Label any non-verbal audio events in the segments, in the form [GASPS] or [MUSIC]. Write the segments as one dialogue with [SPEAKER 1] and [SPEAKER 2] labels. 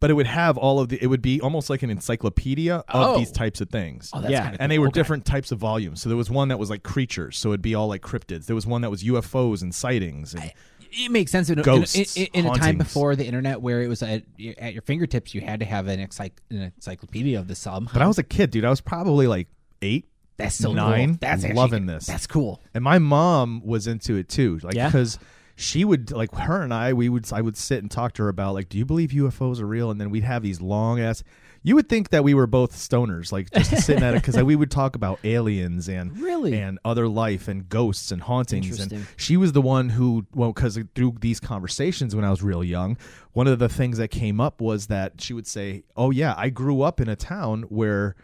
[SPEAKER 1] but it would have all of the. It would be almost like an encyclopedia of
[SPEAKER 2] Oh.
[SPEAKER 1] these types of things.
[SPEAKER 2] Oh, that's
[SPEAKER 3] Yeah.
[SPEAKER 2] kind of
[SPEAKER 1] and they were different types of volumes. So there was one that was like creatures, so it'd be all like cryptids. There was one that was UFOs and sightings. And,
[SPEAKER 2] it makes sense in, a- in a-
[SPEAKER 1] Ghosts,
[SPEAKER 2] in, in a time
[SPEAKER 1] hauntings.
[SPEAKER 2] before the internet where it was at, your- at your fingertips. You had to have an, encycl- an encyclopedia of the sum.
[SPEAKER 1] but I was a kid, dude. I was probably like eight,
[SPEAKER 2] that's so
[SPEAKER 1] nine,
[SPEAKER 2] Cool. That's actually-
[SPEAKER 1] loving this.
[SPEAKER 2] That's cool.
[SPEAKER 1] and my mom was into it too like
[SPEAKER 3] Yeah?
[SPEAKER 1] because she would like her and i we would i would sit and talk to her about like do you believe ufos are real and then we'd have these long ass you would think that we were both stoners like just
[SPEAKER 3] [LAUGHS]
[SPEAKER 1] sitting at it because we would talk about aliens and
[SPEAKER 3] Really?
[SPEAKER 1] and other life and ghosts and hauntings and
[SPEAKER 3] Interesting.
[SPEAKER 1] she was the one who well because through these conversations when i was real young one of the things that came up was that she would say oh yeah i grew up in a town where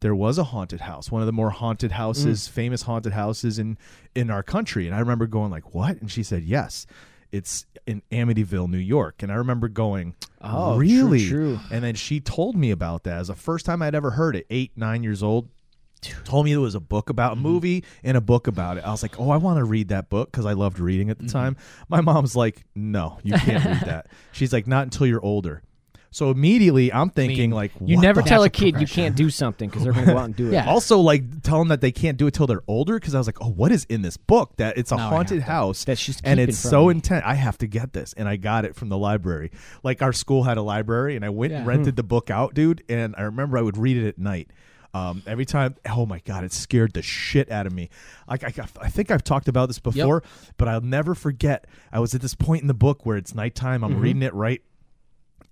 [SPEAKER 1] there was a haunted house, one of the more haunted houses,
[SPEAKER 3] Mm.
[SPEAKER 1] famous haunted houses in in our country. And I remember going like, "What?" And she said, "Yes, it's in Amityville, New York." And I remember going,
[SPEAKER 3] Oh, true,
[SPEAKER 1] really?"
[SPEAKER 3] true.
[SPEAKER 1] And then she told me about that. It was the first time I'd ever heard it. Eight, nine years old. Told me there was a book about a
[SPEAKER 3] Mm-hmm.
[SPEAKER 1] movie and a book about it. I was like, "Oh, I want to read that book because I loved reading at the
[SPEAKER 3] Mm-hmm.
[SPEAKER 1] time." My mom's like, "No, you can't
[SPEAKER 3] [LAUGHS]
[SPEAKER 1] read that." She's like, "Not until you're older." So immediately, I'm thinking like,
[SPEAKER 3] You
[SPEAKER 1] what
[SPEAKER 3] never
[SPEAKER 1] the
[SPEAKER 3] tell a kid you can't do something because they're going to go out and do it.
[SPEAKER 2] [LAUGHS] Yeah.
[SPEAKER 1] also, like tell them that they can't do it till they're older because I was like, oh, what is in this book that it's a
[SPEAKER 2] I
[SPEAKER 1] haunted
[SPEAKER 2] have to-
[SPEAKER 1] house
[SPEAKER 3] that she's
[SPEAKER 1] and
[SPEAKER 3] keeping
[SPEAKER 1] it's
[SPEAKER 3] from
[SPEAKER 1] so
[SPEAKER 3] me.
[SPEAKER 1] intent. I have to get this, and I got it from the library. Like our school had a library, and I went and
[SPEAKER 2] Yeah.
[SPEAKER 1] rented the book out, dude. And I remember I would read it at night. Um, every time, oh my god, it scared the shit out of me. Like I, I think I've talked about this before, but I'll never forget. I was at this point in the book where it's nighttime. I'm reading it right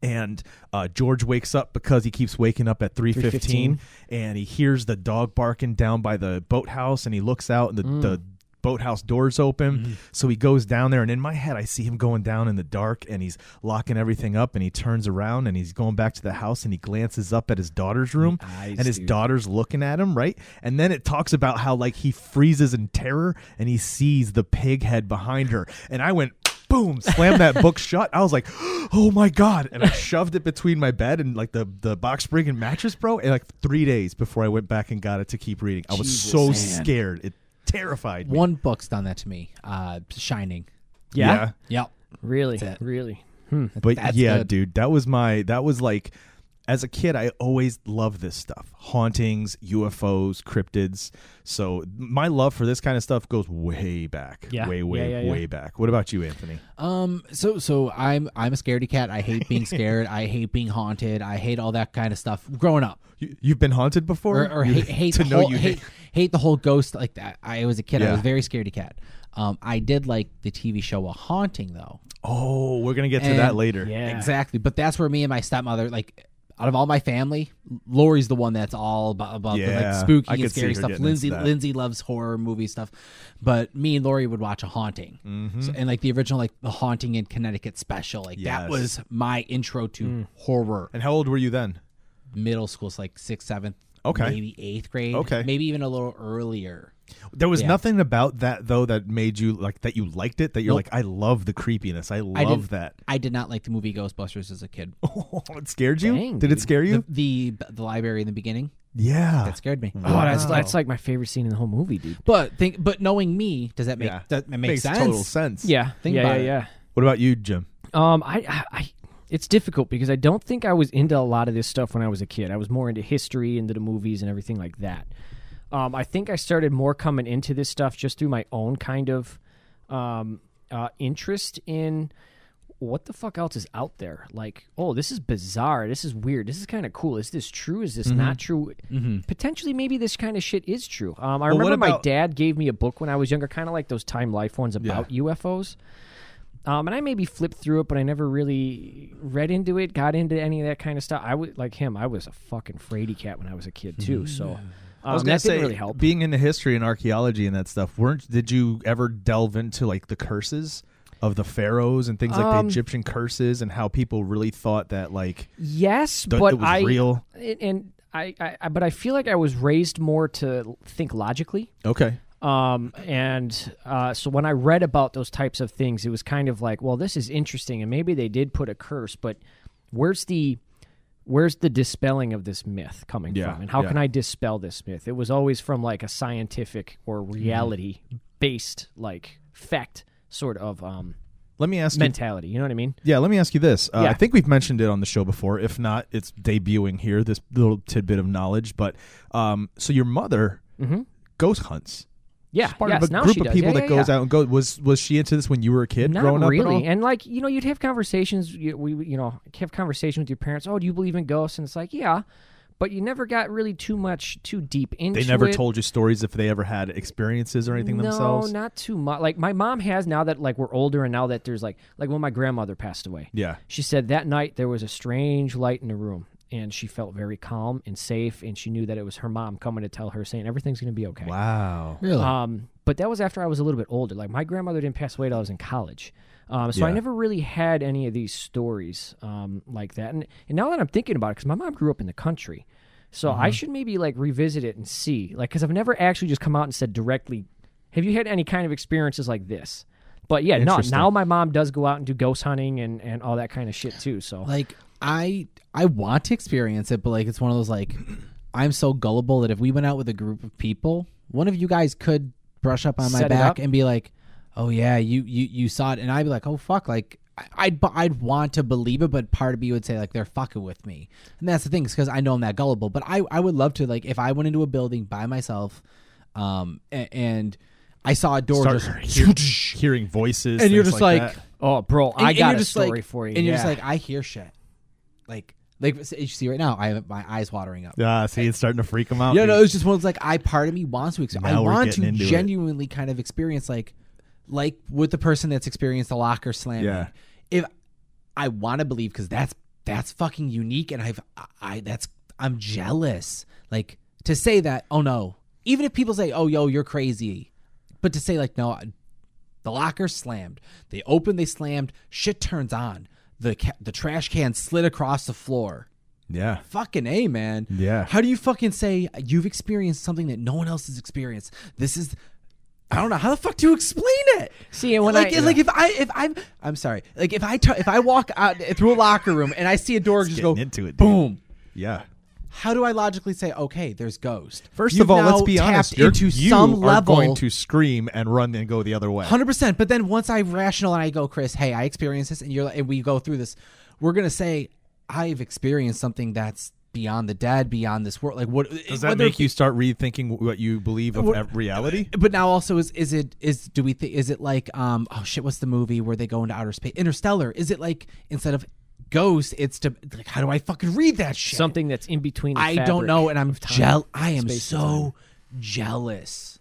[SPEAKER 1] and uh, George wakes up because he keeps waking up at 3.15 and he hears the dog barking down by the boathouse and he looks out and the, the boathouse doors open so he goes down there and in my head I see him going down in the dark and he's locking everything up and he turns around and he's going back to the house and he glances up at his daughter's room and his daughter's looking at him right and then it talks about how like he freezes in terror and he sees the pig head behind her and I went boom, slammed that book shut. I was like, [GASPS] oh my God. And I
[SPEAKER 2] [LAUGHS]
[SPEAKER 1] shoved it between my bed and like the, the box spring and mattress, bro. And like three days before I went back and got it to keep reading, I was so scared. It terrified me.
[SPEAKER 2] One book's done that to me. Uh, Shining.
[SPEAKER 3] Yeah?
[SPEAKER 2] Yep.
[SPEAKER 3] Really?
[SPEAKER 2] That's it.
[SPEAKER 3] Really?
[SPEAKER 1] But
[SPEAKER 2] That's
[SPEAKER 1] yeah,
[SPEAKER 2] good.
[SPEAKER 1] dude, that was my, that was like, as a kid, I always loved this stuff hauntings, UFOs, cryptids. So my love for this kind of stuff goes way back.
[SPEAKER 3] Yeah.
[SPEAKER 1] Way,
[SPEAKER 3] Yeah,
[SPEAKER 1] way,
[SPEAKER 3] yeah, yeah.
[SPEAKER 1] way back. What about you, Anthony?
[SPEAKER 2] Um. So so I'm I'm a scaredy cat. I
[SPEAKER 1] [LAUGHS]
[SPEAKER 2] hate being scared. I hate being haunted. I hate all that kind of stuff. Growing up,
[SPEAKER 1] You, you've been haunted before?
[SPEAKER 2] or, or
[SPEAKER 1] You-
[SPEAKER 2] hate,
[SPEAKER 1] [LAUGHS]
[SPEAKER 2] hate
[SPEAKER 1] to
[SPEAKER 2] the
[SPEAKER 1] know
[SPEAKER 2] whole,
[SPEAKER 1] you
[SPEAKER 2] hate, hate the whole ghost like that. I was a kid. I
[SPEAKER 1] Yeah.
[SPEAKER 2] was very scaredy cat. Um, I did like the TV show A Haunting though.
[SPEAKER 1] Oh, we're gonna get to that
[SPEAKER 2] And-
[SPEAKER 1] later.
[SPEAKER 3] Yeah.
[SPEAKER 2] Exactly. But that's where me and my stepmother like. Out of all my family, Lori's the one that's all about, about the
[SPEAKER 1] Yeah,
[SPEAKER 2] like spooky
[SPEAKER 1] I
[SPEAKER 2] and
[SPEAKER 1] could see her
[SPEAKER 2] scary stuff.
[SPEAKER 1] getting into
[SPEAKER 2] Lindsay
[SPEAKER 1] that.
[SPEAKER 2] Lindsay loves horror movie stuff, but me and Lori would watch a haunting,
[SPEAKER 1] Mm-hmm.
[SPEAKER 2] so, and like the original like the haunting in Connecticut special. Like
[SPEAKER 1] Yes.
[SPEAKER 2] that was my intro to horror.
[SPEAKER 1] And how old were you then?
[SPEAKER 2] Middle school's like sixth, seventh,
[SPEAKER 1] Okay.
[SPEAKER 2] maybe eighth grade,
[SPEAKER 1] Okay.
[SPEAKER 2] maybe even a little earlier.
[SPEAKER 1] There was
[SPEAKER 2] Yeah.
[SPEAKER 1] nothing about that though that made you like that you liked it. That you're
[SPEAKER 2] Nope.
[SPEAKER 1] like, I love the creepiness. I
[SPEAKER 2] I
[SPEAKER 1] love
[SPEAKER 2] didn't-
[SPEAKER 1] that.
[SPEAKER 3] [LAUGHS]
[SPEAKER 1] [LAUGHS]
[SPEAKER 2] I did not like the movie Ghostbusters as a kid.
[SPEAKER 1] it scared you?
[SPEAKER 3] Dang,
[SPEAKER 1] Did it
[SPEAKER 3] dude.
[SPEAKER 1] scare Oh, you? Ah.
[SPEAKER 2] The, the the library in the beginning
[SPEAKER 1] yeah.
[SPEAKER 2] that scared me.
[SPEAKER 3] Oh, that's, that's like my favorite scene in the whole movie, dude.
[SPEAKER 2] But think, but knowing me, does that make
[SPEAKER 1] yeah.
[SPEAKER 2] that makes, sense?
[SPEAKER 1] total sense.
[SPEAKER 3] Yeah.
[SPEAKER 2] Think
[SPEAKER 3] yeah,
[SPEAKER 2] about
[SPEAKER 3] yeah, yeah.
[SPEAKER 1] What about you, Jim?
[SPEAKER 3] Um, I, I, I, it's difficult because I don't think I was into a lot of this stuff when I was a kid. I was more into history, into the movies, and everything like that. Um, I think I started more coming into this stuff just through my own kind of um, uh, interest in what the fuck else is out there. Like, oh, this is bizarre. This is weird. This is kind of cool. Is this true? Is this
[SPEAKER 1] Mm-hmm.
[SPEAKER 3] not true? Potentially, maybe this kind of shit is true. Um, I
[SPEAKER 1] Well, what
[SPEAKER 3] remember my
[SPEAKER 1] about-
[SPEAKER 3] dad gave me a book when I was younger, kind of like those Time Life ones about UFOs Um, and I maybe flipped through it, but I never really read into it, got into any of that kind of stuff. I was like him. I was a fucking fraidy cat when I was a kid too. So um,
[SPEAKER 1] Hmm. I was gonna
[SPEAKER 3] that
[SPEAKER 1] say,
[SPEAKER 3] didn't really help.
[SPEAKER 1] being into history and archaeology and that stuff, weren't did you ever delve into like the curses of the pharaohs and things like the
[SPEAKER 3] Um,
[SPEAKER 1] Egyptian curses and how people really thought that like
[SPEAKER 3] yes,
[SPEAKER 1] th-
[SPEAKER 3] but
[SPEAKER 1] it was
[SPEAKER 3] I
[SPEAKER 1] real?
[SPEAKER 3] and- and I, I, I, but I feel like I was raised more to think logically.
[SPEAKER 1] Okay,
[SPEAKER 3] Um, and uh, so when I read about those types of things, it was kind of like, well, this is interesting, and maybe they did put a curse, but where's the where's the dispelling of this myth coming
[SPEAKER 1] Yeah,
[SPEAKER 3] from, and how
[SPEAKER 1] yeah.
[SPEAKER 3] can I dispel this myth? It was always from like a scientific or
[SPEAKER 1] Mm-hmm.
[SPEAKER 3] reality based like fact sort of um,
[SPEAKER 1] let me ask you.
[SPEAKER 3] mentality. You know what I mean?
[SPEAKER 1] Yeah, let me ask you this. Uh, I
[SPEAKER 3] Yeah.
[SPEAKER 1] think we've mentioned it on the show before. If not, it's debuting here. This little tidbit of knowledge, but um, so your mother ghost hunts.
[SPEAKER 3] Yeah,
[SPEAKER 1] Part
[SPEAKER 3] Mm-hmm. yes,
[SPEAKER 1] of a
[SPEAKER 3] now
[SPEAKER 1] group
[SPEAKER 3] she
[SPEAKER 1] of
[SPEAKER 3] does.
[SPEAKER 1] people
[SPEAKER 3] Yeah,
[SPEAKER 1] that
[SPEAKER 3] yeah,
[SPEAKER 1] goes
[SPEAKER 3] yeah.
[SPEAKER 1] out and go. Was was she into this when you were a kid
[SPEAKER 3] Not
[SPEAKER 1] growing
[SPEAKER 3] really.
[SPEAKER 1] up? At all?
[SPEAKER 3] And like you know, you'd have conversations. You, we we- you know have conversation with your parents. Oh, do you believe in ghosts? And it's like, yeah, but you never got really too much too deep into.
[SPEAKER 1] They never
[SPEAKER 3] it.
[SPEAKER 1] told you stories if they ever had experiences or anything
[SPEAKER 3] no,
[SPEAKER 1] themselves.
[SPEAKER 3] not too much. Like my mom has now that like we're older and now that there's like like when my grandmother passed away.
[SPEAKER 1] Yeah.
[SPEAKER 3] She said that night there was a strange light in the room and she felt very calm and safe and she knew that it was her mom coming to tell her saying everything's going to be okay.
[SPEAKER 1] Wow.
[SPEAKER 2] Really?
[SPEAKER 3] Um, but that was after I was a little bit older. Like my grandmother didn't pass away till I was in college, um, so I
[SPEAKER 1] Yeah.
[SPEAKER 3] never really had any of these stories um, like that. And, and now that I'm thinking about it, because my mom grew up in the country, so
[SPEAKER 2] Mm-hmm.
[SPEAKER 3] I should maybe like revisit it and see, like, because I've never actually just come out and said directly, "Have you had any kind of experiences like this?" But yeah, no.
[SPEAKER 1] Interesting.
[SPEAKER 3] Now my mom does go out and do ghost hunting and, and all that kind of shit too. So
[SPEAKER 2] like I I want to experience it, but like it's one of those like [CLEARS THROAT] I'm so gullible that if we went out with a group of people, one of you guys could brush up on my
[SPEAKER 3] Set it
[SPEAKER 2] back
[SPEAKER 3] up.
[SPEAKER 2] and be like, "Oh yeah, you you you saw it," and I'd be like, "Oh fuck!" Like I- I'd bu- I'd want to believe it, but part of me would say like they're fucking with me, and that's the thing, because I know I'm that gullible. But I I would love to like if I went into a building by myself, um a- and. I saw a door
[SPEAKER 1] Start
[SPEAKER 2] just [LAUGHS]
[SPEAKER 1] hear- hearing voices,
[SPEAKER 2] and you're
[SPEAKER 1] things
[SPEAKER 2] just like,
[SPEAKER 1] that.
[SPEAKER 3] oh, bro,
[SPEAKER 2] and-
[SPEAKER 3] I
[SPEAKER 2] and
[SPEAKER 3] got
[SPEAKER 2] you're
[SPEAKER 3] a
[SPEAKER 2] just
[SPEAKER 3] story
[SPEAKER 2] like-
[SPEAKER 3] for you.
[SPEAKER 2] And you're just
[SPEAKER 3] Yeah.
[SPEAKER 2] like, I hear shit. Like, like as you see right now, I have my eyes watering up.
[SPEAKER 1] ah, see, it's starting to freak them out.
[SPEAKER 2] No, no,
[SPEAKER 1] dude.
[SPEAKER 2] it's just one. It's like I part of me wants to. Experience. I
[SPEAKER 1] Now we're
[SPEAKER 2] want
[SPEAKER 1] getting
[SPEAKER 2] to
[SPEAKER 1] into it.
[SPEAKER 2] genuinely kind of experience like, like with the person that's experienced the locker slam.
[SPEAKER 1] Yeah.
[SPEAKER 2] If I want to believe because that's that's fucking unique, and I've I that's I'm jealous. Like to say that. Oh no. Even if people say, "Oh yo, you're crazy," but to say like, "No, I- the locker slammed. They opened. They slammed. Shit turns on. The ca- the trash can slid across the floor."
[SPEAKER 1] yeah.
[SPEAKER 2] fucking a man
[SPEAKER 1] Yeah.
[SPEAKER 2] how do you fucking say you've experienced something that no one else has experienced this is i don't know how the fuck do you explain it
[SPEAKER 3] See, and when
[SPEAKER 2] like,
[SPEAKER 3] I-
[SPEAKER 2] like if i if i'm i'm sorry like if i t- if i walk out through a locker room and i see a door just go
[SPEAKER 1] getting into it, dude.
[SPEAKER 2] boom
[SPEAKER 1] Yeah.
[SPEAKER 2] how do i logically say okay there's ghost
[SPEAKER 1] First
[SPEAKER 2] You've
[SPEAKER 1] of all,
[SPEAKER 2] now
[SPEAKER 1] let's be
[SPEAKER 2] tapped
[SPEAKER 1] honest. You're,
[SPEAKER 2] into
[SPEAKER 1] you
[SPEAKER 2] some
[SPEAKER 1] are
[SPEAKER 2] level
[SPEAKER 1] going to scream and run and go the other way.
[SPEAKER 2] Hundred percent. But then once I rational and I go, Chris, hey, I experienced this, and you're like, and we go through this, we're gonna say I've experienced something that's beyond the dead, beyond this world. Like what
[SPEAKER 1] Does that
[SPEAKER 2] whether- uh,
[SPEAKER 1] make you start rethinking what you believe of
[SPEAKER 2] What-
[SPEAKER 1] ev- reality?
[SPEAKER 2] But now also is is it is do we think is it like um oh shit what's the movie where they go into outer space Interstellar? Is it like instead of ghosts, it's to like how do I fucking read that shit?
[SPEAKER 3] something that's in between. The
[SPEAKER 2] I don't
[SPEAKER 3] fabric
[SPEAKER 2] know, and I'm
[SPEAKER 3] of time.
[SPEAKER 2] jealous. I am
[SPEAKER 3] space and
[SPEAKER 2] so jealous.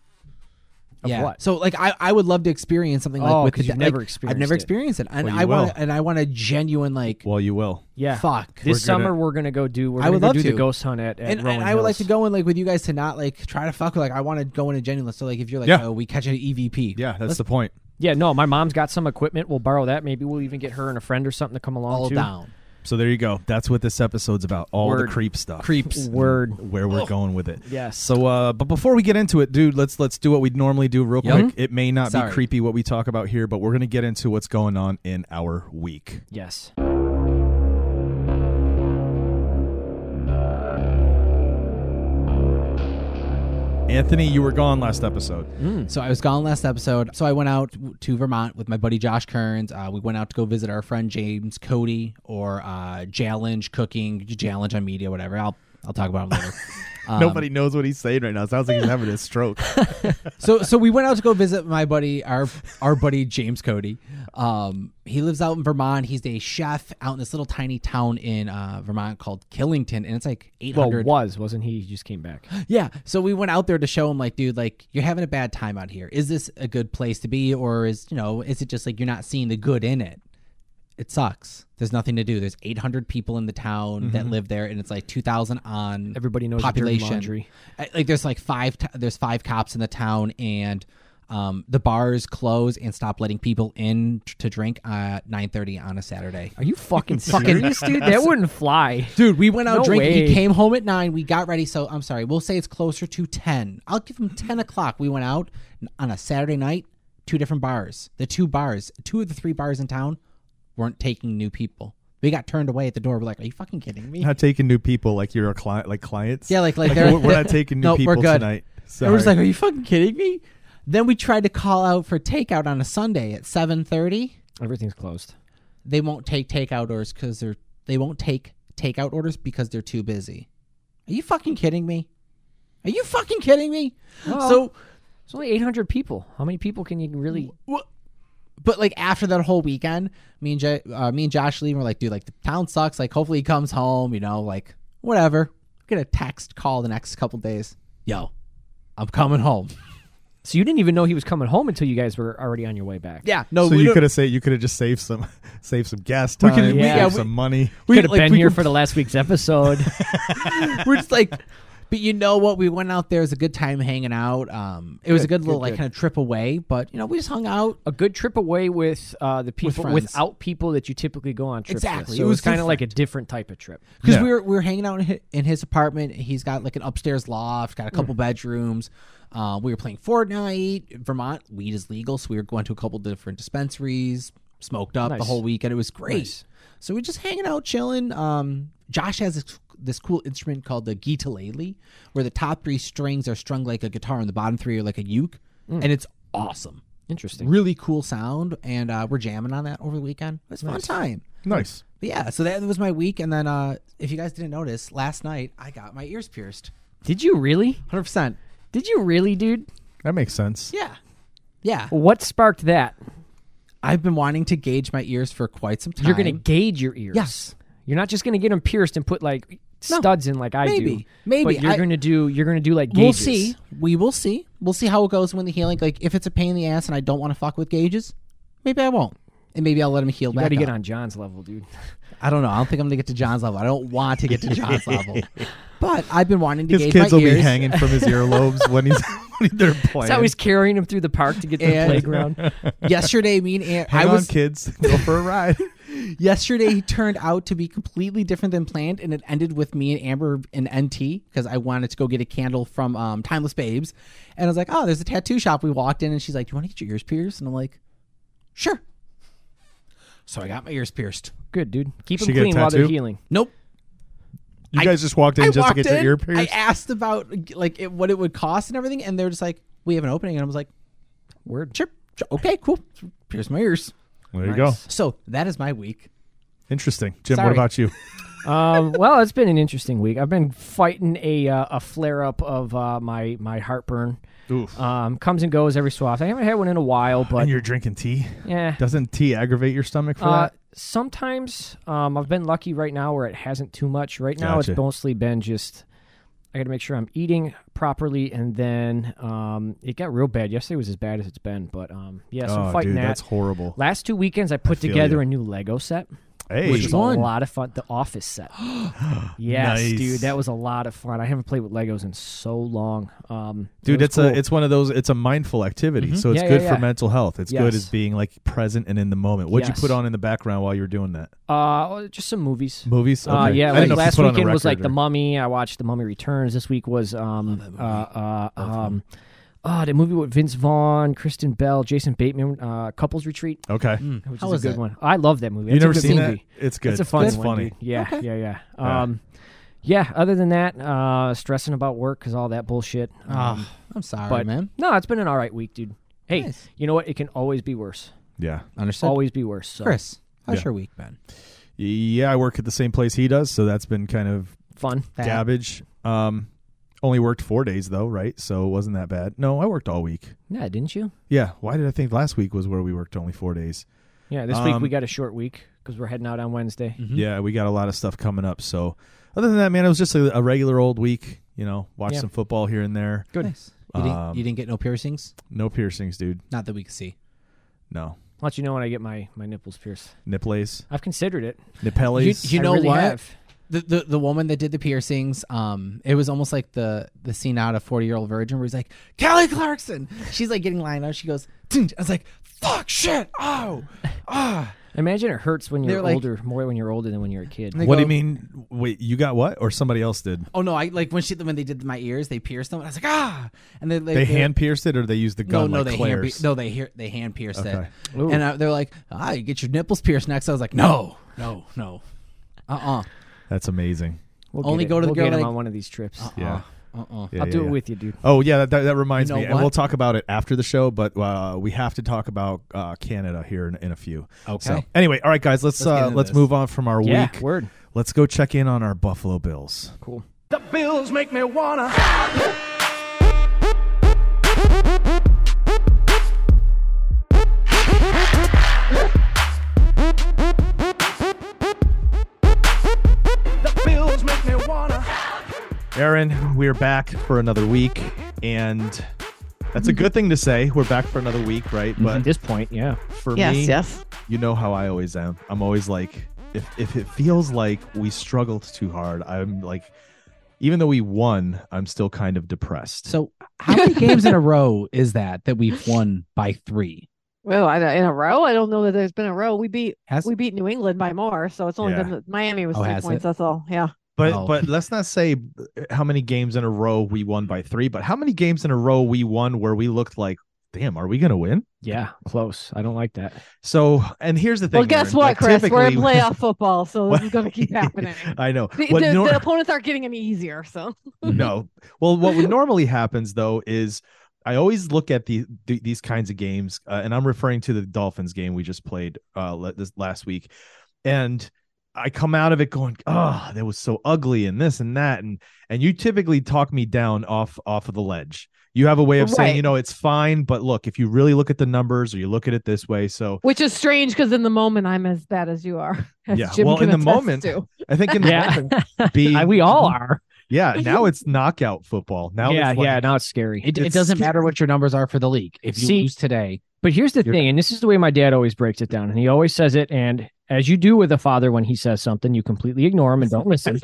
[SPEAKER 2] Of
[SPEAKER 3] what?
[SPEAKER 2] So like I, I would love to experience something like
[SPEAKER 3] Oh,
[SPEAKER 2] with
[SPEAKER 3] 'cause
[SPEAKER 2] the
[SPEAKER 3] you've
[SPEAKER 2] de-
[SPEAKER 3] never
[SPEAKER 2] like, I've
[SPEAKER 3] experienced
[SPEAKER 2] never
[SPEAKER 3] it.
[SPEAKER 2] experienced it, and
[SPEAKER 1] Well, you
[SPEAKER 2] I want
[SPEAKER 1] will.
[SPEAKER 2] and I want a genuine like
[SPEAKER 1] Well, you will.
[SPEAKER 3] Yeah.
[SPEAKER 2] Fuck.
[SPEAKER 3] This
[SPEAKER 1] We're gonna-
[SPEAKER 3] summer we're gonna go do. We're
[SPEAKER 2] I
[SPEAKER 3] gonna
[SPEAKER 2] would
[SPEAKER 3] go
[SPEAKER 2] love
[SPEAKER 3] do
[SPEAKER 2] to.
[SPEAKER 3] the ghost hunt at, at
[SPEAKER 2] and,
[SPEAKER 3] Rolling
[SPEAKER 2] and I would like to
[SPEAKER 3] Hills.
[SPEAKER 2] go in like with you guys to not like try to fuck with like I want to go in a genuine. So like if you're like
[SPEAKER 1] Yeah.
[SPEAKER 2] oh we catch an EVP
[SPEAKER 1] Yeah, that's the point.
[SPEAKER 3] Yeah, no, my mom's got some equipment. We'll borrow that. Maybe we'll even get her and a friend or something to come along.
[SPEAKER 2] all
[SPEAKER 3] too.
[SPEAKER 2] down
[SPEAKER 1] So there you go. That's what this episode's about. All
[SPEAKER 3] Word.
[SPEAKER 1] the creep stuff.
[SPEAKER 3] [LAUGHS]
[SPEAKER 2] creeps. Mm.
[SPEAKER 3] Word.
[SPEAKER 1] Where we're going with it.
[SPEAKER 3] Yes.
[SPEAKER 1] So uh but before we get into it, dude, let's let's do what we'd normally do real
[SPEAKER 2] Yep.
[SPEAKER 1] quick. It may not
[SPEAKER 2] Sorry.
[SPEAKER 1] be creepy what we talk about here, but we're gonna get into what's going on in our week.
[SPEAKER 3] Yes.
[SPEAKER 1] Anthony, you were gone last episode.
[SPEAKER 3] Hmm.
[SPEAKER 2] So I was gone last episode. So I went out w- to Vermont with my buddy Josh Kearns. Uh, we went out to go visit our friend James Cody or uh, Jalenge Cooking, Jalenge on Media, whatever. I'll I'll talk
[SPEAKER 3] [LAUGHS]
[SPEAKER 2] about them later. Um,
[SPEAKER 1] Nobody knows what he's saying right now. Sounds like he's
[SPEAKER 2] [LAUGHS]
[SPEAKER 1] having a stroke.
[SPEAKER 2] So so we went out to go visit my buddy, our our buddy James Cody. Um, he lives out in Vermont. He's a chef out in this little tiny town in uh, Vermont called Killington, and it's like eight
[SPEAKER 3] Well,
[SPEAKER 2] hundred.
[SPEAKER 3] was wasn't he? He just came back.
[SPEAKER 2] yeah. So we went out there to show him, like, dude, like you're having a bad time out here. Is this a good place to be, or is you know, is it just like you're not seeing the good in it? It sucks. There's nothing to do. There's 800 people in the town that live there, and it's like 2,000 on
[SPEAKER 3] Everybody knows dirty
[SPEAKER 2] population.
[SPEAKER 3] laundry.
[SPEAKER 2] I- Like there's like five t- there's five cops in the town, and um, the bars close and stop letting people in t- to drink at 9:30 on a Saturday.
[SPEAKER 3] [LAUGHS] Are you fucking serious, dude? That wouldn't fly.
[SPEAKER 2] Dude, we went out
[SPEAKER 3] No
[SPEAKER 2] drinking.
[SPEAKER 3] way.
[SPEAKER 2] He came home at nine. We got ready. So I'm sorry. We'll say it's closer to ten. I'll give him ten o'clock. We went out on a Saturday night. Two different bars. The two bars, two of the three bars in town, weren't taking new people. We got turned away at the door. We're like, "Are you fucking kidding me?"
[SPEAKER 1] not taking new people like you're a client, like clients.
[SPEAKER 2] Yeah, like like,
[SPEAKER 1] we're,
[SPEAKER 2] they're,
[SPEAKER 1] we're
[SPEAKER 2] [LAUGHS]
[SPEAKER 1] not taking new
[SPEAKER 2] no,
[SPEAKER 1] people
[SPEAKER 2] we're good.
[SPEAKER 1] tonight.
[SPEAKER 2] And we're just
[SPEAKER 1] Sorry.
[SPEAKER 2] like, "Are you fucking kidding me?" Then we tried to call out for takeout on a Sunday at seven thirty.
[SPEAKER 3] [LAUGHS] Everything's closed.
[SPEAKER 2] They won't take takeout orders because they're they won't take takeout orders because they're too busy. Are you fucking kidding me? Are you fucking kidding me? so,
[SPEAKER 3] It's only 800 people. How many people can you really?
[SPEAKER 2] but like after that whole weekend, me and J- uh, me and Josh leaving, we're like, dude, like the town sucks. Like, hopefully he comes home. You know, like whatever. Get a text call the next couple days. Yo, I'm coming home.
[SPEAKER 3] So you didn't even know he was coming home until you guys were already on your way back.
[SPEAKER 2] Yeah, no,
[SPEAKER 1] so
[SPEAKER 2] we
[SPEAKER 1] you
[SPEAKER 2] don't-
[SPEAKER 1] could have saved. You could have just saved some, [LAUGHS] saved some gas time,
[SPEAKER 2] could-
[SPEAKER 3] Oh, we-
[SPEAKER 1] saved
[SPEAKER 3] yeah,
[SPEAKER 2] we-
[SPEAKER 1] some money.
[SPEAKER 2] we
[SPEAKER 3] Could have
[SPEAKER 2] like,
[SPEAKER 3] been
[SPEAKER 2] we
[SPEAKER 3] here
[SPEAKER 2] could-
[SPEAKER 3] for the last week's
[SPEAKER 2] [LAUGHS]
[SPEAKER 3] episode.
[SPEAKER 2] we're just like but you know what we went out there it was a good time hanging out um it was a good little like kind of trip away but you know we just hung out
[SPEAKER 3] a good trip away with uh, the people
[SPEAKER 2] friends.
[SPEAKER 3] without people that you typically go on trips
[SPEAKER 2] Exactly.
[SPEAKER 3] with.
[SPEAKER 2] It
[SPEAKER 3] So it
[SPEAKER 2] was
[SPEAKER 3] was kind of like a different type of trip.
[SPEAKER 2] because
[SPEAKER 1] Yeah.
[SPEAKER 2] we were we were hanging out in his, in his apartment he's got like an upstairs loft got a couple bedrooms uh, we were playing Fortnite Vermont weed is legal so we were going to a couple different dispensaries smoked up the
[SPEAKER 3] Nice.
[SPEAKER 2] whole weekend it was great so we're just hanging out chilling um Josh has this, this cool instrument called the guitalele where the top three strings are strung like a guitar and the bottom three are like a uke and it's
[SPEAKER 3] Mm.
[SPEAKER 2] awesome
[SPEAKER 3] Interesting.
[SPEAKER 2] really cool sound, and uh, we're jamming on that over the weekend. It was a fun time.
[SPEAKER 1] Nice.
[SPEAKER 2] But yeah, so that was my week, and then uh, if you guys didn't notice, last night I got my ears pierced.
[SPEAKER 3] Did you really?
[SPEAKER 2] Hundred percent.
[SPEAKER 3] Did you really, dude?
[SPEAKER 1] That makes sense.
[SPEAKER 2] Yeah, yeah.
[SPEAKER 3] What sparked that?
[SPEAKER 2] I've been wanting to gauge my ears for quite some time.
[SPEAKER 3] You're going to gauge your ears.
[SPEAKER 2] Yes.
[SPEAKER 3] You're not just going to get them pierced and put like studs in like I do.
[SPEAKER 2] Maybe. Maybe.
[SPEAKER 3] But you're
[SPEAKER 2] I-
[SPEAKER 3] going to do you're going to do like
[SPEAKER 2] We'll
[SPEAKER 3] gauges.
[SPEAKER 2] see. We will see. We'll see how it goes when the healing. Like, if it's a pain in the ass and I don't want to fuck with gauges, maybe I won't, and maybe I'll let him heal
[SPEAKER 3] You got
[SPEAKER 2] back.
[SPEAKER 3] to
[SPEAKER 2] up.
[SPEAKER 3] get on John's level,
[SPEAKER 2] [LAUGHS]
[SPEAKER 3] dude.
[SPEAKER 2] I don't know. I don't think I'm gonna get to John's level. I don't want to get to John's [LAUGHS] level, but I've been wanting to
[SPEAKER 1] His
[SPEAKER 2] gauge
[SPEAKER 1] kids
[SPEAKER 2] my
[SPEAKER 1] will
[SPEAKER 2] ears.
[SPEAKER 1] be hanging from his earlobes when
[SPEAKER 3] [LAUGHS]
[SPEAKER 1] he's when they're playing.
[SPEAKER 3] It's always carrying him through the park to get to the
[SPEAKER 2] And- [LAUGHS]
[SPEAKER 3] playground.
[SPEAKER 2] [LAUGHS] Yesterday, me and Aaron,
[SPEAKER 1] Hang
[SPEAKER 2] I
[SPEAKER 1] on,
[SPEAKER 3] [LAUGHS]
[SPEAKER 2] was
[SPEAKER 1] kids. Go for a ride.
[SPEAKER 2] yesterday he turned out to be completely different than planned and it ended with me and amber and nt because i wanted to go get a candle from um, timeless babes and i was like oh there's a tattoo shop we walked in and she's like do you want to get your ears pierced and i'm like sure so i got my ears pierced
[SPEAKER 3] Good, dude. Keep
[SPEAKER 1] She
[SPEAKER 3] them
[SPEAKER 1] get a
[SPEAKER 3] clean while they're
[SPEAKER 1] tattoo?
[SPEAKER 3] healing.
[SPEAKER 2] nope
[SPEAKER 1] You
[SPEAKER 2] I-
[SPEAKER 1] guys just walked in
[SPEAKER 2] I
[SPEAKER 1] just to
[SPEAKER 2] walked
[SPEAKER 1] get your
[SPEAKER 2] in,
[SPEAKER 1] ear pierced.
[SPEAKER 2] i asked about like it, what it would cost and everything and they're just like we have an opening and i was like
[SPEAKER 3] Word.
[SPEAKER 2] sure, sure okay cool pierce my ears
[SPEAKER 1] there you go.
[SPEAKER 3] Nice.
[SPEAKER 2] so that is my week
[SPEAKER 1] Interesting, Jim. What
[SPEAKER 2] Sorry.
[SPEAKER 1] about you?
[SPEAKER 3] um, well, it's been an interesting week. I've been fighting a uh, a flare up of uh, my my heartburn.
[SPEAKER 1] Oof.
[SPEAKER 3] Um, comes and goes every so often. I haven't had one in a while, but
[SPEAKER 1] Uh, and you're drinking tea.
[SPEAKER 3] yeah.
[SPEAKER 1] Doesn't tea aggravate your stomach for
[SPEAKER 3] Uh,
[SPEAKER 1] that?
[SPEAKER 3] sometimes um, I've been lucky right now where it hasn't too much. Right now,
[SPEAKER 1] Gotcha.
[SPEAKER 3] it's mostly been just I got to make sure I'm eating properly, and then um, it got real bad. Yesterday was as bad as it's been, but um, yeah, so I'm
[SPEAKER 1] oh,
[SPEAKER 3] fighting
[SPEAKER 1] dude,
[SPEAKER 3] that.
[SPEAKER 1] that's horrible.
[SPEAKER 3] Last two weekends, I put
[SPEAKER 1] feel
[SPEAKER 3] together
[SPEAKER 1] you.
[SPEAKER 3] a new Lego set.
[SPEAKER 1] Hey,
[SPEAKER 3] which was a
[SPEAKER 2] one?
[SPEAKER 3] lot of fun. The
[SPEAKER 1] [GASPS]
[SPEAKER 3] office set. yes,
[SPEAKER 1] Nice.
[SPEAKER 3] dude, that was a lot of fun. I haven't played with Legos in so long. Um, it
[SPEAKER 1] dude
[SPEAKER 3] was
[SPEAKER 1] it's a
[SPEAKER 3] cool. Mm-hmm.
[SPEAKER 1] it's one of those it's a mindful activity so it's
[SPEAKER 3] Yeah,
[SPEAKER 1] good
[SPEAKER 3] yeah,
[SPEAKER 1] for
[SPEAKER 3] yeah.
[SPEAKER 1] mental health it's good
[SPEAKER 3] Yes.
[SPEAKER 1] as being like present and in the moment what'd
[SPEAKER 3] Yes.
[SPEAKER 1] you put on in the background while you were doing that
[SPEAKER 3] uh, just some movies.
[SPEAKER 1] movies
[SPEAKER 3] Uh,
[SPEAKER 1] Okay.
[SPEAKER 3] yeah,
[SPEAKER 1] I didn't
[SPEAKER 3] like
[SPEAKER 1] know if you
[SPEAKER 3] last
[SPEAKER 1] put on a
[SPEAKER 3] weekend was like
[SPEAKER 1] record
[SPEAKER 3] The
[SPEAKER 1] or-
[SPEAKER 3] Mummy. I watched The Mummy Returns. This week was um uh, uh um oh the movie with Vince Vaughn, Kristen Bell, Jason Bateman, uh, Couples Retreat,
[SPEAKER 1] okay
[SPEAKER 3] which
[SPEAKER 2] Mm. How
[SPEAKER 3] is a
[SPEAKER 2] was
[SPEAKER 3] good
[SPEAKER 2] it?
[SPEAKER 3] one. I love that movie.
[SPEAKER 1] you
[SPEAKER 3] It's a
[SPEAKER 1] never
[SPEAKER 3] good
[SPEAKER 1] seen
[SPEAKER 3] movie.
[SPEAKER 1] that it's good
[SPEAKER 3] It's a fun
[SPEAKER 1] it's
[SPEAKER 3] one,
[SPEAKER 1] funny
[SPEAKER 3] dude. Yeah,
[SPEAKER 2] Okay.
[SPEAKER 3] yeah, yeah.
[SPEAKER 1] Yeah.
[SPEAKER 3] Um, yeah. Other than that, uh, stressing about work because all that bullshit.
[SPEAKER 2] Ah.
[SPEAKER 3] Um,
[SPEAKER 2] i'm sorry
[SPEAKER 3] but
[SPEAKER 2] man
[SPEAKER 3] no, it's been an all right week, dude. Hey,
[SPEAKER 2] Nice.
[SPEAKER 3] you know what? It can always be worse.
[SPEAKER 1] yeah
[SPEAKER 2] understood
[SPEAKER 3] always be worse. So.
[SPEAKER 2] chris how's
[SPEAKER 1] Yeah.
[SPEAKER 2] your week been
[SPEAKER 1] yeah i work at the same place he does so that's been kind of
[SPEAKER 3] Fun.
[SPEAKER 1] Cabbage. Um, only worked four days though, right? So it wasn't that bad. No, I worked all week.
[SPEAKER 3] Yeah, didn't you?
[SPEAKER 1] Yeah. Why did I think last week was where we worked only four days?
[SPEAKER 3] Yeah, this week
[SPEAKER 1] Um,
[SPEAKER 3] we got a short week because we're heading out on Wednesday.
[SPEAKER 1] Yeah, we got a lot of stuff coming up. So other than that, man, it was just a, a regular old week. You know, watch
[SPEAKER 3] Yeah.
[SPEAKER 1] some football here and there.
[SPEAKER 3] Good.
[SPEAKER 2] Nice. You, didn't,
[SPEAKER 1] Um,
[SPEAKER 2] you didn't get no piercings?
[SPEAKER 1] No piercings, dude.
[SPEAKER 2] Not that we could see.
[SPEAKER 1] No
[SPEAKER 3] I'll let you know when I get my my nipples pierced.
[SPEAKER 1] nipples,
[SPEAKER 3] I've considered it.
[SPEAKER 1] nipples.
[SPEAKER 2] You
[SPEAKER 3] I
[SPEAKER 2] know
[SPEAKER 3] really
[SPEAKER 2] what?
[SPEAKER 3] have.
[SPEAKER 2] The, the the woman that did the piercings, um, it was almost like the the scene out of Forty Year Old Virgin where he's like Kelly Clarkson. She's like getting lined up. She goes, "Tink." I was like, "Fuck, shit, oh, ah."
[SPEAKER 3] Imagine it hurts when you're
[SPEAKER 2] They're like-
[SPEAKER 3] older, more when you're older than when you're a kid.
[SPEAKER 2] They
[SPEAKER 1] what do
[SPEAKER 2] go-
[SPEAKER 1] you mean? Wait, you got what? Or somebody else did?
[SPEAKER 2] Oh no! I like when she when they did my ears, they pierced them. And I was like, ah, and they like,
[SPEAKER 1] They hand pierced it, or they used the
[SPEAKER 2] no
[SPEAKER 1] gun
[SPEAKER 2] no
[SPEAKER 1] like
[SPEAKER 2] they hand
[SPEAKER 1] Claire's?
[SPEAKER 2] pier- no they hear they hand pierced
[SPEAKER 1] Okay.
[SPEAKER 2] it,
[SPEAKER 3] Ooh.
[SPEAKER 2] and I, they're like, ah, you get your nipples pierced next. I was like, no no no, uh uh
[SPEAKER 1] That's amazing.
[SPEAKER 3] We'll
[SPEAKER 2] Only
[SPEAKER 3] get
[SPEAKER 2] go
[SPEAKER 3] it.
[SPEAKER 2] to the
[SPEAKER 3] we'll
[SPEAKER 2] girl
[SPEAKER 3] get 'em
[SPEAKER 2] like-
[SPEAKER 3] on one of these trips.
[SPEAKER 1] Yeah.
[SPEAKER 2] uh uh
[SPEAKER 1] Yeah,
[SPEAKER 3] I'll
[SPEAKER 1] yeah,
[SPEAKER 3] do
[SPEAKER 1] yeah.
[SPEAKER 3] it with you, dude.
[SPEAKER 1] Oh yeah, that, that, that reminds
[SPEAKER 2] You know
[SPEAKER 1] me, and we'll
[SPEAKER 2] what?
[SPEAKER 1] talk about it after the show. But uh, we have to talk about uh, Canada here in, in a few.
[SPEAKER 2] Okay.
[SPEAKER 1] So anyway, all right, guys, let's
[SPEAKER 2] Let's get
[SPEAKER 1] let's, uh,
[SPEAKER 2] into
[SPEAKER 1] let's
[SPEAKER 2] this.
[SPEAKER 1] move on from our
[SPEAKER 3] Yeah,
[SPEAKER 1] week.
[SPEAKER 3] word.
[SPEAKER 1] Let's go check in on our Buffalo Bills.
[SPEAKER 3] Cool.
[SPEAKER 4] The bills make me wanna. The bills make me wanna.
[SPEAKER 1] Aaron, we're back for another week, and that's
[SPEAKER 2] Mm-hmm.
[SPEAKER 1] a good thing to say. We're back for another week, right?
[SPEAKER 3] At
[SPEAKER 1] But
[SPEAKER 3] this point, yeah.
[SPEAKER 1] for
[SPEAKER 5] yes,
[SPEAKER 1] me,
[SPEAKER 5] yes.
[SPEAKER 1] you know how I always am. I'm always like, if if it feels like we struggled too hard, I'm like, even though we won, I'm still kind of depressed.
[SPEAKER 2] So how many games in a row is that that we've won by three?
[SPEAKER 5] Well, I, in a row, I don't know that there's been a row. We beat
[SPEAKER 2] Has
[SPEAKER 5] we beat New England by more, so it's only
[SPEAKER 1] Yeah.
[SPEAKER 5] been the, Miami was
[SPEAKER 2] Oh,
[SPEAKER 5] three
[SPEAKER 2] has
[SPEAKER 5] points.
[SPEAKER 2] it?
[SPEAKER 5] That's all. Yeah.
[SPEAKER 1] But
[SPEAKER 2] Oh.
[SPEAKER 1] but let's not say how many games in a row we won by three, but how many games in a row we won where we looked like, damn, are we gonna win?
[SPEAKER 3] Yeah, close. I don't like that.
[SPEAKER 1] So and here's the thing.
[SPEAKER 5] well, guess
[SPEAKER 1] Aaron,
[SPEAKER 5] what,
[SPEAKER 1] like,
[SPEAKER 5] Chris? We're in
[SPEAKER 1] typically-
[SPEAKER 5] playoff football, so
[SPEAKER 1] What- [LAUGHS]
[SPEAKER 5] this is going to keep happening.
[SPEAKER 1] I know.
[SPEAKER 5] The,
[SPEAKER 1] What
[SPEAKER 5] the-
[SPEAKER 1] nor-
[SPEAKER 5] the opponents aren't getting any easier, so
[SPEAKER 1] no. [LAUGHS] Well, what would normally happens though is I always look at the, the these kinds of games, uh, and I'm referring to the Dolphins game we just played uh, le- this last week, and I come out of it going, oh, that was so ugly, and this and that, and and you typically talk me down off off of the ledge. You have a way of saying,
[SPEAKER 5] Right.
[SPEAKER 1] you know, it's fine, but look, if you really look at the numbers or you look at it this way, so
[SPEAKER 5] which is strange because in the moment I'm as bad as you are. [LAUGHS] as
[SPEAKER 1] Yeah,
[SPEAKER 5] Jim
[SPEAKER 1] well, in
[SPEAKER 5] can
[SPEAKER 1] the
[SPEAKER 5] attest
[SPEAKER 1] moment-
[SPEAKER 5] to.
[SPEAKER 1] I think in the
[SPEAKER 3] Yeah,
[SPEAKER 1] be,
[SPEAKER 3] [LAUGHS] I- we all are.
[SPEAKER 1] yeah. Now it's knockout football. Now
[SPEAKER 3] yeah,
[SPEAKER 1] it's like,
[SPEAKER 3] yeah. Now it's scary.
[SPEAKER 2] it,
[SPEAKER 1] It's-
[SPEAKER 2] it doesn't matter what your numbers are for the league. If you
[SPEAKER 3] See-
[SPEAKER 2] lose today,
[SPEAKER 3] But here's the
[SPEAKER 1] You're-
[SPEAKER 3] thing, and this is the way my dad always breaks it down, and he always says it. And as you do with a father when he says something, you completely ignore him and don't
[SPEAKER 2] [LAUGHS]
[SPEAKER 3] listen.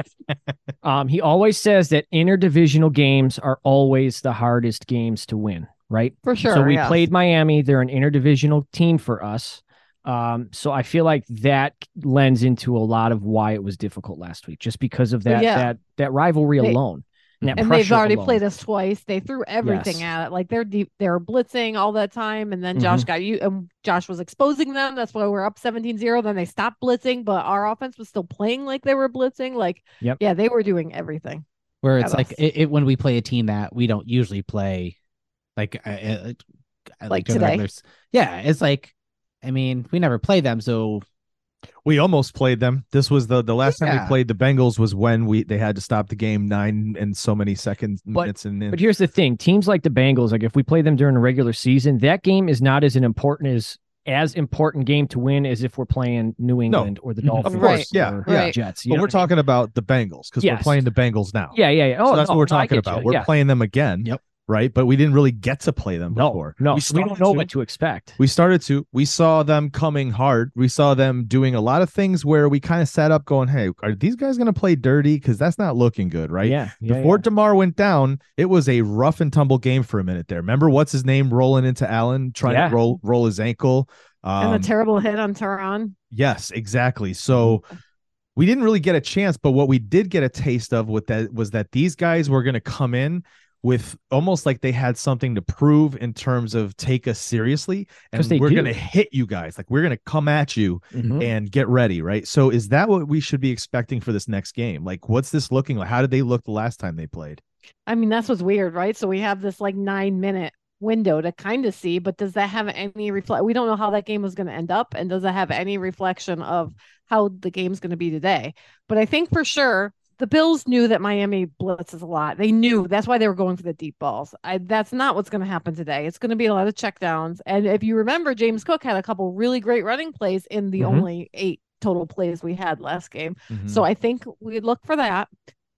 [SPEAKER 3] um, he always says that interdivisional games are always the hardest games to win, right?
[SPEAKER 5] for sure.
[SPEAKER 3] so we
[SPEAKER 5] yeah.
[SPEAKER 3] played Miami. They're an interdivisional team for us. Um, so I feel like that lends into a lot of why it was difficult last week, just because of that
[SPEAKER 5] Yeah.
[SPEAKER 3] that that rivalry
[SPEAKER 5] They-
[SPEAKER 3] alone. And, that
[SPEAKER 5] and they've
[SPEAKER 3] pressure
[SPEAKER 5] already
[SPEAKER 3] alone.
[SPEAKER 5] played us twice. They threw everything
[SPEAKER 3] Yes.
[SPEAKER 5] at it. Like they're deep, they're blitzing all that time, and then
[SPEAKER 3] Mm-hmm.
[SPEAKER 5] Josh got you. And Josh was exposing them. That's why we're up 17-0. Then they stopped blitzing, but our offense was still playing like they were blitzing. Like,
[SPEAKER 3] Yep.
[SPEAKER 5] yeah, they were doing everything.
[SPEAKER 2] where
[SPEAKER 5] Have
[SPEAKER 2] it's like
[SPEAKER 5] us.
[SPEAKER 2] it, it, when we play a team that we don't usually play, like uh, uh, uh, during
[SPEAKER 5] Like
[SPEAKER 2] the
[SPEAKER 5] today.
[SPEAKER 2] regulars. Yeah, it's like, I mean, we never play them, so
[SPEAKER 1] We almost played them. This was the the last time we
[SPEAKER 2] Yeah.
[SPEAKER 1] played the Bengals was when we they had to stop the game nine and so many seconds minutes and then
[SPEAKER 3] But here's the thing: teams like the Bengals, like if we play them during the regular season, that game is not as an important as as important game to win as if we're playing New England or the
[SPEAKER 2] Mhm. Of
[SPEAKER 3] Dolphins,
[SPEAKER 5] course,
[SPEAKER 1] Mm-hmm. yeah,
[SPEAKER 3] or
[SPEAKER 5] yeah.
[SPEAKER 3] the Jets. you
[SPEAKER 1] But
[SPEAKER 3] know
[SPEAKER 1] we're
[SPEAKER 3] what I mean?
[SPEAKER 1] talking about the Bengals because we're
[SPEAKER 3] Yes.
[SPEAKER 1] playing the Bengals now.
[SPEAKER 3] Yeah, yeah, yeah. Oh,
[SPEAKER 1] so that's
[SPEAKER 3] no,
[SPEAKER 1] what we're
[SPEAKER 3] no, I
[SPEAKER 1] talking
[SPEAKER 3] get
[SPEAKER 1] about.
[SPEAKER 3] you.
[SPEAKER 1] We're
[SPEAKER 3] Yeah.
[SPEAKER 1] playing them again.
[SPEAKER 2] Yep.
[SPEAKER 1] Right, but we didn't really get to play them
[SPEAKER 3] no,
[SPEAKER 1] before.
[SPEAKER 3] no, we, don't
[SPEAKER 1] started
[SPEAKER 3] know
[SPEAKER 1] to.
[SPEAKER 3] what to expect.
[SPEAKER 1] We started to. We saw them coming hard. We saw them doing a lot of things where we kind of sat up, going, "Hey, are these guys going to play dirty? Because that's not looking good, right?"
[SPEAKER 3] Yeah, yeah,
[SPEAKER 1] Before
[SPEAKER 3] yeah.
[SPEAKER 1] Demar went down, it was a rough and tumble game for a minute there. Remember what's his name rolling into Allen, trying
[SPEAKER 3] Yeah.
[SPEAKER 1] to roll roll his ankle. Um,
[SPEAKER 5] and the terrible hit on Tehran.
[SPEAKER 1] yes, exactly. So
[SPEAKER 3] Mm-hmm.
[SPEAKER 1] we didn't really get a chance, but what we did get a taste of with that was that these guys were going to come in with almost like they had something to prove in terms of take us seriously, and
[SPEAKER 3] 'Cause they
[SPEAKER 1] we're
[SPEAKER 3] do.
[SPEAKER 1] going to hit you guys. Like we're going to come at you
[SPEAKER 3] Mhm.
[SPEAKER 1] and get ready, right? So is that what we should be expecting for this next game? Like, what's this looking like? How did they look the last time they played?
[SPEAKER 5] I mean, that's what's weird, right? So we have this like nine minute window to kind of see, but does that have any reflect? We don't know how that game was going to end up, and does that have any reflection of how the game's going to be today? But I think for sure the Bills knew that Miami blitzes a lot. They knew that's why they were going for the deep balls. I, that's not what's going to happen today. It's going to be a lot of checkdowns. And if you remember, James Cook had a couple really great running plays in the
[SPEAKER 3] Mhm.
[SPEAKER 5] only eight total plays we had last game.
[SPEAKER 3] Mm-hmm.
[SPEAKER 1] Mm-hmm.
[SPEAKER 5] So I think we look for that.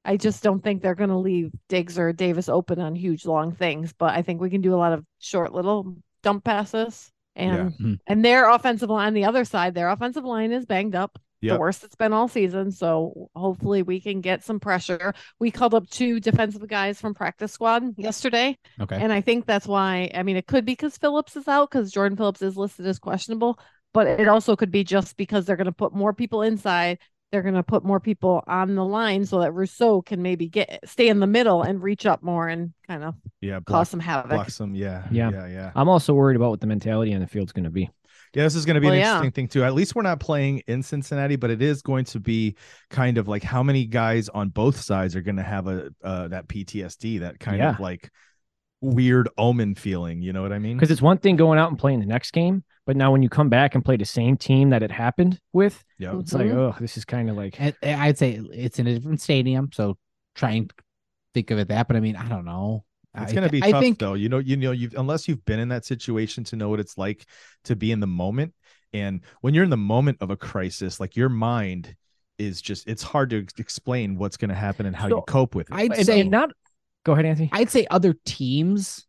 [SPEAKER 5] I just don't think they're going to leave Diggs or Davis open on huge long things, but I think we can do a lot of short little dump passes. And
[SPEAKER 2] Yeah. Mhm.
[SPEAKER 5] and their offensive line on the other side, their offensive line is banged up,
[SPEAKER 1] Yep.
[SPEAKER 5] the worst it's been all season. So hopefully we can get some pressure. We called up two defensive guys from practice squad yesterday.
[SPEAKER 3] Mm-hmm.
[SPEAKER 2] Okay.
[SPEAKER 5] And I think that's why, I mean, it could be because Phillips is out because Jordan Phillips is listed as questionable, but it also could be just because they're going to put more people inside. They're going to put more people on the line so that Rousseau can maybe get stay in the middle and reach up more and kind of
[SPEAKER 1] yeah, block,
[SPEAKER 5] cause some havoc.
[SPEAKER 1] block some. Yeah,
[SPEAKER 3] Yeah.
[SPEAKER 1] yeah, yeah.
[SPEAKER 3] I'm also worried about what the mentality on the field's going to be.
[SPEAKER 1] Yeah, this is going to be an
[SPEAKER 5] Well, yeah.
[SPEAKER 1] interesting thing too. At least we're not playing in Cincinnati, but it is going to be kind of like how many guys on both sides are going to have a uh, that PTSD, that kind of
[SPEAKER 3] Yeah.
[SPEAKER 1] like weird omen feeling. You know what I mean?
[SPEAKER 3] Because it's one thing going out and playing the next game, but now when you come back and play the same team that it happened with,
[SPEAKER 1] Yeah,
[SPEAKER 3] it's like,
[SPEAKER 5] Mhm.
[SPEAKER 3] oh, this is kind of like
[SPEAKER 2] And- and I'd say it's in a different stadium, so try and think of it that. But I mean, I don't know.
[SPEAKER 1] it's
[SPEAKER 2] I
[SPEAKER 1] going to
[SPEAKER 2] thi-
[SPEAKER 1] be
[SPEAKER 2] I
[SPEAKER 1] tough
[SPEAKER 2] think
[SPEAKER 1] though. You know, you know, you've unless you've been in that situation to know what it's like to be in the moment. And when you're in the moment of a crisis, like your mind is just it's hard to ex- explain what's going to happen and how
[SPEAKER 3] So,
[SPEAKER 1] you cope with it.
[SPEAKER 2] I'd
[SPEAKER 3] and,
[SPEAKER 2] say
[SPEAKER 3] and not. Go ahead, Anthony.
[SPEAKER 2] I'd say other teams,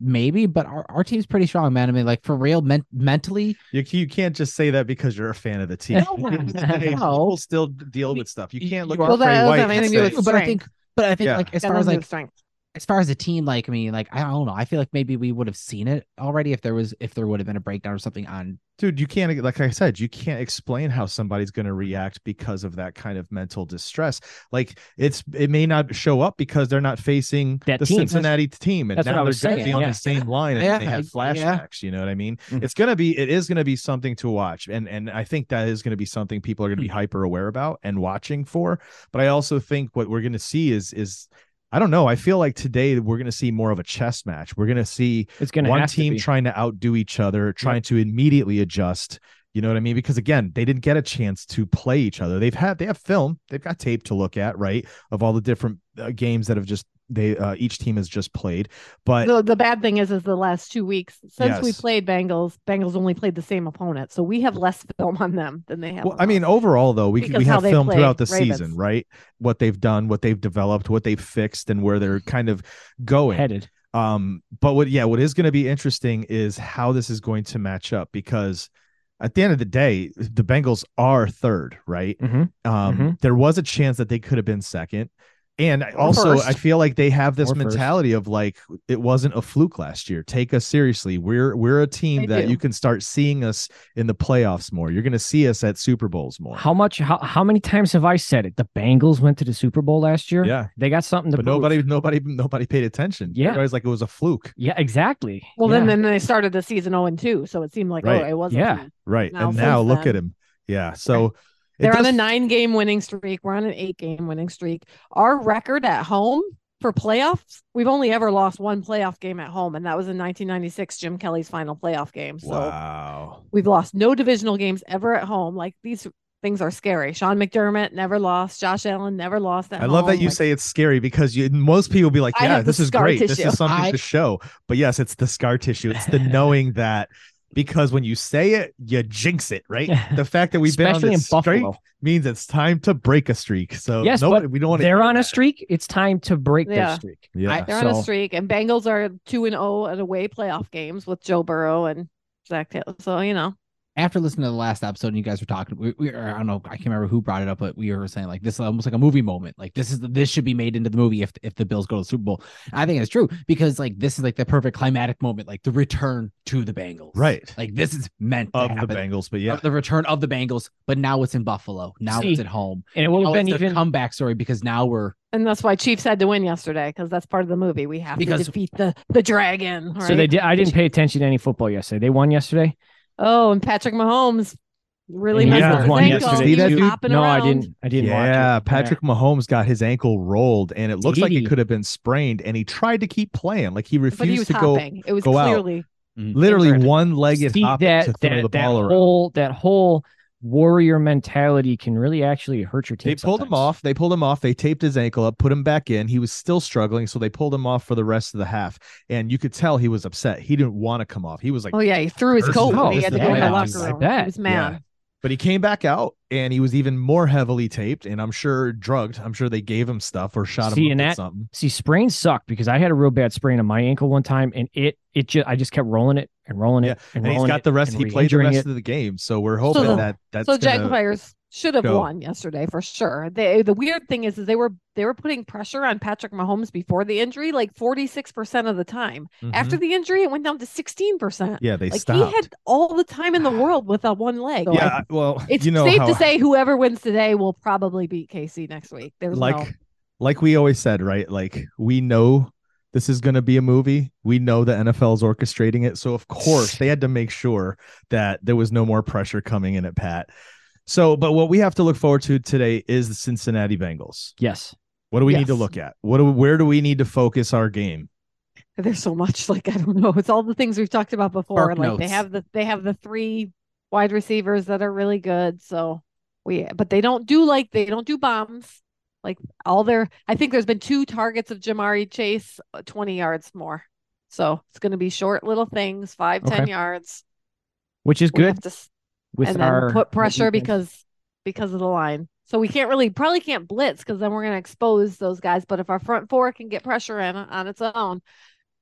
[SPEAKER 2] maybe, but our, our team's pretty strong, man. I mean, like for real, men-
[SPEAKER 1] [LAUGHS]
[SPEAKER 2] mentally,
[SPEAKER 1] You, you can't just say that because you're a fan of the team.
[SPEAKER 2] No,
[SPEAKER 1] Hey,
[SPEAKER 2] no.
[SPEAKER 1] People still deal with stuff. You can't look
[SPEAKER 2] You
[SPEAKER 1] at Trey
[SPEAKER 2] are-
[SPEAKER 5] Well, that doesn't
[SPEAKER 1] White
[SPEAKER 5] have
[SPEAKER 1] and
[SPEAKER 5] anything
[SPEAKER 1] say,
[SPEAKER 5] to do with
[SPEAKER 2] but I think, but I think,
[SPEAKER 1] Yeah.
[SPEAKER 2] like as
[SPEAKER 5] That
[SPEAKER 2] far as
[SPEAKER 5] doesn't do
[SPEAKER 2] like
[SPEAKER 5] with strength.
[SPEAKER 2] as far as a team, like I mean, like I don't know. I feel like maybe we would have seen it already if there was if there would have been a breakdown or something on.
[SPEAKER 1] dude, you can't. Like I said, you can't explain how somebody's going to react because of that kind of mental distress. Like it's it may not show up because they're not facing
[SPEAKER 3] That
[SPEAKER 1] the
[SPEAKER 3] team.
[SPEAKER 1] Cincinnati team, and
[SPEAKER 3] that's what I
[SPEAKER 1] now they're
[SPEAKER 3] was
[SPEAKER 1] going to
[SPEAKER 3] saying,
[SPEAKER 1] be on
[SPEAKER 3] yeah.
[SPEAKER 1] the same line, and
[SPEAKER 2] Yeah, Mm-hmm.
[SPEAKER 1] they have
[SPEAKER 2] I-
[SPEAKER 1] flashbacks.
[SPEAKER 2] yeah.
[SPEAKER 1] You know what I mean?
[SPEAKER 3] Mhm.
[SPEAKER 1] It's gonna be. It is going to be something to watch, and and I think that is going to be something people are going to be
[SPEAKER 3] Hmm.
[SPEAKER 1] hyper aware about and watching for. But I also think what we're going to see is is. I don't know. I feel like today we're going to see more of a chess match. We're going to see
[SPEAKER 3] It's going
[SPEAKER 1] one
[SPEAKER 3] have to
[SPEAKER 1] team
[SPEAKER 3] be.
[SPEAKER 1] trying to outdo each other, trying to immediately adjust. You know what I mean? Because again, they didn't get a chance to play each other. They've had they have film, they've got tape to look at, right? Of all the different uh, games that have just they uh, each team has just played. But
[SPEAKER 5] The, the bad thing is, is the last two weeks since we
[SPEAKER 1] Yes.
[SPEAKER 5] played Bengals, Bengals only played the same opponent, so we have less film on them than they have.
[SPEAKER 1] well,
[SPEAKER 5] on
[SPEAKER 1] I mean, oh,
[SPEAKER 5] us.
[SPEAKER 1] overall though, we we
[SPEAKER 5] Because how
[SPEAKER 1] have
[SPEAKER 5] they
[SPEAKER 1] film
[SPEAKER 5] play
[SPEAKER 1] throughout the
[SPEAKER 5] Ravens.
[SPEAKER 1] season, right? What they've done, what they've developed, what they've fixed, and where they're kind of going.
[SPEAKER 3] headed.
[SPEAKER 1] Um, but what yeah, what is going to be interesting is how this is going to match up because at the end of the day, the Bengals are third, right?
[SPEAKER 3] Mhm.
[SPEAKER 1] Um,
[SPEAKER 5] Mm-hmm.
[SPEAKER 3] Mhm.
[SPEAKER 1] there was a chance that they could have been second. And I also,
[SPEAKER 5] first.
[SPEAKER 1] I feel like they have this
[SPEAKER 3] Or first.
[SPEAKER 1] mentality of like it wasn't a fluke last year. Take us seriously. We're we're a team
[SPEAKER 5] They
[SPEAKER 1] that
[SPEAKER 5] do.
[SPEAKER 1] you can start seeing us in the playoffs more. You're going to see us at Super Bowls more.
[SPEAKER 3] How much? How, how many times have I said it? The Bengals went to the Super Bowl last year.
[SPEAKER 1] yeah,
[SPEAKER 3] They got something to
[SPEAKER 1] but
[SPEAKER 3] prove.
[SPEAKER 1] nobody, nobody, nobody paid attention.
[SPEAKER 3] Yeah.
[SPEAKER 1] everybody's like it was a fluke,
[SPEAKER 3] Yeah, exactly.
[SPEAKER 5] well,
[SPEAKER 3] yeah.
[SPEAKER 5] then then they started the season zero and two, so it seemed like
[SPEAKER 1] Right.
[SPEAKER 5] oh, it wasn't.
[SPEAKER 3] Yeah.
[SPEAKER 1] right?
[SPEAKER 5] Now,
[SPEAKER 1] and now
[SPEAKER 5] since
[SPEAKER 1] look
[SPEAKER 5] then-
[SPEAKER 1] at him. Yeah, so it
[SPEAKER 5] They're on
[SPEAKER 1] does-
[SPEAKER 5] a nine game winning streak. We're on an eight game winning streak. Our record at home for playoffs, we've only ever lost one playoff game at home, and that was in 1996, Jim Kelly's final playoff game. So
[SPEAKER 1] Wow.
[SPEAKER 5] we've lost no divisional games ever at home. Like these things are scary. Sean McDermott never lost. Josh Allen never lost at
[SPEAKER 1] I love that
[SPEAKER 5] home.
[SPEAKER 1] you
[SPEAKER 5] Like,
[SPEAKER 1] say it's scary because you most people be like,
[SPEAKER 5] Oh I
[SPEAKER 1] yeah,
[SPEAKER 5] have the
[SPEAKER 1] this is
[SPEAKER 5] scar
[SPEAKER 1] great. This
[SPEAKER 5] tissue.
[SPEAKER 1] is something
[SPEAKER 2] I-
[SPEAKER 1] to show. But yes, it's the scar tissue. It's the knowing that because when you say it, you jinx it, right? The fact that we've
[SPEAKER 3] Especially
[SPEAKER 1] been on
[SPEAKER 3] in
[SPEAKER 1] this streak
[SPEAKER 3] Buffalo.
[SPEAKER 1] means it's time to break a streak. So
[SPEAKER 3] Yes,
[SPEAKER 1] nobody,
[SPEAKER 3] but
[SPEAKER 1] we don't want
[SPEAKER 3] They're on a streak. It's time to break their
[SPEAKER 5] Yeah.
[SPEAKER 3] streak.
[SPEAKER 1] Yeah.
[SPEAKER 2] I-
[SPEAKER 5] they're on
[SPEAKER 3] so-
[SPEAKER 5] a streak, and Bengals are 2 and 0 at away playoff games with Joe Burrow and Zach Taylor. So, you know,
[SPEAKER 2] After listening to the last episode, and you guys were talking. We, we or I don't know. I can't remember who brought it up, but we were saying like this is almost like a movie moment. Like this is this should be made into the movie if if the Bills go to the Super Bowl. I think it's true because like this is like the perfect climatic moment, like the return to the Bengals.
[SPEAKER 1] right
[SPEAKER 2] Like this is meant to
[SPEAKER 1] of the
[SPEAKER 2] happen.
[SPEAKER 1] Bengals. But yeah,
[SPEAKER 2] Of the return of the Bengals, but now it's in Buffalo. Now
[SPEAKER 3] See,
[SPEAKER 2] it's at home.
[SPEAKER 3] And it would
[SPEAKER 2] Now
[SPEAKER 3] have
[SPEAKER 2] it's
[SPEAKER 3] been
[SPEAKER 2] their
[SPEAKER 3] even.
[SPEAKER 2] comeback story because now we're
[SPEAKER 5] and that's why Chiefs had to win yesterday because that's part of the movie. We have
[SPEAKER 2] Because-
[SPEAKER 5] to defeat the the dragon. Right?
[SPEAKER 3] So they did. I didn't pay attention to any football yesterday. They won yesterday.
[SPEAKER 5] Oh, and Patrick Mahomes really
[SPEAKER 3] And
[SPEAKER 1] he
[SPEAKER 5] messed
[SPEAKER 1] has
[SPEAKER 5] up his
[SPEAKER 1] one
[SPEAKER 5] ankle.
[SPEAKER 1] yesterday, See that
[SPEAKER 5] He was
[SPEAKER 1] dude?
[SPEAKER 5] hopping
[SPEAKER 3] No, I
[SPEAKER 5] around.
[SPEAKER 3] didn't. I didn't. watch it.
[SPEAKER 1] yeah. Patrick Mahomes got his ankle rolled, and it looks like
[SPEAKER 3] Did
[SPEAKER 1] it
[SPEAKER 3] he?
[SPEAKER 1] could have been sprained. And he tried to keep playing, like he
[SPEAKER 5] But he
[SPEAKER 1] refused
[SPEAKER 5] was
[SPEAKER 1] to go.
[SPEAKER 5] hopping. it was
[SPEAKER 1] go out.
[SPEAKER 5] clearly
[SPEAKER 1] Literally
[SPEAKER 5] Injured.
[SPEAKER 1] one legged
[SPEAKER 3] See
[SPEAKER 1] hop
[SPEAKER 3] that
[SPEAKER 1] to throw
[SPEAKER 3] that,
[SPEAKER 1] the
[SPEAKER 3] that
[SPEAKER 1] ball around.
[SPEAKER 3] whole that whole warrior mentality can really actually hurt your team.
[SPEAKER 1] They pulled him
[SPEAKER 3] sometimes.
[SPEAKER 1] off. They pulled him off. They taped his ankle up, put him back in. He was still struggling, so they pulled him off for the rest of the half. And you could tell he was upset. He didn't want to come off. He was like,
[SPEAKER 5] Oh yeah, he threw his
[SPEAKER 1] Versus
[SPEAKER 5] coat when
[SPEAKER 1] Hawks,
[SPEAKER 5] he had to go in
[SPEAKER 1] yeah.
[SPEAKER 5] the
[SPEAKER 1] I
[SPEAKER 5] locker room.
[SPEAKER 3] bet.
[SPEAKER 5] He was mad.
[SPEAKER 1] Yeah. But he came back out and he was even more heavily taped and I'm sure drugged. I'm sure they gave him stuff or shot
[SPEAKER 3] See,
[SPEAKER 1] him
[SPEAKER 3] and
[SPEAKER 1] up with
[SPEAKER 3] that-
[SPEAKER 1] something.
[SPEAKER 3] See, sprains suck because I had a real bad sprain on my ankle one time, and it it just I just kept rolling it and rolling
[SPEAKER 1] Yeah,
[SPEAKER 3] it and,
[SPEAKER 1] And he's
[SPEAKER 3] rolling
[SPEAKER 1] got
[SPEAKER 3] it
[SPEAKER 1] the rest.
[SPEAKER 3] and
[SPEAKER 1] He played the
[SPEAKER 3] re-injuring
[SPEAKER 1] rest
[SPEAKER 3] it.
[SPEAKER 1] of the game. So we're hoping
[SPEAKER 5] the-
[SPEAKER 1] that that's
[SPEAKER 5] so
[SPEAKER 1] gonna-
[SPEAKER 5] Jaguars should have
[SPEAKER 1] go.
[SPEAKER 5] won yesterday for sure. They the weird thing is, is they were they were putting pressure on Patrick Mahomes before the injury, like forty six percent of the time.
[SPEAKER 1] Mhm.
[SPEAKER 5] After the injury, it went down to sixteen percent.
[SPEAKER 1] yeah, they
[SPEAKER 5] Like
[SPEAKER 1] stopped.
[SPEAKER 5] he had all the time in the world with a one leg. So I-
[SPEAKER 1] yeah, well,
[SPEAKER 5] it's
[SPEAKER 1] you know
[SPEAKER 5] safe
[SPEAKER 1] how,
[SPEAKER 5] to say whoever wins today will probably beat KC next week. There's
[SPEAKER 1] like
[SPEAKER 5] no,
[SPEAKER 1] like we always said right like we know this is going to be a movie we know the nfl is orchestrating it so of course they had to make sure that there was no more pressure coming in at pat so but what we have to look forward to today is the cincinnati bengals
[SPEAKER 3] Yes,
[SPEAKER 1] what do we need to
[SPEAKER 5] Yes.
[SPEAKER 1] look at what do where do we need to focus our game
[SPEAKER 5] there's so much [LAUGHS] like I don't know. It's all the things we've talked about before.
[SPEAKER 2] Spark
[SPEAKER 5] like they
[SPEAKER 2] notes.
[SPEAKER 5] have the they have the three wide receivers that are really good. So we but they don't do like they don't do bombs. Like all their I think there's been two targets of Jamari Chase uh, 20 yards more. So it's going to be short little things, five ten
[SPEAKER 3] Okay.
[SPEAKER 5] yards.
[SPEAKER 3] which is
[SPEAKER 5] We
[SPEAKER 3] good
[SPEAKER 5] have to s-
[SPEAKER 3] with
[SPEAKER 5] and
[SPEAKER 3] our
[SPEAKER 5] then put pressure
[SPEAKER 3] defense.
[SPEAKER 5] because because of the line. So we can't really probably can't blitz because then we're going to expose those guys. But if our front four can get pressure in on its own,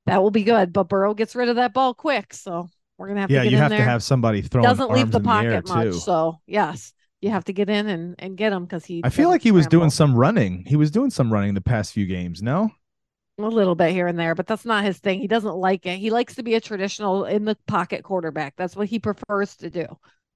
[SPEAKER 5] that will be good. But Burrow gets rid of that ball quick, so we're going to have
[SPEAKER 1] yeah
[SPEAKER 5] to get
[SPEAKER 1] you
[SPEAKER 5] in
[SPEAKER 1] have
[SPEAKER 5] there.
[SPEAKER 1] to have somebody throwing
[SPEAKER 5] Doesn't leave
[SPEAKER 1] arms
[SPEAKER 5] the
[SPEAKER 1] in air,
[SPEAKER 5] pocket much,
[SPEAKER 1] too.
[SPEAKER 5] so yes, you have to get in and and get him because he.
[SPEAKER 1] i feel
[SPEAKER 5] doesn't
[SPEAKER 1] like he was doing
[SPEAKER 5] scramble.
[SPEAKER 1] some running he was doing some running the past few games no
[SPEAKER 5] a little bit here and there, but that's not his thing. He doesn't like it. He likes to be a traditional in the pocket quarterback. That's what he prefers to do.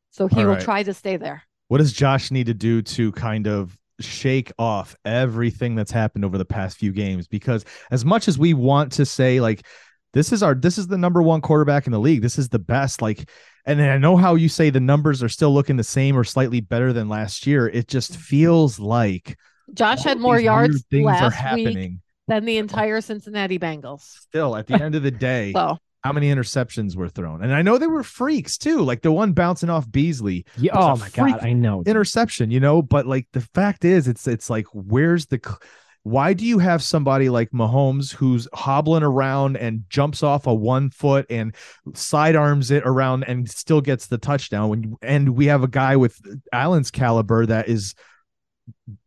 [SPEAKER 5] So he
[SPEAKER 1] All
[SPEAKER 5] will
[SPEAKER 1] right.
[SPEAKER 5] try to stay there.
[SPEAKER 1] What does Josh need to do to kind of shake off everything that's happened over the past few games? Because as much as we want to say, like, this is our this is the number one quarterback in the league. This is the best. Like, and I know how you say the numbers are still looking the same or slightly better than last year. It just feels like
[SPEAKER 5] Josh had
[SPEAKER 1] all
[SPEAKER 5] more
[SPEAKER 1] these
[SPEAKER 5] yards
[SPEAKER 1] weird things are
[SPEAKER 5] last week
[SPEAKER 1] happening.
[SPEAKER 5] than the entire Cincinnati Bengals.
[SPEAKER 1] Still, at the end
[SPEAKER 5] [LAUGHS]
[SPEAKER 1] of the day,
[SPEAKER 5] So
[SPEAKER 1] how many interceptions were thrown? And I know they were freaks too, like the one bouncing off Beasley.
[SPEAKER 3] Yeah,
[SPEAKER 1] It's a
[SPEAKER 3] oh my god,
[SPEAKER 1] freak
[SPEAKER 3] I know. dude.
[SPEAKER 1] interception, you know, but like the fact is it's it's like where's the cl- why do you have somebody like Mahomes who's hobbling around and jumps off a one foot and sidearms it around and still gets the touchdown when you- and we have a guy with Allen's caliber that is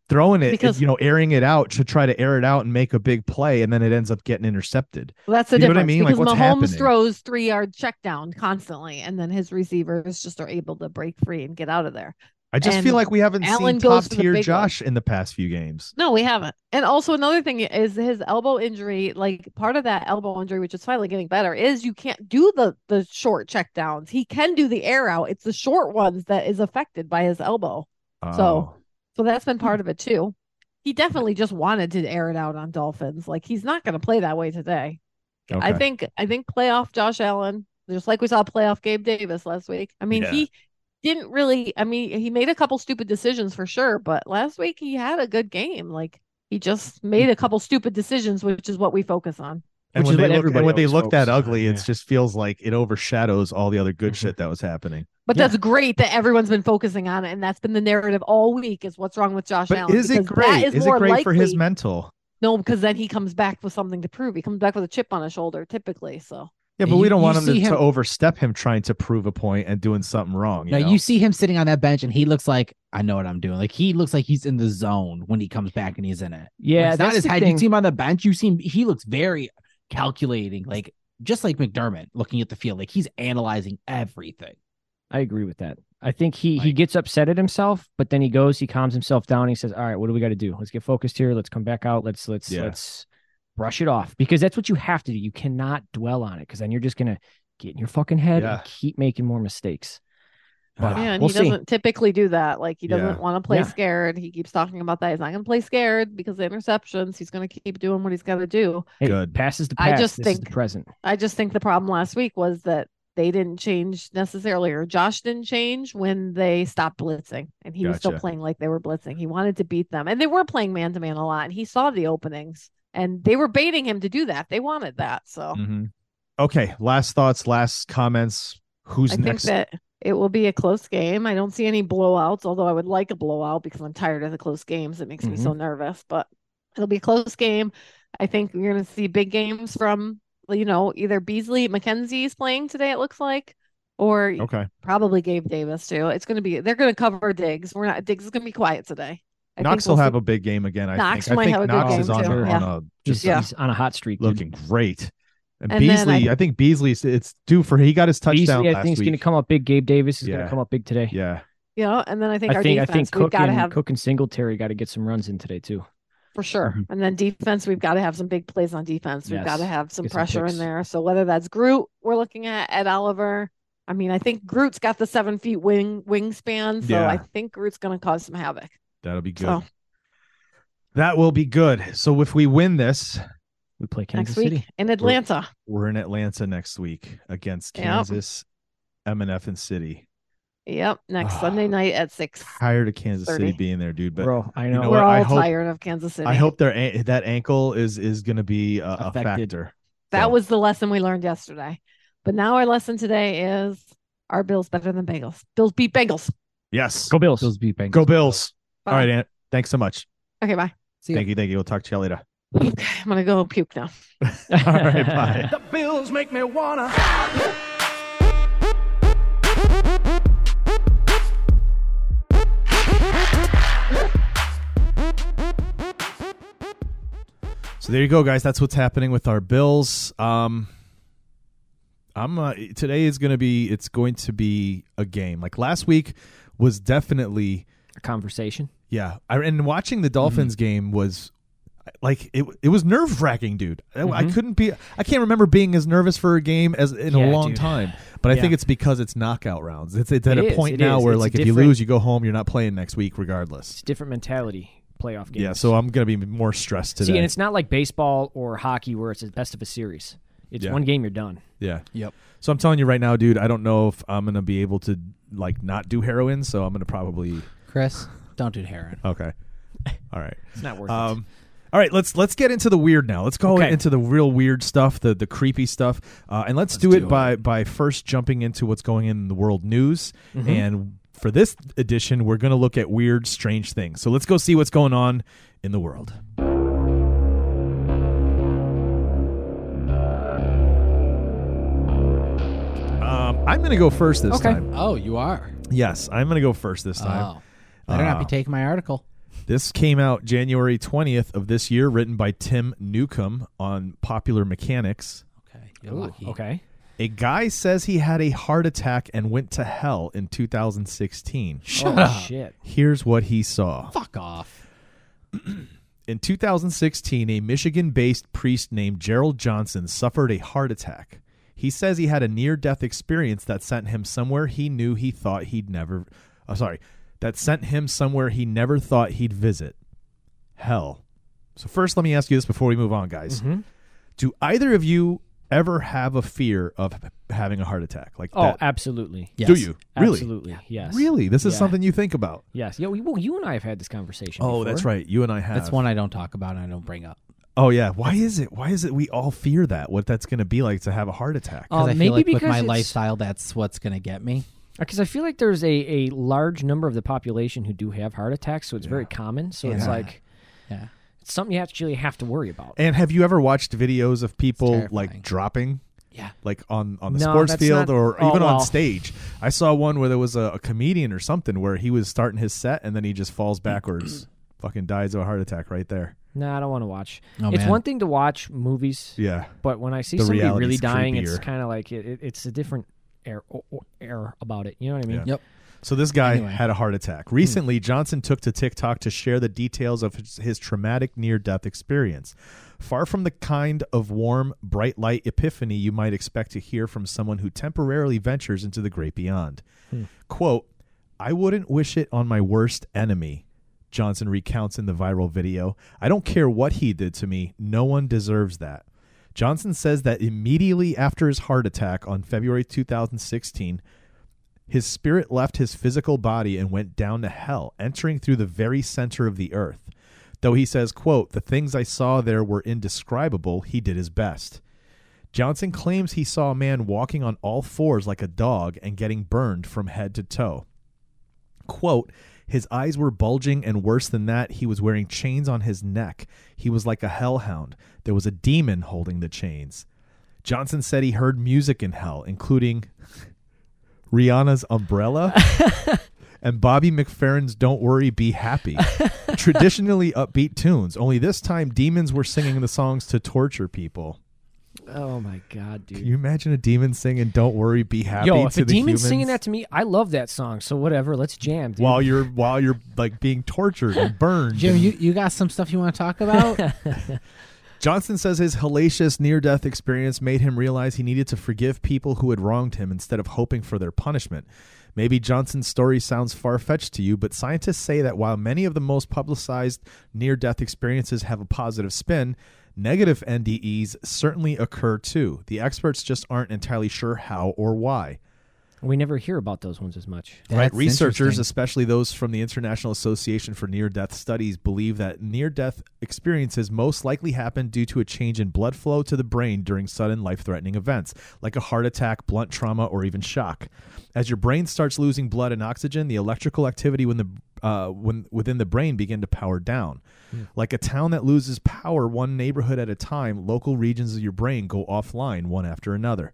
[SPEAKER 1] throwing it
[SPEAKER 5] Because-
[SPEAKER 1] you know airing it out to try to air it out and make a big play and then it ends up getting intercepted
[SPEAKER 5] Well, that's the
[SPEAKER 1] You know what
[SPEAKER 5] difference
[SPEAKER 1] I mean? Like,
[SPEAKER 5] because
[SPEAKER 1] what's
[SPEAKER 5] Mahomes
[SPEAKER 1] happening?
[SPEAKER 5] throws three yard check down constantly, and then his receivers just are able to break free and get out of there.
[SPEAKER 1] i just
[SPEAKER 5] And
[SPEAKER 1] feel like we haven't seen
[SPEAKER 5] Allen
[SPEAKER 1] top
[SPEAKER 5] goes for the
[SPEAKER 1] tier
[SPEAKER 5] big one.
[SPEAKER 1] josh in the past few games
[SPEAKER 5] No, we haven't. And also another thing is his elbow injury. Like part of that elbow injury, which is finally getting better, is you can't do the the short check downs. He can do the air out. It's the short ones that is affected by his elbow. So- So that's been
[SPEAKER 1] Hmm.
[SPEAKER 5] part of it too. He definitely just wanted to air it out on Dolphins. Like he's not going to play that way today.
[SPEAKER 1] Oh,
[SPEAKER 5] I
[SPEAKER 1] okay.
[SPEAKER 5] think I think playoff Josh Allen, just like we saw playoff Gabe Davis last week. I mean,
[SPEAKER 1] Yeah.
[SPEAKER 5] he didn't really. I mean, he made a couple stupid decisions for sure, but last week he had a good game. Like he just made a couple stupid decisions, which is what we focus on.
[SPEAKER 1] and
[SPEAKER 3] Which
[SPEAKER 1] when
[SPEAKER 3] is
[SPEAKER 1] they
[SPEAKER 3] what
[SPEAKER 1] look, and
[SPEAKER 3] everybody
[SPEAKER 1] when they
[SPEAKER 3] always
[SPEAKER 1] look that
[SPEAKER 3] focuses on,
[SPEAKER 1] ugly, it
[SPEAKER 3] yeah.
[SPEAKER 1] just feels like it overshadows all the other good
[SPEAKER 3] Mhm.
[SPEAKER 1] shit that was happening.
[SPEAKER 5] But
[SPEAKER 3] Yeah.
[SPEAKER 5] that's great that everyone's been focusing on it, and that's been the narrative all week. Is what's wrong with Josh
[SPEAKER 1] But
[SPEAKER 5] Allen?
[SPEAKER 1] is it
[SPEAKER 5] because that
[SPEAKER 1] great? Is, it
[SPEAKER 5] more
[SPEAKER 1] great for his
[SPEAKER 5] likely-
[SPEAKER 1] mental?
[SPEAKER 5] No, because then he comes back with something to prove. He comes back with a chip on his shoulder, typically. So
[SPEAKER 1] Yeah, but
[SPEAKER 2] You-
[SPEAKER 1] we don't
[SPEAKER 2] you
[SPEAKER 1] want him to,
[SPEAKER 2] see
[SPEAKER 1] to
[SPEAKER 2] him-
[SPEAKER 1] overstep him trying to prove a point and doing something wrong. You
[SPEAKER 2] now
[SPEAKER 1] know?
[SPEAKER 2] you see him sitting on that bench, and he looks like I know what I'm doing. Like he looks like he's in the zone when he comes back, and he's in it.
[SPEAKER 3] yeah,
[SPEAKER 2] Like, it's
[SPEAKER 3] that's
[SPEAKER 2] not his
[SPEAKER 3] the
[SPEAKER 2] head.
[SPEAKER 3] thing.
[SPEAKER 2] You see him on the bench. You see him. He looks very calculating, like just like McDermott looking at the field. Like he's analyzing everything.
[SPEAKER 3] I agree with that. I think he he
[SPEAKER 2] Like-
[SPEAKER 3] gets upset at himself, but then he goes, he calms himself down. He says, "All right, what do we got to do? Let's get focused here. Let's come back out. Let's let's
[SPEAKER 1] Yeah.
[SPEAKER 3] let's brush it off because that's what you have to do. You cannot dwell on it because then you're just gonna get in your fucking head
[SPEAKER 1] Yeah.
[SPEAKER 3] and keep making more mistakes."
[SPEAKER 2] Uh,
[SPEAKER 3] But
[SPEAKER 5] Yeah, and
[SPEAKER 3] Ah, we'll
[SPEAKER 5] he
[SPEAKER 3] see.
[SPEAKER 5] doesn't typically do that. Like he doesn't
[SPEAKER 1] Yeah.
[SPEAKER 5] want to play
[SPEAKER 3] Yeah.
[SPEAKER 5] scared. He keeps talking about that. He's not going to play scared because of the interceptions. He's going to keep doing what he's got to do.
[SPEAKER 3] Hey,
[SPEAKER 1] Good.
[SPEAKER 3] passes the
[SPEAKER 5] I
[SPEAKER 3] past.
[SPEAKER 5] just
[SPEAKER 3] this is the
[SPEAKER 5] think-
[SPEAKER 3] present.
[SPEAKER 5] I just think the problem last week was that they didn't change necessarily, or Josh didn't change when they stopped blitzing, and he was still
[SPEAKER 1] Gotcha.
[SPEAKER 5] playing like they were blitzing. He wanted to beat them, and they were playing man to man a lot, and he saw the openings, and they were baiting him to do that. They wanted that, so
[SPEAKER 1] Mm-hmm. Mhm. Okay. Last thoughts. Last comments. Who's
[SPEAKER 5] I think
[SPEAKER 1] next?
[SPEAKER 5] that It will be a close game. I don't see any blowouts, although I would like a blowout because I'm tired of the close games. It makes me
[SPEAKER 3] Mm-hmm.
[SPEAKER 5] so nervous, but it'll be a close game. I think you're going to see big games from, you know, either Beasley, McKenzie's playing today, it looks like, or
[SPEAKER 3] Oh.
[SPEAKER 1] Okay.
[SPEAKER 5] probably Gabe Davis too. It's going to be, they're going to cover Diggs. We're not, Diggs is going to be quiet today. I
[SPEAKER 1] Knox
[SPEAKER 5] think
[SPEAKER 1] will
[SPEAKER 5] we'll
[SPEAKER 1] have
[SPEAKER 5] see-
[SPEAKER 1] a big game again. I
[SPEAKER 5] Knox
[SPEAKER 1] think. I
[SPEAKER 5] might
[SPEAKER 1] think
[SPEAKER 5] have a good
[SPEAKER 1] Knox
[SPEAKER 3] game
[SPEAKER 1] is on,
[SPEAKER 3] too,
[SPEAKER 1] a,
[SPEAKER 3] yeah.
[SPEAKER 1] on a
[SPEAKER 3] Just
[SPEAKER 5] Yeah.
[SPEAKER 3] he's on a hot streak. dude.
[SPEAKER 1] looking great. And,
[SPEAKER 5] And then
[SPEAKER 1] Beasley, I, think Beasley's it's due for he got his touchdown
[SPEAKER 3] Beasley, I
[SPEAKER 1] last
[SPEAKER 3] think, is
[SPEAKER 1] week.
[SPEAKER 3] going to come up big. Gabe Davis is going
[SPEAKER 1] Yeah.
[SPEAKER 3] to come up big today.
[SPEAKER 1] yeah,
[SPEAKER 5] you know, and then I think
[SPEAKER 3] I
[SPEAKER 5] our
[SPEAKER 3] think I
[SPEAKER 5] defense,
[SPEAKER 3] think
[SPEAKER 5] we've
[SPEAKER 3] Cook
[SPEAKER 5] got to
[SPEAKER 3] and,
[SPEAKER 5] have
[SPEAKER 3] Cook and Singletary got to get some runs in today too.
[SPEAKER 5] for sure.
[SPEAKER 3] Mhm.
[SPEAKER 1] Mm-hmm.
[SPEAKER 5] And then defense, we've got to have some big plays on defense. We've got to
[SPEAKER 3] Yes.
[SPEAKER 5] have some
[SPEAKER 3] Get some
[SPEAKER 5] pressure
[SPEAKER 3] picks.
[SPEAKER 5] in there. So whether that's Groot, we're looking at Ed Oliver. I mean, I think Groot's got the seven feet wing wingspan, so I
[SPEAKER 1] Yeah.
[SPEAKER 5] think Groot's going to cause some havoc.
[SPEAKER 1] that'll be good.
[SPEAKER 5] So
[SPEAKER 1] That will be good. So if we win this,
[SPEAKER 3] We play Kansas
[SPEAKER 5] next week
[SPEAKER 3] City.
[SPEAKER 5] in Atlanta,
[SPEAKER 1] we're in Atlanta next week against
[SPEAKER 5] Yep.
[SPEAKER 1] Kansas, M and F and City.
[SPEAKER 5] yep,
[SPEAKER 1] Ah.
[SPEAKER 5] next Sunday night at six.
[SPEAKER 1] Tired of Kansas City
[SPEAKER 5] 30.
[SPEAKER 1] being there, dude. But
[SPEAKER 3] Bro, I know.
[SPEAKER 1] know
[SPEAKER 5] We're
[SPEAKER 1] what?
[SPEAKER 5] all
[SPEAKER 1] I hope-
[SPEAKER 5] tired of Kansas City.
[SPEAKER 1] I hope their an- that ankle is is going to be a, a
[SPEAKER 3] Affected.
[SPEAKER 1] factor.
[SPEAKER 5] that
[SPEAKER 1] so.
[SPEAKER 5] was the lesson we learned yesterday. But now our lesson today is: Are Bills better than Bengals? Bills beat Bengals.
[SPEAKER 1] Yes,
[SPEAKER 3] Go Bills.
[SPEAKER 2] Bills beat Bengals.
[SPEAKER 1] Go Bills. All
[SPEAKER 5] Bye.
[SPEAKER 1] right, Ant. Thanks so much.
[SPEAKER 5] Okay, bye. [LAUGHS]
[SPEAKER 2] See ya.
[SPEAKER 1] Thank you. Thank you. We'll talk to you later.
[SPEAKER 5] Okay, I'm gonna go puke now.
[SPEAKER 1] [LAUGHS] All
[SPEAKER 3] [LAUGHS]
[SPEAKER 4] [LAUGHS]
[SPEAKER 1] right. Bye.
[SPEAKER 4] The bills make me wanna.
[SPEAKER 1] So there you go, guys. That's what's happening with our bills. Um, I'm uh, today is going to be it's going to be a game. Like last week was definitely
[SPEAKER 3] A conversation.
[SPEAKER 1] yeah. I, and watching
[SPEAKER 3] Mm-hmm.
[SPEAKER 1] the Dolphins game was like it it was nerve wracking, dude. I- I
[SPEAKER 3] Mhm.
[SPEAKER 1] couldn't be I can't remember being as nervous for a game as in a
[SPEAKER 3] Yeah,
[SPEAKER 1] long
[SPEAKER 3] dude.
[SPEAKER 1] time. But I think
[SPEAKER 3] Yeah.
[SPEAKER 1] it's because it's knockout rounds. It's, it's at
[SPEAKER 3] It
[SPEAKER 1] a
[SPEAKER 3] is,
[SPEAKER 1] point
[SPEAKER 3] it
[SPEAKER 1] now
[SPEAKER 3] is.
[SPEAKER 1] where
[SPEAKER 3] It's
[SPEAKER 1] like
[SPEAKER 3] a
[SPEAKER 1] if you
[SPEAKER 3] different-
[SPEAKER 1] lose, you go home. You're not playing next week, regardless.
[SPEAKER 3] It's different mentality. Playoff games.
[SPEAKER 1] Yeah. So I'm going to be more stressed today.
[SPEAKER 3] See, and it's not like baseball or hockey where it's the best of a series. It's
[SPEAKER 1] Yeah.
[SPEAKER 3] one game, you're done.
[SPEAKER 1] yeah.
[SPEAKER 2] Yep.
[SPEAKER 1] So I'm telling you right now, dude, I don't know if I'm gonna be able to like not do heroin, so I'm gonna probably
[SPEAKER 2] Chris, don't do heroin.
[SPEAKER 1] Okay. All right.
[SPEAKER 3] It's not worth it.
[SPEAKER 1] Um all right, let's let's get into the weird now. Let's go
[SPEAKER 3] Okay.
[SPEAKER 1] into the real weird stuff, the the creepy stuff, uh, and let's, do, it, by by first jumping into what's going in the world news. And for this edition, we're going to look at weird, strange things. So let's go see what's going on in the world. Um, I'm going to go first this
[SPEAKER 3] Okay.
[SPEAKER 1] time.
[SPEAKER 2] Oh, you are.
[SPEAKER 1] Yes, I'm going to go first this time.
[SPEAKER 2] Oh, better not be taking my article.
[SPEAKER 1] This came out January 20th of this year, written by Tim Newcomb on Popular Mechanics.
[SPEAKER 2] Okay, you're lucky.
[SPEAKER 3] Okay.
[SPEAKER 1] A guy says he had a heart attack and went to hell in 2016.
[SPEAKER 2] Shut
[SPEAKER 3] oh,
[SPEAKER 2] up.
[SPEAKER 3] shit.
[SPEAKER 1] Here's what he saw.
[SPEAKER 2] Fuck off.
[SPEAKER 1] In 2016, a Michigan based priest named Gerald Johnson suffered a heart attack. He says he had a near death experience that sent him somewhere he knew he thought he'd never. Oh, sorry. That sent him somewhere he never thought he'd visit hell. So, first, let me ask you this before we move on, guys.
[SPEAKER 3] Mm-hmm.
[SPEAKER 1] Do either of you ever have a fear of having a heart attack? Like,
[SPEAKER 3] Oh,
[SPEAKER 1] that?
[SPEAKER 3] absolutely.
[SPEAKER 2] Yes.
[SPEAKER 1] do you? Really?
[SPEAKER 3] Absolutely. Yes.
[SPEAKER 1] Really? This is
[SPEAKER 3] Yeah.
[SPEAKER 1] something you think about.
[SPEAKER 3] Yes. Yeah. We, well, you and I have had this conversation.
[SPEAKER 1] Oh, that's
[SPEAKER 3] before.
[SPEAKER 1] right. You and I have.
[SPEAKER 2] That's one I don't talk about and I don't bring up.
[SPEAKER 1] Oh yeah, why is it? Why is it we all fear that what that's going to be like to have a heart attack?
[SPEAKER 3] Oh,
[SPEAKER 2] Because I
[SPEAKER 3] maybe
[SPEAKER 2] feel like with
[SPEAKER 3] because
[SPEAKER 2] my
[SPEAKER 3] it's-
[SPEAKER 2] lifestyle, that's what's going to get me.
[SPEAKER 3] Because I feel like there's a, a large number of the population who do have heart attacks, so it's very common. So it's
[SPEAKER 2] Yeah.
[SPEAKER 3] like
[SPEAKER 2] Yeah.
[SPEAKER 3] it's something you actually have to worry about.
[SPEAKER 1] and have you ever watched videos of people
[SPEAKER 2] terrifying.
[SPEAKER 1] like dropping?
[SPEAKER 2] Yeah.
[SPEAKER 1] Like on, on the
[SPEAKER 3] No,
[SPEAKER 1] sports
[SPEAKER 3] that's
[SPEAKER 1] field
[SPEAKER 3] not-
[SPEAKER 1] or
[SPEAKER 3] oh,
[SPEAKER 1] even on
[SPEAKER 3] well.
[SPEAKER 1] stage. I saw one where there was a, a comedian or something where he was starting his set and then he just falls
[SPEAKER 3] [CLEARS THROAT]
[SPEAKER 1] backwards, fucking dies of a heart attack right there.
[SPEAKER 3] No, I don't want to watch.
[SPEAKER 2] Oh,
[SPEAKER 3] it's
[SPEAKER 2] man.
[SPEAKER 3] one thing to watch movies,
[SPEAKER 1] Yeah.
[SPEAKER 3] but when I see
[SPEAKER 1] The
[SPEAKER 3] somebody really
[SPEAKER 1] reality's
[SPEAKER 3] dying, it's
[SPEAKER 1] creepier.
[SPEAKER 3] kind of like it, it, it's a different air, o- o- air about it. You know what I mean?
[SPEAKER 1] Yeah.
[SPEAKER 2] Yep.
[SPEAKER 1] So this guy
[SPEAKER 2] Anyway.
[SPEAKER 1] had a heart attack. Recently, Johnson took to TikTok to share the details of his, his traumatic near-death experience. Far from the kind of warm, bright light epiphany you might expect to hear from someone who temporarily ventures into the great beyond. Quote, I wouldn't wish it on my worst enemy, Johnson recounts in the viral video. I don't care what he did to me. No one deserves that. Johnson says that immediately after his heart attack on February 2016, his spirit left his physical body and went down to hell, entering through the very center of the earth. Though he says, quote, the things I saw there were indescribable, he did his best. Johnson claims he saw a man walking on all fours like a dog and getting burned from head to toe. Quote, his eyes were bulging, and worse than that, he was wearing chains on his neck. He was like a hellhound. There was a demon holding the chains. Johnson said he heard music in hell, including Rihanna's
[SPEAKER 3] [LAUGHS]
[SPEAKER 1] Umbrella and Bobby McFerrin's Don't Worry, Be Happy. Traditionally upbeat tunes, only this time demons were singing the songs to torture people.
[SPEAKER 3] Oh my god, dude.
[SPEAKER 1] Can you imagine a demon singing "Don't worry, be happy"?
[SPEAKER 3] Yo,
[SPEAKER 1] to
[SPEAKER 3] if a
[SPEAKER 1] the
[SPEAKER 3] demon's
[SPEAKER 1] humans
[SPEAKER 3] singing that to me, I love that song. So whatever, let's jam, dude.
[SPEAKER 1] while you're while you're like being tortured
[SPEAKER 3] [LAUGHS]
[SPEAKER 1] and burned.
[SPEAKER 2] Jim, you, you got some stuff you want to talk [LAUGHS] about?
[SPEAKER 1] Johnson says his hellacious near-death experience made him realize he needed to forgive people who had wronged him instead of hoping for their punishment. Maybe Johnson's story sounds far-fetched to you, but scientists say that while many of the most publicized near-death experiences have a positive spin, negative NDEs certainly occur too. The experts just aren't entirely sure how or why.
[SPEAKER 3] we never hear about those ones as much.
[SPEAKER 1] right
[SPEAKER 2] That's
[SPEAKER 1] researchers
[SPEAKER 2] interesting.
[SPEAKER 1] especially those from the international association for near death studies believe that near death experiences most likely happen due to a change in blood flow to the brain during sudden life threatening events like a heart attack blunt trauma or even shock as your brain starts losing blood and oxygen the electrical activity when the uh, when within the brain begin to power down like a town that loses power one neighborhood at a time local regions of your brain go offline one after another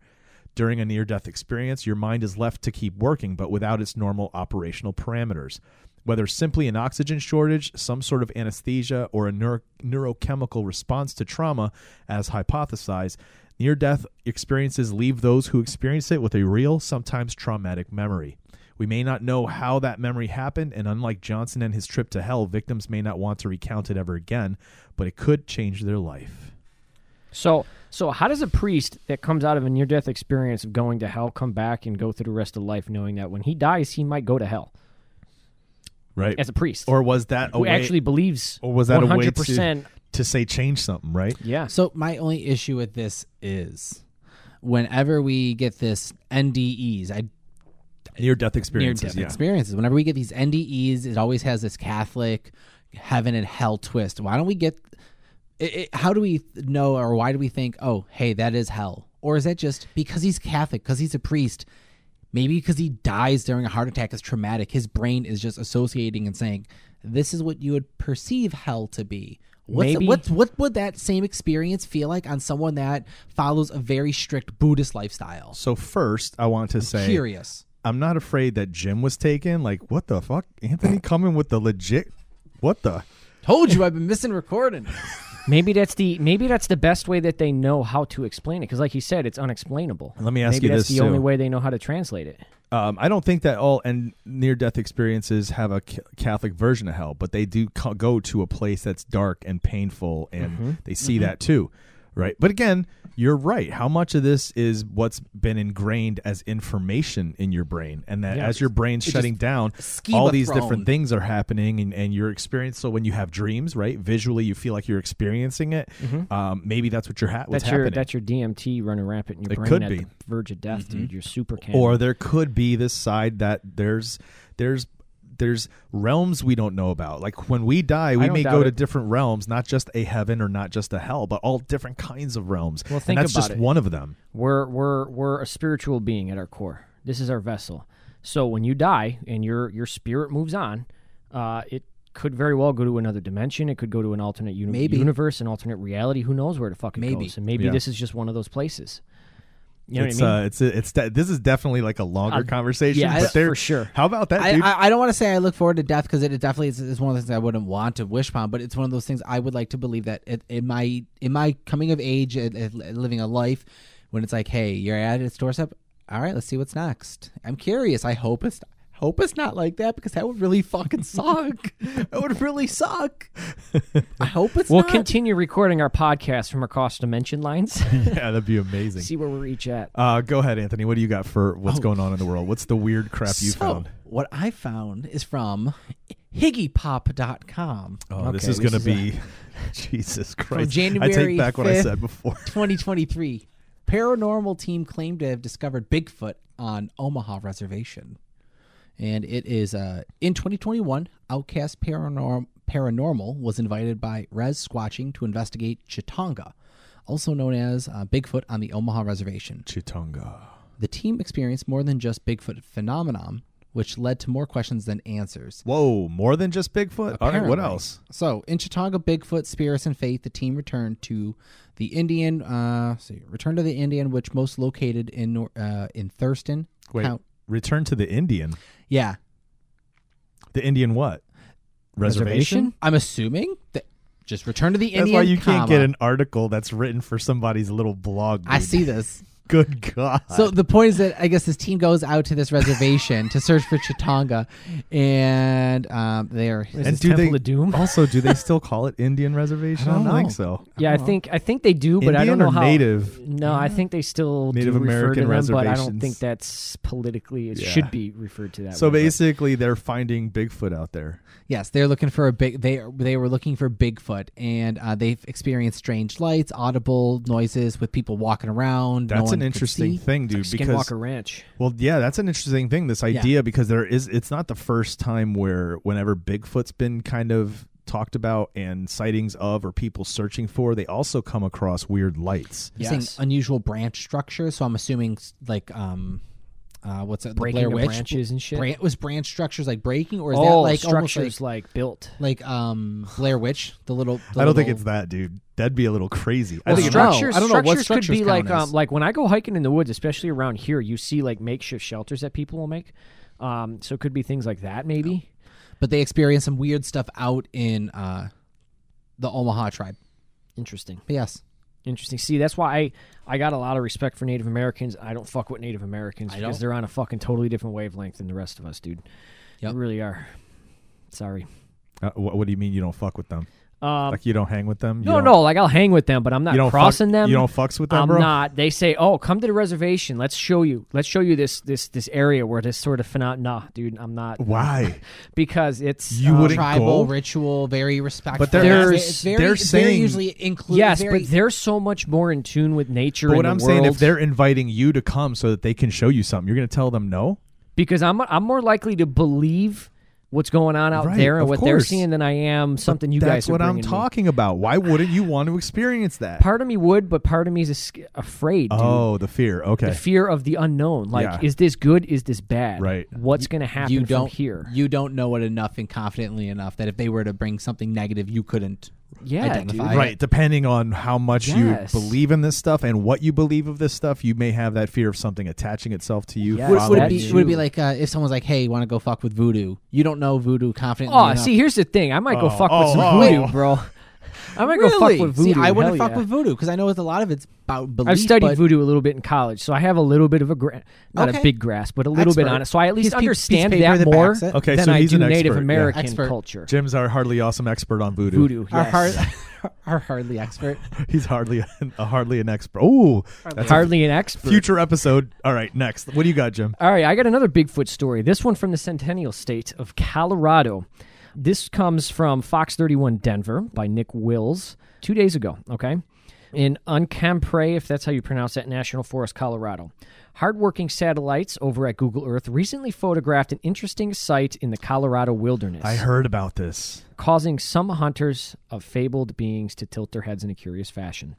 [SPEAKER 1] during a near death experience, your mind is left to keep working, but without its normal operational parameters. Whether simply an oxygen shortage, some sort of anesthesia, or a neuro- neurochemical response to trauma, as hypothesized, near death experiences leave those who experience it with a real, sometimes traumatic memory. We may not know how that memory happened, and unlike Johnson and his trip to hell, victims may not want to recount it ever again, but it could change their life.
[SPEAKER 3] So, so how does a priest that comes out of a near-death experience of going to hell come back and go through the rest of life knowing that when he dies, he might go to hell
[SPEAKER 1] Right.
[SPEAKER 3] as a priest
[SPEAKER 1] or was that a
[SPEAKER 3] who
[SPEAKER 1] way-
[SPEAKER 3] actually believes
[SPEAKER 1] Or was that a way to-
[SPEAKER 3] 100%?
[SPEAKER 1] to say change something, right?
[SPEAKER 3] Yeah.
[SPEAKER 2] So my only issue with this is whenever we get this NDEs, I
[SPEAKER 1] Near death
[SPEAKER 2] near
[SPEAKER 1] experiences.
[SPEAKER 2] death
[SPEAKER 1] yeah.
[SPEAKER 2] experiences. Whenever we get these NDEs, it always has this Catholic heaven and hell twist. Why don't we get? It, it, how do we know, or why do we think? Oh, hey, that is hell, or is that just because he's Catholic, because he's a priest? Maybe because he dies during a heart attack is traumatic. His brain is just associating and saying, "This is what you would perceive hell to be." What's,
[SPEAKER 3] Maybe-
[SPEAKER 2] what's, what would that same experience feel like on someone that follows a very strict Buddhist lifestyle?
[SPEAKER 1] So first, I want to say
[SPEAKER 2] Curious.
[SPEAKER 1] I'm not afraid that Jim was taken. Like, what the fuck, Anthony coming with the legit? What the?
[SPEAKER 2] Told you I've been missing recording.
[SPEAKER 3] Maybe that's the maybe that's the best way that they know how to explain it because, like you said, it's unexplainable.
[SPEAKER 1] Let me ask
[SPEAKER 3] maybe
[SPEAKER 1] you
[SPEAKER 3] that's
[SPEAKER 1] this,
[SPEAKER 3] the only
[SPEAKER 1] too.
[SPEAKER 3] way they know how to translate it.
[SPEAKER 1] Um, I don't think that all and near death experiences have a ca- Catholic version of hell, but they do co- go to a place that's dark and painful, and
[SPEAKER 3] Mm-hmm.
[SPEAKER 1] they see that too, right? But again, you're right. How much of this is what's been ingrained as information in your brain, and that
[SPEAKER 3] Yeah.
[SPEAKER 1] as your brain's shutting down,
[SPEAKER 2] schema
[SPEAKER 1] all these
[SPEAKER 2] thrown.
[SPEAKER 1] different things are happening, and, and your experience. So when you have dreams, right, visually you feel like you're experiencing it. Um, maybe that's what you're ha- what's
[SPEAKER 3] Mm-hmm. that's your
[SPEAKER 1] happening.
[SPEAKER 3] that's your DMT running rampant in your
[SPEAKER 1] It
[SPEAKER 3] brain
[SPEAKER 1] could
[SPEAKER 3] at
[SPEAKER 1] be. Mm-hmm.
[SPEAKER 3] the verge of death, dude. You're super canon.
[SPEAKER 1] or there could be this side that there's there's there's realms we don't know about. Like when we die, we
[SPEAKER 3] don't
[SPEAKER 1] may
[SPEAKER 3] doubt
[SPEAKER 1] go to
[SPEAKER 3] it.
[SPEAKER 1] different realms, not just a heaven or not just a hell, but all different kinds of realms.
[SPEAKER 3] Well, think
[SPEAKER 1] and that's
[SPEAKER 3] about
[SPEAKER 1] just
[SPEAKER 3] it.
[SPEAKER 1] one of them.
[SPEAKER 3] we're we're we're a spiritual being at our core. This is our vessel. So when you die and your your spirit moves on, uh, it could very well go to another dimension. It could go to an alternate uni-
[SPEAKER 2] Maybe.
[SPEAKER 3] universe, an alternate reality. Who knows where to fucking
[SPEAKER 2] Maybe.
[SPEAKER 3] goes? And maybe
[SPEAKER 1] Yeah.
[SPEAKER 3] this is just one of those places. You know
[SPEAKER 1] it's
[SPEAKER 3] what I mean?
[SPEAKER 1] uh, it's it's de- this is definitely like a longer
[SPEAKER 3] Uh,
[SPEAKER 1] conversation.
[SPEAKER 3] yeah,
[SPEAKER 1] but
[SPEAKER 3] it's-
[SPEAKER 1] there,
[SPEAKER 3] for sure.
[SPEAKER 1] How about that,
[SPEAKER 2] I,
[SPEAKER 1] dude?
[SPEAKER 2] I, I don't want to say I look forward to death because it, it definitely is, is one of the things I wouldn't want to wish upon, but it's one of those things I would like to believe that it, in my in my coming of age, and and living a life when it's like, hey, you're at its doorstep. All right, let's see what's next. I'm curious. I hope it's hope it's not like that because that would really
[SPEAKER 1] [LAUGHS]
[SPEAKER 2] fucking suck. that would really suck. I hope it's
[SPEAKER 3] We'll
[SPEAKER 2] not.
[SPEAKER 3] continue recording our podcast from across dimension lines.
[SPEAKER 1] [LAUGHS] yeah, that'd be amazing.
[SPEAKER 3] [LAUGHS] See Oh. where we're each at.
[SPEAKER 1] Uh, go ahead, Anthony. What do you got for what's going on in the world? What's the weird crap you
[SPEAKER 2] So,
[SPEAKER 1] found?
[SPEAKER 2] What I found is from higgypop.com.
[SPEAKER 1] Oh, this
[SPEAKER 3] okay,
[SPEAKER 1] is
[SPEAKER 3] this
[SPEAKER 1] gonna
[SPEAKER 3] is
[SPEAKER 1] be [LAUGHS] Jesus Christ. I
[SPEAKER 2] January
[SPEAKER 1] take back what I
[SPEAKER 2] 5th
[SPEAKER 1] said before.
[SPEAKER 2] 2023, paranormal team claimed to have discovered Bigfoot on Omaha reservation. And it is uh, in 2021, Outcast Paranorm- Paranormal was invited by Rez Squatching to investigate Chitonga, also known as uh, Bigfoot on the Omaha Reservation.
[SPEAKER 1] Chitunga.
[SPEAKER 2] The team experienced more than just Bigfoot phenomenon, which led to more questions than answers.
[SPEAKER 1] Whoa, more than just Bigfoot. All right, what
[SPEAKER 2] Apparently.
[SPEAKER 1] else?
[SPEAKER 2] So, in Chautauqua Bigfoot, Spirits, and Faith, the team returned to the Indian, uh, let's see, returned to the Indian, which most located in Nor- uh, in Thurston.
[SPEAKER 1] Wait,
[SPEAKER 2] Count-
[SPEAKER 1] return to the Indian.
[SPEAKER 2] yeah,
[SPEAKER 1] The Indian what? Reservation.
[SPEAKER 2] I'm assuming that just return to the
[SPEAKER 1] That's
[SPEAKER 2] Indian.
[SPEAKER 1] why you can't get
[SPEAKER 2] comma.
[SPEAKER 1] an article that's written for somebody's little blog.
[SPEAKER 2] I
[SPEAKER 1] dude.
[SPEAKER 2] see this.
[SPEAKER 1] [LAUGHS] Good God.
[SPEAKER 2] So the point is that I guess this team goes out to this reservation to search for Chitanga, and um, they are
[SPEAKER 3] Is this Temple of Doom?
[SPEAKER 1] also do they still call it Indian reservation? I don't,
[SPEAKER 2] don't
[SPEAKER 1] think
[SPEAKER 2] know.
[SPEAKER 1] so.
[SPEAKER 3] Yeah, I think I think they do, but I
[SPEAKER 1] Oh. Indian
[SPEAKER 3] don't know
[SPEAKER 1] or
[SPEAKER 3] how.
[SPEAKER 1] native?
[SPEAKER 3] No, I think they still
[SPEAKER 1] Native
[SPEAKER 3] do refer to
[SPEAKER 1] American
[SPEAKER 3] them, but I don't
[SPEAKER 1] reservations.
[SPEAKER 3] think that's politically. It
[SPEAKER 1] Yeah.
[SPEAKER 3] should be referred to that.
[SPEAKER 1] So
[SPEAKER 3] way, but-
[SPEAKER 1] basically, they're finding Bigfoot out there.
[SPEAKER 2] Yes, they're looking for a big. They they were looking for Bigfoot, and uh, they've experienced strange lights, audible noises with people walking around. no
[SPEAKER 1] That's
[SPEAKER 2] one
[SPEAKER 1] an
[SPEAKER 2] could
[SPEAKER 1] interesting
[SPEAKER 2] see.
[SPEAKER 1] thing, dude. because
[SPEAKER 3] Skinwalker Ranch.
[SPEAKER 1] well, yeah, that's an interesting thing. This idea because there is it's not the first time where whenever Bigfoot's been kind of talked about and sightings of or people searching for, they also come across weird lights.
[SPEAKER 2] They're saying
[SPEAKER 3] Yes.
[SPEAKER 2] unusual branch structure. So I'm assuming s- like um, uh, what's it?
[SPEAKER 3] Breaking
[SPEAKER 2] the Blair
[SPEAKER 3] of
[SPEAKER 2] Witch
[SPEAKER 3] branches and shit.
[SPEAKER 2] Bran- was branch structures like breaking, or is that
[SPEAKER 3] oh,
[SPEAKER 2] like almost
[SPEAKER 3] structures like, built.
[SPEAKER 2] like, like um Blair Witch? The little. the
[SPEAKER 1] I don't think
[SPEAKER 2] little-
[SPEAKER 1] it's that, dude. That'd be a little crazy. I
[SPEAKER 3] Well,
[SPEAKER 1] think it-
[SPEAKER 2] don't know.
[SPEAKER 3] structures,
[SPEAKER 2] I don't know what
[SPEAKER 3] structures could
[SPEAKER 2] structures
[SPEAKER 3] be like
[SPEAKER 2] count as.
[SPEAKER 3] um, like when I go hiking in the woods, especially around here, you see like makeshift shelters that people will make. Um, so it could be things like that, maybe.
[SPEAKER 2] But they experienced some weird stuff out in uh, the Omaha tribe.
[SPEAKER 3] Interesting,
[SPEAKER 2] But yes,
[SPEAKER 3] interesting. See, that's why I I got a lot of respect for Native Americans. I don't fuck with Native Americans because
[SPEAKER 2] don't.
[SPEAKER 3] they're on a fucking totally different wavelength than the rest of us, dude.
[SPEAKER 2] Yep.
[SPEAKER 3] They really are. Sorry.
[SPEAKER 1] Uh, what, what do you mean you don't fuck with them?
[SPEAKER 3] Um,
[SPEAKER 1] Like you don't hang with them? You
[SPEAKER 3] no,
[SPEAKER 1] don't-
[SPEAKER 3] no, like I'll hang with them, but I'm not
[SPEAKER 1] You don't
[SPEAKER 3] crossing
[SPEAKER 1] fuck,
[SPEAKER 3] them.
[SPEAKER 1] You don't fucks with them,
[SPEAKER 3] I'm
[SPEAKER 1] bro.
[SPEAKER 3] not. They say, "Oh, come to the reservation. Let's show you. Let's show you this this this area where this sort of phenom." Nah, dude, I'm not. [LAUGHS]
[SPEAKER 1] Why?
[SPEAKER 3] Because it's
[SPEAKER 1] You
[SPEAKER 3] um,
[SPEAKER 1] wouldn't
[SPEAKER 2] tribal
[SPEAKER 1] go?
[SPEAKER 2] ritual, very respectful.
[SPEAKER 1] But they're-
[SPEAKER 3] There's-
[SPEAKER 2] it's very,
[SPEAKER 1] they're
[SPEAKER 2] it's very
[SPEAKER 1] saying-
[SPEAKER 2] usually include.
[SPEAKER 3] Yes,
[SPEAKER 2] very,
[SPEAKER 3] but they're so much more in tune with nature.
[SPEAKER 1] But
[SPEAKER 3] and
[SPEAKER 1] what
[SPEAKER 3] the
[SPEAKER 1] I'm saying, if
[SPEAKER 3] world.
[SPEAKER 1] they're inviting you to come so that they can show you something, you're going to tell them no.
[SPEAKER 3] because I'm I'm more likely to believe what's going on out
[SPEAKER 1] Right,
[SPEAKER 3] there and
[SPEAKER 1] of
[SPEAKER 3] what they're
[SPEAKER 1] course.
[SPEAKER 3] seeing than I am something
[SPEAKER 1] But
[SPEAKER 3] you
[SPEAKER 1] That's
[SPEAKER 3] guys. are
[SPEAKER 1] what I'm
[SPEAKER 3] bringing me.
[SPEAKER 1] talking about. Why wouldn't you want to experience that?
[SPEAKER 3] Part of me would, but part of me is as- afraid. Dude.
[SPEAKER 1] oh, the fear. Okay.
[SPEAKER 3] The fear of the unknown. Like,
[SPEAKER 1] Yeah.
[SPEAKER 3] is this good? Is this bad?
[SPEAKER 1] Right.
[SPEAKER 3] What's going to happen
[SPEAKER 2] you
[SPEAKER 3] from
[SPEAKER 2] don't
[SPEAKER 3] here?
[SPEAKER 2] You don't know it enough and confidently enough that if they were to bring something negative, you couldn't.
[SPEAKER 3] yeah, dude.
[SPEAKER 2] identify. I-
[SPEAKER 1] right. Depending on how much
[SPEAKER 3] Yes.
[SPEAKER 1] you believe in this stuff and what you believe of this stuff, you may have that fear of something attaching itself to you.
[SPEAKER 3] Yes.
[SPEAKER 2] Would,
[SPEAKER 3] Wow,
[SPEAKER 2] would it
[SPEAKER 3] that
[SPEAKER 2] be
[SPEAKER 3] is
[SPEAKER 2] would it be
[SPEAKER 3] true.
[SPEAKER 2] like uh, if someone's like, "Hey, want to go fuck with voodoo?" You don't know voodoo confidently.
[SPEAKER 3] Oh,
[SPEAKER 2] enough.
[SPEAKER 3] see, here's the thing. I might go
[SPEAKER 1] Oh,
[SPEAKER 3] fuck with
[SPEAKER 1] oh,
[SPEAKER 3] some
[SPEAKER 1] oh.
[SPEAKER 3] voodoo, bro. I might go fuck with voodoo.
[SPEAKER 2] See, I wouldn't
[SPEAKER 3] Hell
[SPEAKER 2] fuck
[SPEAKER 3] yeah.
[SPEAKER 2] with voodoo because I know it's a lot of it's about belief.
[SPEAKER 3] I've studied
[SPEAKER 2] but
[SPEAKER 3] voodoo a little bit in college, so I have a little bit of a gra- not a
[SPEAKER 2] Okay.
[SPEAKER 3] big grasp, but a little bit
[SPEAKER 2] Expert.
[SPEAKER 3] on it. So I at least
[SPEAKER 2] Piece of pe- piece of
[SPEAKER 3] understand
[SPEAKER 2] paper
[SPEAKER 3] that
[SPEAKER 2] that
[SPEAKER 3] more
[SPEAKER 2] backs it.
[SPEAKER 1] Okay,
[SPEAKER 3] than
[SPEAKER 1] so
[SPEAKER 3] I
[SPEAKER 1] he's
[SPEAKER 3] do
[SPEAKER 1] an
[SPEAKER 3] Native
[SPEAKER 1] expert, yeah.
[SPEAKER 3] American
[SPEAKER 2] Expert.
[SPEAKER 3] culture.
[SPEAKER 1] Jim's our hardly awesome expert on voodoo.
[SPEAKER 3] Voodoo.
[SPEAKER 2] Are
[SPEAKER 3] yes.
[SPEAKER 2] hard, [LAUGHS] are hardly [LAUGHS] expert.
[SPEAKER 1] [LAUGHS] He's hardly a hardly an expert. Oh, that's a
[SPEAKER 3] Hardly an expert.
[SPEAKER 1] future episode. All right, next. What do you got, Jim?
[SPEAKER 3] All right, I got another Bigfoot story. This one from the Centennial State of Colorado. This comes from Fox 31 Denver by Nick Wills two days ago, okay? In Uncampre, if that's how you pronounce that, National Forest, Colorado. Hardworking satellites over at Google Earth recently photographed an interesting sight in the Colorado wilderness,
[SPEAKER 1] I heard about this.
[SPEAKER 3] causing some hunters of fabled beings to tilt their heads in a curious fashion.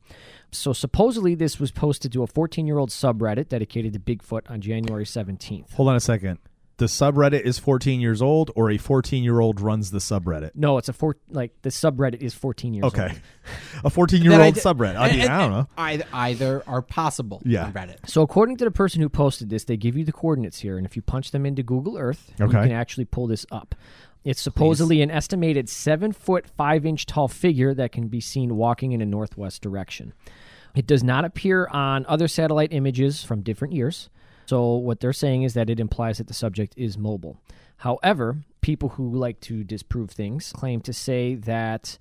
[SPEAKER 3] So, supposedly, this was posted to a 14 year old subreddit dedicated to Bigfoot on January 17th.
[SPEAKER 1] Hold on a second. The subreddit is 14 years old, or a 14 year old runs the subreddit.
[SPEAKER 3] No, it's a four. Like the subreddit is fourteen years old.
[SPEAKER 1] Okay, [LAUGHS] a 14 year
[SPEAKER 2] That I
[SPEAKER 1] old
[SPEAKER 2] d-
[SPEAKER 1] subreddit. I, mean, I don't know.
[SPEAKER 2] [LAUGHS] Either, either are possible.
[SPEAKER 1] Yeah.
[SPEAKER 2] on Reddit.
[SPEAKER 3] So according to the person who posted this, they give you the coordinates here, and if you punch them into Google Earth, you
[SPEAKER 1] Okay.
[SPEAKER 3] can actually pull this up. It's supposedly an estimated seven foot five inch tall figure that can be seen walking in a northwest direction. It does not appear on other satellite images from different years. So what they're saying is that it implies that the subject is mobile. However, people who like to disprove things claim to say that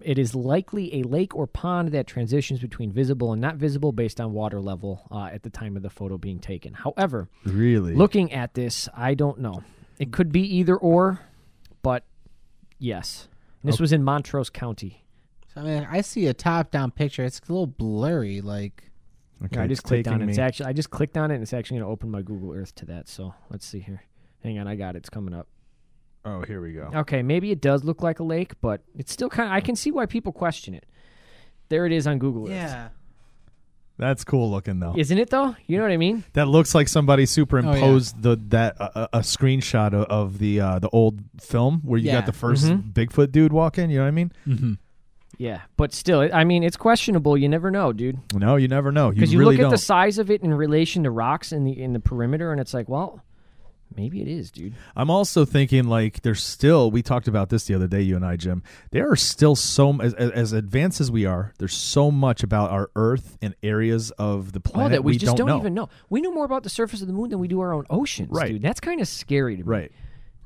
[SPEAKER 3] It is likely a lake or pond that transitions between visible and not visible based on water level uh, at the time of the photo being taken. However,
[SPEAKER 1] Hmm. Really?
[SPEAKER 3] looking at this, I don't know. It could be either or, but yes. And
[SPEAKER 1] Oh.
[SPEAKER 3] this was in Montrose County.
[SPEAKER 2] So, I mean, I see a top-down picture. It's a little blurry. Like,
[SPEAKER 1] Okay,
[SPEAKER 3] I
[SPEAKER 1] it's
[SPEAKER 3] just clicked on
[SPEAKER 1] taking
[SPEAKER 3] it. It's
[SPEAKER 1] me-
[SPEAKER 3] actually I just clicked on it and it's actually going to open my Google Earth to that. So, let's see here. Hang on, I got it. It's coming up.
[SPEAKER 1] Oh, here we go.
[SPEAKER 3] Okay, maybe it does look like a lake, but it's still kind of I can see why people question it. There it is on Google Earth.
[SPEAKER 1] That's cool looking though.
[SPEAKER 3] Isn't it though? You know what I mean?
[SPEAKER 1] That looks like somebody superimposed
[SPEAKER 3] Oh,
[SPEAKER 1] the that uh, uh, a screenshot of, of the uh, the old film where you
[SPEAKER 2] Yeah.
[SPEAKER 1] got the 1st Bigfoot dude walk in. You know what I mean?
[SPEAKER 3] Yeah, but still, I I mean, it's questionable. You never know, dude.
[SPEAKER 1] No, you never know. You
[SPEAKER 3] Because
[SPEAKER 1] really
[SPEAKER 3] you, look at
[SPEAKER 1] don't.
[SPEAKER 3] the size of it in relation to rocks in the in the perimeter, and it's like, well, maybe it is, dude.
[SPEAKER 1] I'm also thinking like there's still we talked about this the other day you and I Jim. There are still so as, as- as advanced as we are, there's so much about our earth and areas of the
[SPEAKER 3] Oh,
[SPEAKER 1] planet
[SPEAKER 3] that we, just
[SPEAKER 1] don't,
[SPEAKER 3] don't, even know. We know more about the surface of the moon than we do our own oceans,
[SPEAKER 1] Right.
[SPEAKER 3] dude. That's kind of scary to me.
[SPEAKER 1] Right.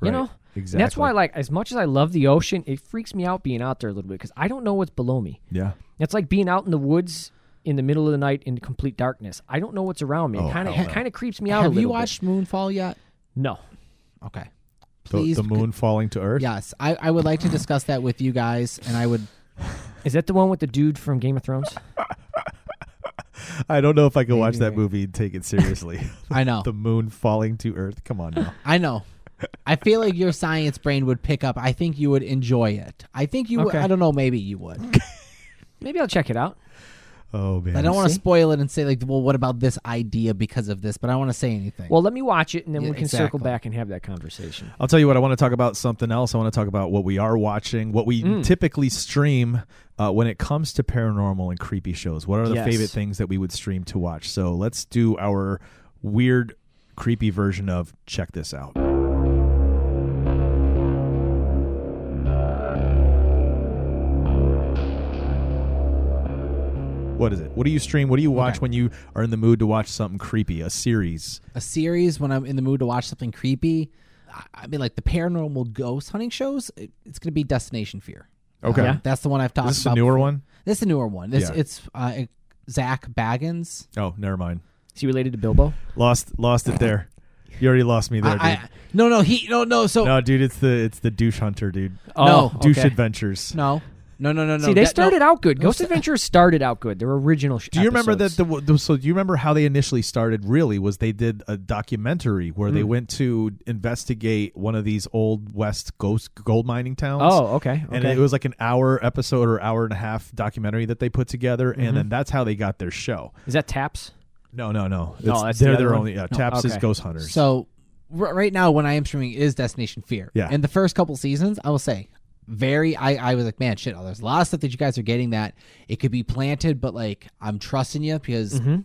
[SPEAKER 3] You
[SPEAKER 1] Right.
[SPEAKER 3] know, And that's
[SPEAKER 1] Exactly.
[SPEAKER 3] why, like, as much as I love the ocean, it freaks me out being out there a little bit because I don't know what's below me.
[SPEAKER 1] Yeah.
[SPEAKER 3] It's like being out in the woods in the middle of the night in complete darkness. I don't know what's around me. It kind of
[SPEAKER 1] Oh, hell no.
[SPEAKER 3] kind of creeps me out. a
[SPEAKER 2] Have
[SPEAKER 3] little
[SPEAKER 2] you
[SPEAKER 3] bit.
[SPEAKER 2] watched Moonfall yet?
[SPEAKER 3] No.
[SPEAKER 2] Okay.
[SPEAKER 1] The,
[SPEAKER 2] Please.
[SPEAKER 1] the moon falling to earth.
[SPEAKER 2] Yes, I, I would like to discuss that with you guys, and I would.
[SPEAKER 3] Is that the one with the dude from Game of Thrones?
[SPEAKER 1] I don't know if I could watch that movie and take it [LAUGHS] seriously.
[SPEAKER 2] I know.
[SPEAKER 1] [LAUGHS] the moon falling to earth. Come on now.
[SPEAKER 2] I know. I feel like your science brain would pick up. I think you would enjoy it. I think you. would
[SPEAKER 3] Okay.
[SPEAKER 2] I don't know. Maybe
[SPEAKER 1] [LAUGHS]
[SPEAKER 2] you would.
[SPEAKER 3] Maybe I'll check it out.
[SPEAKER 1] [LAUGHS] Oh man.
[SPEAKER 2] I don't want to spoil it and say like, well, what about this idea because of this? But I don't want to say anything.
[SPEAKER 3] Well, let me watch it and then
[SPEAKER 2] Yeah,
[SPEAKER 3] we can circle
[SPEAKER 2] exactly.
[SPEAKER 3] back and have that conversation.
[SPEAKER 1] I'll tell you what, I want to talk about something else. I want to talk about what we are watching, what we
[SPEAKER 3] Hmm.
[SPEAKER 1] typically stream uh, when it comes to paranormal and creepy shows. What are the
[SPEAKER 3] Yes.
[SPEAKER 1] favorite things that we would stream to watch? So let's do our weird, creepy version of check this out. What is it? What do you stream? What do you watch when you are in the mood to watch something creepy? A series.
[SPEAKER 2] a series when I'm in the mood to watch something creepy. I- I mean, like the paranormal ghost hunting shows. it- it's going to be Destination Fear.
[SPEAKER 1] Okay.
[SPEAKER 3] Yeah.
[SPEAKER 2] That's the one I've talked
[SPEAKER 1] Is this
[SPEAKER 2] about.
[SPEAKER 1] a newer
[SPEAKER 2] before.
[SPEAKER 1] one?
[SPEAKER 2] This is a newer one. This
[SPEAKER 1] Yeah.
[SPEAKER 2] it's uh, Zach Baggins.
[SPEAKER 1] Oh, never mind.
[SPEAKER 3] Is he related to Bilbo?
[SPEAKER 1] Lost lost it there. You already lost me there, dude.
[SPEAKER 2] I, I, no, no, he no, no. So no,
[SPEAKER 1] no, dude, it's the it's the douche hunter, dude.
[SPEAKER 2] No.
[SPEAKER 3] oh. okay.
[SPEAKER 1] douche adventures.
[SPEAKER 2] no, no, no, no.
[SPEAKER 3] See, they
[SPEAKER 2] that- no.
[SPEAKER 3] started out good. Ghost
[SPEAKER 2] Those-
[SPEAKER 3] Adventures started out good. Their original.
[SPEAKER 1] Do you remember that the, w- the so do you remember how they initially started really was they did a documentary where
[SPEAKER 3] Mm.
[SPEAKER 1] they went to investigate one of these old west ghost gold mining towns.
[SPEAKER 3] Oh, okay.
[SPEAKER 1] And
[SPEAKER 3] okay.
[SPEAKER 1] it was like an hour episode or hour and a half documentary that they put together,
[SPEAKER 3] Mm-hmm.
[SPEAKER 1] and then that's how they got their show.
[SPEAKER 3] Is that Taps?
[SPEAKER 1] No, no, no. It's,
[SPEAKER 3] that's the
[SPEAKER 1] they're
[SPEAKER 3] other
[SPEAKER 1] their
[SPEAKER 3] one?
[SPEAKER 1] only yeah, Taps is
[SPEAKER 3] okay.
[SPEAKER 1] Ghost Hunters.
[SPEAKER 2] So r- right now, when I am streaming, is Destination Fear.
[SPEAKER 1] Yeah.
[SPEAKER 2] In the first couple seasons, I will say, very. I I was like, man, shit. Oh, there's a lot of stuff that you guys are getting that it could be planted, but like I'm trusting you because
[SPEAKER 3] Mm-hmm.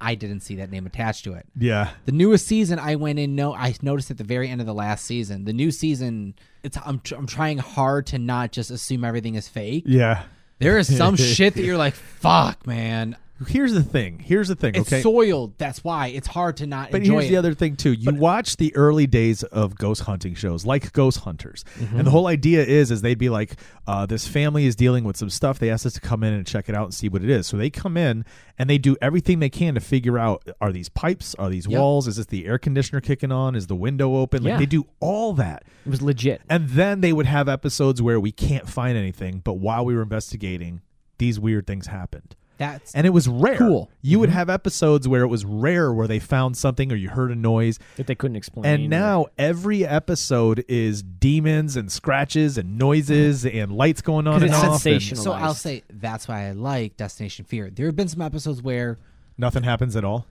[SPEAKER 2] I didn't see that name attached to it.
[SPEAKER 1] yeah,
[SPEAKER 2] The newest season, I went in. No, I noticed at the very end of the last season. The new season, it's I'm tr- I'm trying hard to not just assume everything is fake.
[SPEAKER 1] yeah.
[SPEAKER 2] There is
[SPEAKER 3] [LAUGHS]
[SPEAKER 2] some shit that you're like, fuck, man.
[SPEAKER 1] Here's the thing. Here's the thing.
[SPEAKER 2] It's
[SPEAKER 1] okay,
[SPEAKER 2] soiled. That's why it's hard to not
[SPEAKER 1] But
[SPEAKER 2] enjoy
[SPEAKER 1] here's the
[SPEAKER 2] it.
[SPEAKER 1] other thing too. You watch the early days of ghost hunting shows, like Ghost Hunters,
[SPEAKER 2] Mm-hmm.
[SPEAKER 1] and the whole idea is, is they'd be like, uh, this family is dealing with some stuff. They asked us to come in and check it out and see what it is. So they come in and they do everything they can to figure out: are these pipes? Are these
[SPEAKER 2] Yep.
[SPEAKER 1] walls? Is this the air conditioner kicking on? Is the window open? Like
[SPEAKER 3] Yeah.
[SPEAKER 1] they do all that.
[SPEAKER 3] It was legit.
[SPEAKER 1] And then they would have episodes where we can't find anything, but while we were investigating, these weird things happened
[SPEAKER 2] That's
[SPEAKER 1] and it was rare.
[SPEAKER 2] Cool.
[SPEAKER 1] You would have episodes where it was rare where they found something or you heard a noise.
[SPEAKER 3] That they couldn't explain.
[SPEAKER 1] And
[SPEAKER 3] or-
[SPEAKER 1] now every episode is demons and scratches and noises and lights going on
[SPEAKER 3] 'Cause
[SPEAKER 1] and
[SPEAKER 3] it's
[SPEAKER 1] off. and
[SPEAKER 3] sensational.
[SPEAKER 2] so. I'll
[SPEAKER 3] Fictionalized.
[SPEAKER 2] say that's why I like Destination Fear. There have been some episodes where
[SPEAKER 1] Nothing happens at all.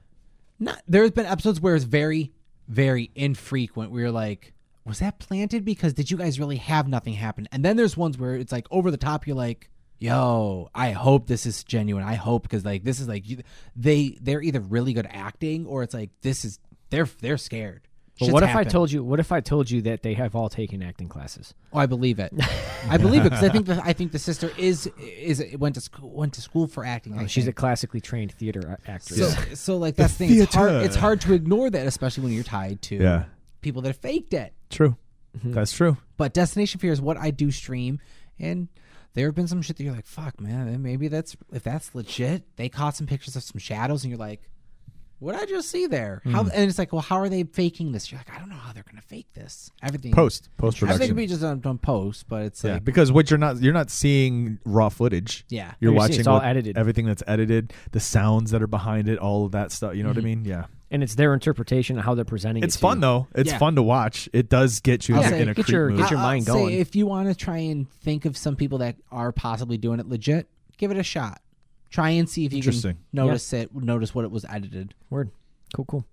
[SPEAKER 2] not. There has been episodes where it's very, very infrequent. Where you're like, was that planted? Because did you guys really have nothing happen? And then there's ones where it's like over the top. You're like. Yo, I hope this is genuine. I hope because like this is like you, they they're either really good acting or it's like this is they're they're scared.
[SPEAKER 3] But
[SPEAKER 2] Shit's
[SPEAKER 3] what if I
[SPEAKER 2] happened.
[SPEAKER 3] told you? What if I told you that they have all taken acting classes?
[SPEAKER 2] Oh, I believe
[SPEAKER 1] [LAUGHS]
[SPEAKER 2] it. I believe it because I think the, I think the sister is is went to school, went to school for acting.
[SPEAKER 1] Oh,
[SPEAKER 2] I
[SPEAKER 3] She's a
[SPEAKER 2] think.
[SPEAKER 3] classically trained theater a- actress.
[SPEAKER 2] so so like that's the thing. It's hard,
[SPEAKER 1] theater.
[SPEAKER 2] it's hard to ignore that, especially when you're tied to
[SPEAKER 1] Yeah.
[SPEAKER 2] people that faked it.
[SPEAKER 1] True. That's true.
[SPEAKER 2] But Destination Fear is what I do stream, and there have been some shit that you're like, fuck, man, and maybe that's if that's legit. They caught some pictures of some shadows, and you're like, what I just see there?
[SPEAKER 1] Hmm.
[SPEAKER 2] How, and it's like, well, how are they faking this? You're like, I don't know how they're gonna fake this. Everything
[SPEAKER 1] Post post
[SPEAKER 2] I think
[SPEAKER 1] production.
[SPEAKER 2] we just don't, don't post, but it's
[SPEAKER 1] yeah,
[SPEAKER 2] like,
[SPEAKER 1] because what you're not you're not seeing raw footage.
[SPEAKER 2] Yeah.
[SPEAKER 1] you're
[SPEAKER 3] You're seeing-
[SPEAKER 1] watching
[SPEAKER 3] it's all
[SPEAKER 1] what-
[SPEAKER 3] edited.
[SPEAKER 1] everything that's edited, the sounds that are behind it, all of that stuff. You know what I mean? Yeah,
[SPEAKER 3] and it's their interpretation of how they're presenting.
[SPEAKER 1] it's
[SPEAKER 3] it to
[SPEAKER 1] fun
[SPEAKER 3] you.
[SPEAKER 1] though. It's
[SPEAKER 2] Yeah.
[SPEAKER 1] fun to watch. It does get you
[SPEAKER 2] I'll
[SPEAKER 1] in,
[SPEAKER 2] say,
[SPEAKER 1] a- in a
[SPEAKER 3] get
[SPEAKER 1] creep
[SPEAKER 3] your-
[SPEAKER 1] mood.
[SPEAKER 3] get your mind
[SPEAKER 2] say
[SPEAKER 3] going.
[SPEAKER 2] if you want to try and think of some people that are possibly doing it legit, give it a shot. Try and see if you can
[SPEAKER 1] Interesting.
[SPEAKER 2] notice it. Notice what it was edited.
[SPEAKER 3] Word. Cool, cool.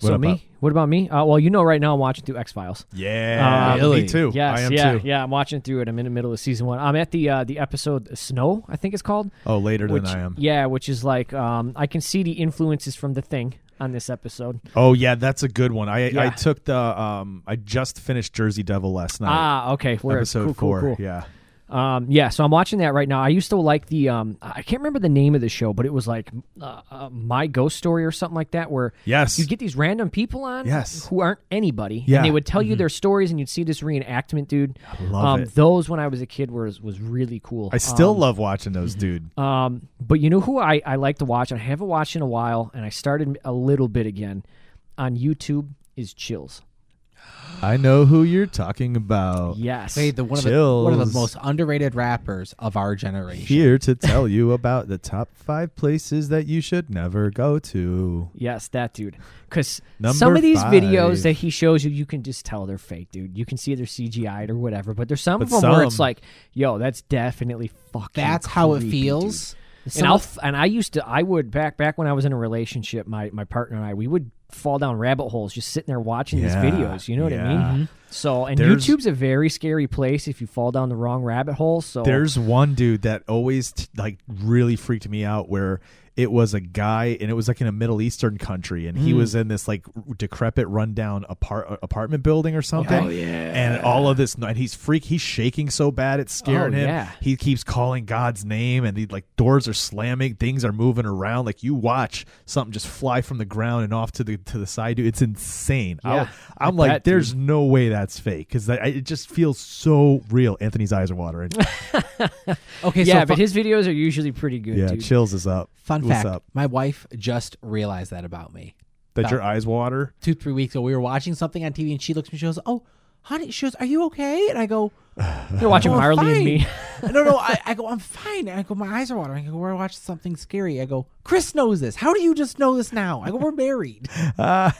[SPEAKER 1] What
[SPEAKER 3] So
[SPEAKER 1] up,
[SPEAKER 3] me?
[SPEAKER 1] Pop?
[SPEAKER 3] What about me? Uh, well, you know, right now I'm watching through X Files.
[SPEAKER 1] Yeah,
[SPEAKER 3] Um,
[SPEAKER 1] me
[SPEAKER 2] Really?
[SPEAKER 1] too.
[SPEAKER 3] Yes,
[SPEAKER 1] I am
[SPEAKER 3] yeah,
[SPEAKER 1] too.
[SPEAKER 3] yeah. I'm watching through it. I'm in the middle of season one. I'm at the uh, the episode Snow, I think it's called.
[SPEAKER 1] Oh, later
[SPEAKER 3] Which,
[SPEAKER 1] than I am.
[SPEAKER 3] Yeah, which is like um, I can see the influences from the Thing on this episode.
[SPEAKER 1] Oh yeah, that's a good one. I I
[SPEAKER 3] Yeah.
[SPEAKER 1] took the um I just finished Jersey Devil last night.
[SPEAKER 3] Ah, okay. Word.
[SPEAKER 1] episode
[SPEAKER 3] cool,
[SPEAKER 1] four.
[SPEAKER 3] Cool, cool.
[SPEAKER 1] Yeah.
[SPEAKER 3] Um, yeah, so I'm watching that right now. I used to like the um, I can't remember the name of the show, but it was like uh, uh, My Ghost Story or something like that, where
[SPEAKER 1] Yes.
[SPEAKER 3] you'd get these random people on
[SPEAKER 1] Yes.
[SPEAKER 3] who aren't anybody,
[SPEAKER 1] Yeah. Mm-hmm.
[SPEAKER 3] and they would tell you their stories, and you'd see this reenactment, dude.
[SPEAKER 1] love
[SPEAKER 3] um,
[SPEAKER 1] it.
[SPEAKER 3] Those when I was a kid was was really cool.
[SPEAKER 1] I still
[SPEAKER 3] Um,
[SPEAKER 1] love watching those, dude.
[SPEAKER 3] um, but you know who I, I like to watch, and I haven't watched in a while, and I started a little bit again on YouTube is Chills.
[SPEAKER 1] I know who you're talking about.
[SPEAKER 3] Yes.
[SPEAKER 2] Say the one of the, one of the
[SPEAKER 1] Chills.
[SPEAKER 2] most underrated rappers of our generation.
[SPEAKER 1] Here to tell you about the top five places that you should never go to.
[SPEAKER 3] Yes, that dude. Because
[SPEAKER 1] Number
[SPEAKER 3] some of these
[SPEAKER 1] five.
[SPEAKER 3] videos that he shows you, you can just tell they're fake, dude. You can see they're CGI'd or whatever. But there's some
[SPEAKER 1] But
[SPEAKER 3] of them where it's
[SPEAKER 1] some-
[SPEAKER 3] like, yo, that's definitely fucking.
[SPEAKER 2] That's how it
[SPEAKER 3] creepy, dude.
[SPEAKER 2] feels.
[SPEAKER 3] and
[SPEAKER 2] Some
[SPEAKER 3] I'll
[SPEAKER 2] of-
[SPEAKER 3] f- and I used to I would back back when I was in a relationship my my partner and I we would fall down rabbit holes just sitting there watching
[SPEAKER 1] Yeah,
[SPEAKER 3] these videos you know what I mean Mm-hmm.
[SPEAKER 1] yeah. Mhm.
[SPEAKER 3] so and
[SPEAKER 1] There's-
[SPEAKER 3] YouTube's a very scary place if you fall down the wrong rabbit hole so
[SPEAKER 1] There's one dude that always t- like really freaked me out where it was a guy and it was like in a Middle Eastern country and he
[SPEAKER 3] Mm.
[SPEAKER 1] was in this like decrepit rundown apart- apartment building or something. Oh yeah. And all of this and he's freak he's shaking so bad it's scaring
[SPEAKER 3] Oh,
[SPEAKER 1] him.
[SPEAKER 3] yeah.
[SPEAKER 1] He keeps calling God's name and the like doors are slamming, things are moving around like you watch something just fly from the ground and off to the to the side dude. It's insane.
[SPEAKER 3] Yeah,
[SPEAKER 1] I, am
[SPEAKER 3] I
[SPEAKER 1] like
[SPEAKER 3] bet,
[SPEAKER 1] there's no way that's fake cuz it just feels so real. Anthony's eyes are watering.
[SPEAKER 2] okay,
[SPEAKER 3] yeah
[SPEAKER 2] so
[SPEAKER 3] but
[SPEAKER 2] fu-
[SPEAKER 3] his videos are usually pretty good
[SPEAKER 1] Yeah,
[SPEAKER 3] dude
[SPEAKER 1] chills is up.
[SPEAKER 2] fun
[SPEAKER 1] What's
[SPEAKER 2] fact:
[SPEAKER 1] up?
[SPEAKER 2] my wife just realized that about me.
[SPEAKER 1] That your eyes water?
[SPEAKER 2] two, three weeks ago, we were watching something on TV, and she looks at me, she goes, "Oh, honey," she goes, "Are you okay?" And I go,
[SPEAKER 3] they're watching
[SPEAKER 2] "Oh, I'm
[SPEAKER 3] Marley and
[SPEAKER 2] fine."
[SPEAKER 3] me
[SPEAKER 2] no, no, I, I go, "I'm fine." And I go, "My eyes are watering." I go, "We're watching something scary." I go, "Chris knows this. How do you just know this now?" I go, "We're [LAUGHS] married." but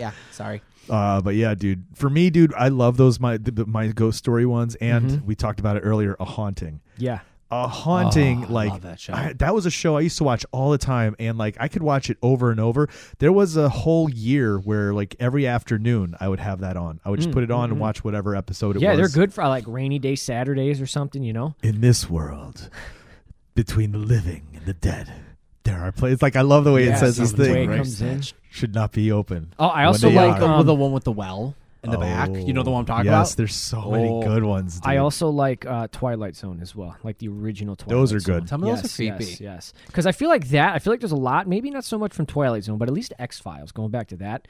[SPEAKER 2] yeah, sorry.
[SPEAKER 1] Uh, but yeah, dude. For me, dude, I love those my the, the- my ghost story ones, and
[SPEAKER 3] Mm-hmm.
[SPEAKER 1] we talked about it earlier. A haunting,
[SPEAKER 3] [LAUGHS] yeah
[SPEAKER 1] a haunting.
[SPEAKER 3] Oh,
[SPEAKER 1] like
[SPEAKER 2] love that show.
[SPEAKER 1] I- that was a show I used to watch all the time, and like I could watch it over and over. There was a whole year where like every afternoon I would have that on. I would just put it on and watch whatever episode it
[SPEAKER 3] Mm, mm-hmm. yeah
[SPEAKER 1] was.
[SPEAKER 3] they're good for uh, like rainy day Saturdays or something you know
[SPEAKER 1] in this world between the living and the dead. There are places like I love the way
[SPEAKER 3] Yeah,
[SPEAKER 1] it says this
[SPEAKER 3] something the way
[SPEAKER 1] thing
[SPEAKER 3] it
[SPEAKER 1] right?
[SPEAKER 3] comes in.
[SPEAKER 1] should not be open.
[SPEAKER 3] Oh, I
[SPEAKER 1] when
[SPEAKER 3] also
[SPEAKER 1] they uh,
[SPEAKER 3] like,
[SPEAKER 1] are.
[SPEAKER 2] The,
[SPEAKER 3] Um,
[SPEAKER 2] the one with the well in the back. You know the one I'm talking
[SPEAKER 1] yes,
[SPEAKER 2] about.
[SPEAKER 1] Yes, there's so many
[SPEAKER 2] Oh.
[SPEAKER 1] good ones.
[SPEAKER 3] I
[SPEAKER 1] dude.
[SPEAKER 3] also like uh, Twilight Zone as well, like the original Twilight.
[SPEAKER 1] Those are
[SPEAKER 3] Zone.
[SPEAKER 1] good.
[SPEAKER 2] Some of those are creepy.
[SPEAKER 3] Yes, yes. Because I feel like that. I feel like there's a lot. Maybe not so much from Twilight Zone, but at least X Files. Going back to that,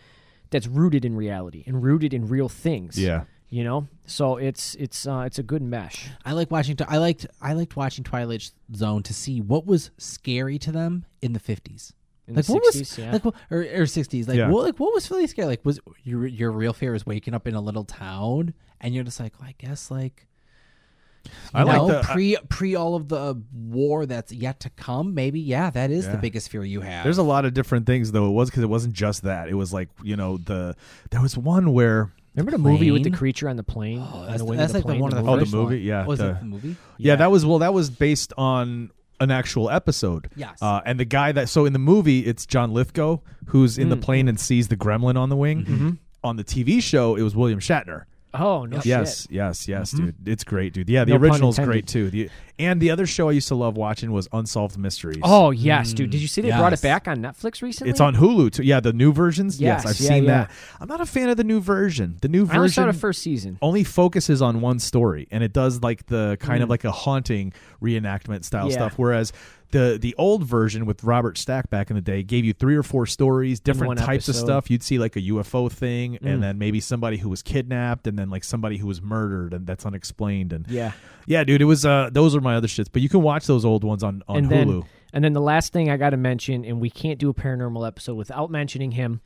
[SPEAKER 3] that's rooted in reality and rooted in real things.
[SPEAKER 1] Yeah.
[SPEAKER 3] You know, so it's it's uh, it's a good mesh.
[SPEAKER 2] I like watching. I liked. I liked watching Twilight Zone to see what was scary to them in the fifties.
[SPEAKER 3] In
[SPEAKER 2] like
[SPEAKER 3] the
[SPEAKER 2] what
[SPEAKER 3] 60s,
[SPEAKER 2] was
[SPEAKER 3] yeah.
[SPEAKER 2] like what- or or sixties like
[SPEAKER 1] Yeah.
[SPEAKER 2] what like what was really scary like was your your real fear is waking up in a little town and you're just like well, I guess like
[SPEAKER 1] I
[SPEAKER 2] you
[SPEAKER 1] like
[SPEAKER 2] know,
[SPEAKER 1] the- uh, I-
[SPEAKER 2] pre pre all of the war that's yet to come maybe yeah that is
[SPEAKER 1] Yeah.
[SPEAKER 2] the biggest fear you have
[SPEAKER 1] There's a lot of different things though. It was because it wasn't just that. It was like you know the there was one where
[SPEAKER 3] Remember the movie with the
[SPEAKER 2] plane? Oh,
[SPEAKER 3] creature on the plane? on
[SPEAKER 2] that's,
[SPEAKER 3] the way to
[SPEAKER 2] that's
[SPEAKER 3] the
[SPEAKER 2] like the
[SPEAKER 3] plane,
[SPEAKER 2] one of the
[SPEAKER 1] Oh, the
[SPEAKER 2] first
[SPEAKER 1] movie,
[SPEAKER 2] one.
[SPEAKER 1] yeah,
[SPEAKER 2] was
[SPEAKER 1] the-
[SPEAKER 2] it the movie
[SPEAKER 1] yeah.
[SPEAKER 3] Yeah.
[SPEAKER 1] that was well that was based on an actual episode.
[SPEAKER 2] Yes.
[SPEAKER 1] Uh, and the guy that so in the movie it's John Lithgow who's in
[SPEAKER 2] Mm.
[SPEAKER 1] the plane and sees the gremlin on the wing. On the TV show it was William Shatner.
[SPEAKER 3] Oh no!
[SPEAKER 1] Yes,
[SPEAKER 3] shit.
[SPEAKER 1] yes, yes, dude. It's great, dude. Yeah, the
[SPEAKER 3] No pun
[SPEAKER 1] original's
[SPEAKER 3] intended.
[SPEAKER 1] great too. The, and the other show I used to love watching was Unsolved Mysteries.
[SPEAKER 3] Oh yes, dude. Did you see they brought
[SPEAKER 2] Mm. yes.
[SPEAKER 3] it back on Netflix recently?
[SPEAKER 1] It's on Hulu too. Yeah, the new versions. Yes,
[SPEAKER 3] Yes,
[SPEAKER 1] I've
[SPEAKER 3] yeah,
[SPEAKER 1] seen
[SPEAKER 3] yeah.
[SPEAKER 1] that. I'm not a fan of the new version. The new
[SPEAKER 3] I only saw
[SPEAKER 1] version
[SPEAKER 3] the first season.
[SPEAKER 1] only focuses on one story, and it does like the kind of like a haunting reenactment style
[SPEAKER 3] Mm. Yeah.
[SPEAKER 1] stuff. Whereas the the old version with Robert Stack back in the day gave you three or four stories,
[SPEAKER 3] one
[SPEAKER 1] different types
[SPEAKER 3] episode. Mm.
[SPEAKER 1] of stuff. You'd see like a UFO thing, and then maybe somebody who was kidnapped, and then like somebody who was murdered, and that's unexplained. And
[SPEAKER 3] Yeah.
[SPEAKER 1] yeah, dude, it was. Uh, those are my other shits, but you can watch those old ones on on
[SPEAKER 3] and
[SPEAKER 1] Hulu.
[SPEAKER 3] then and then the last thing I got to mention, and we can't do a paranormal episode without mentioning him.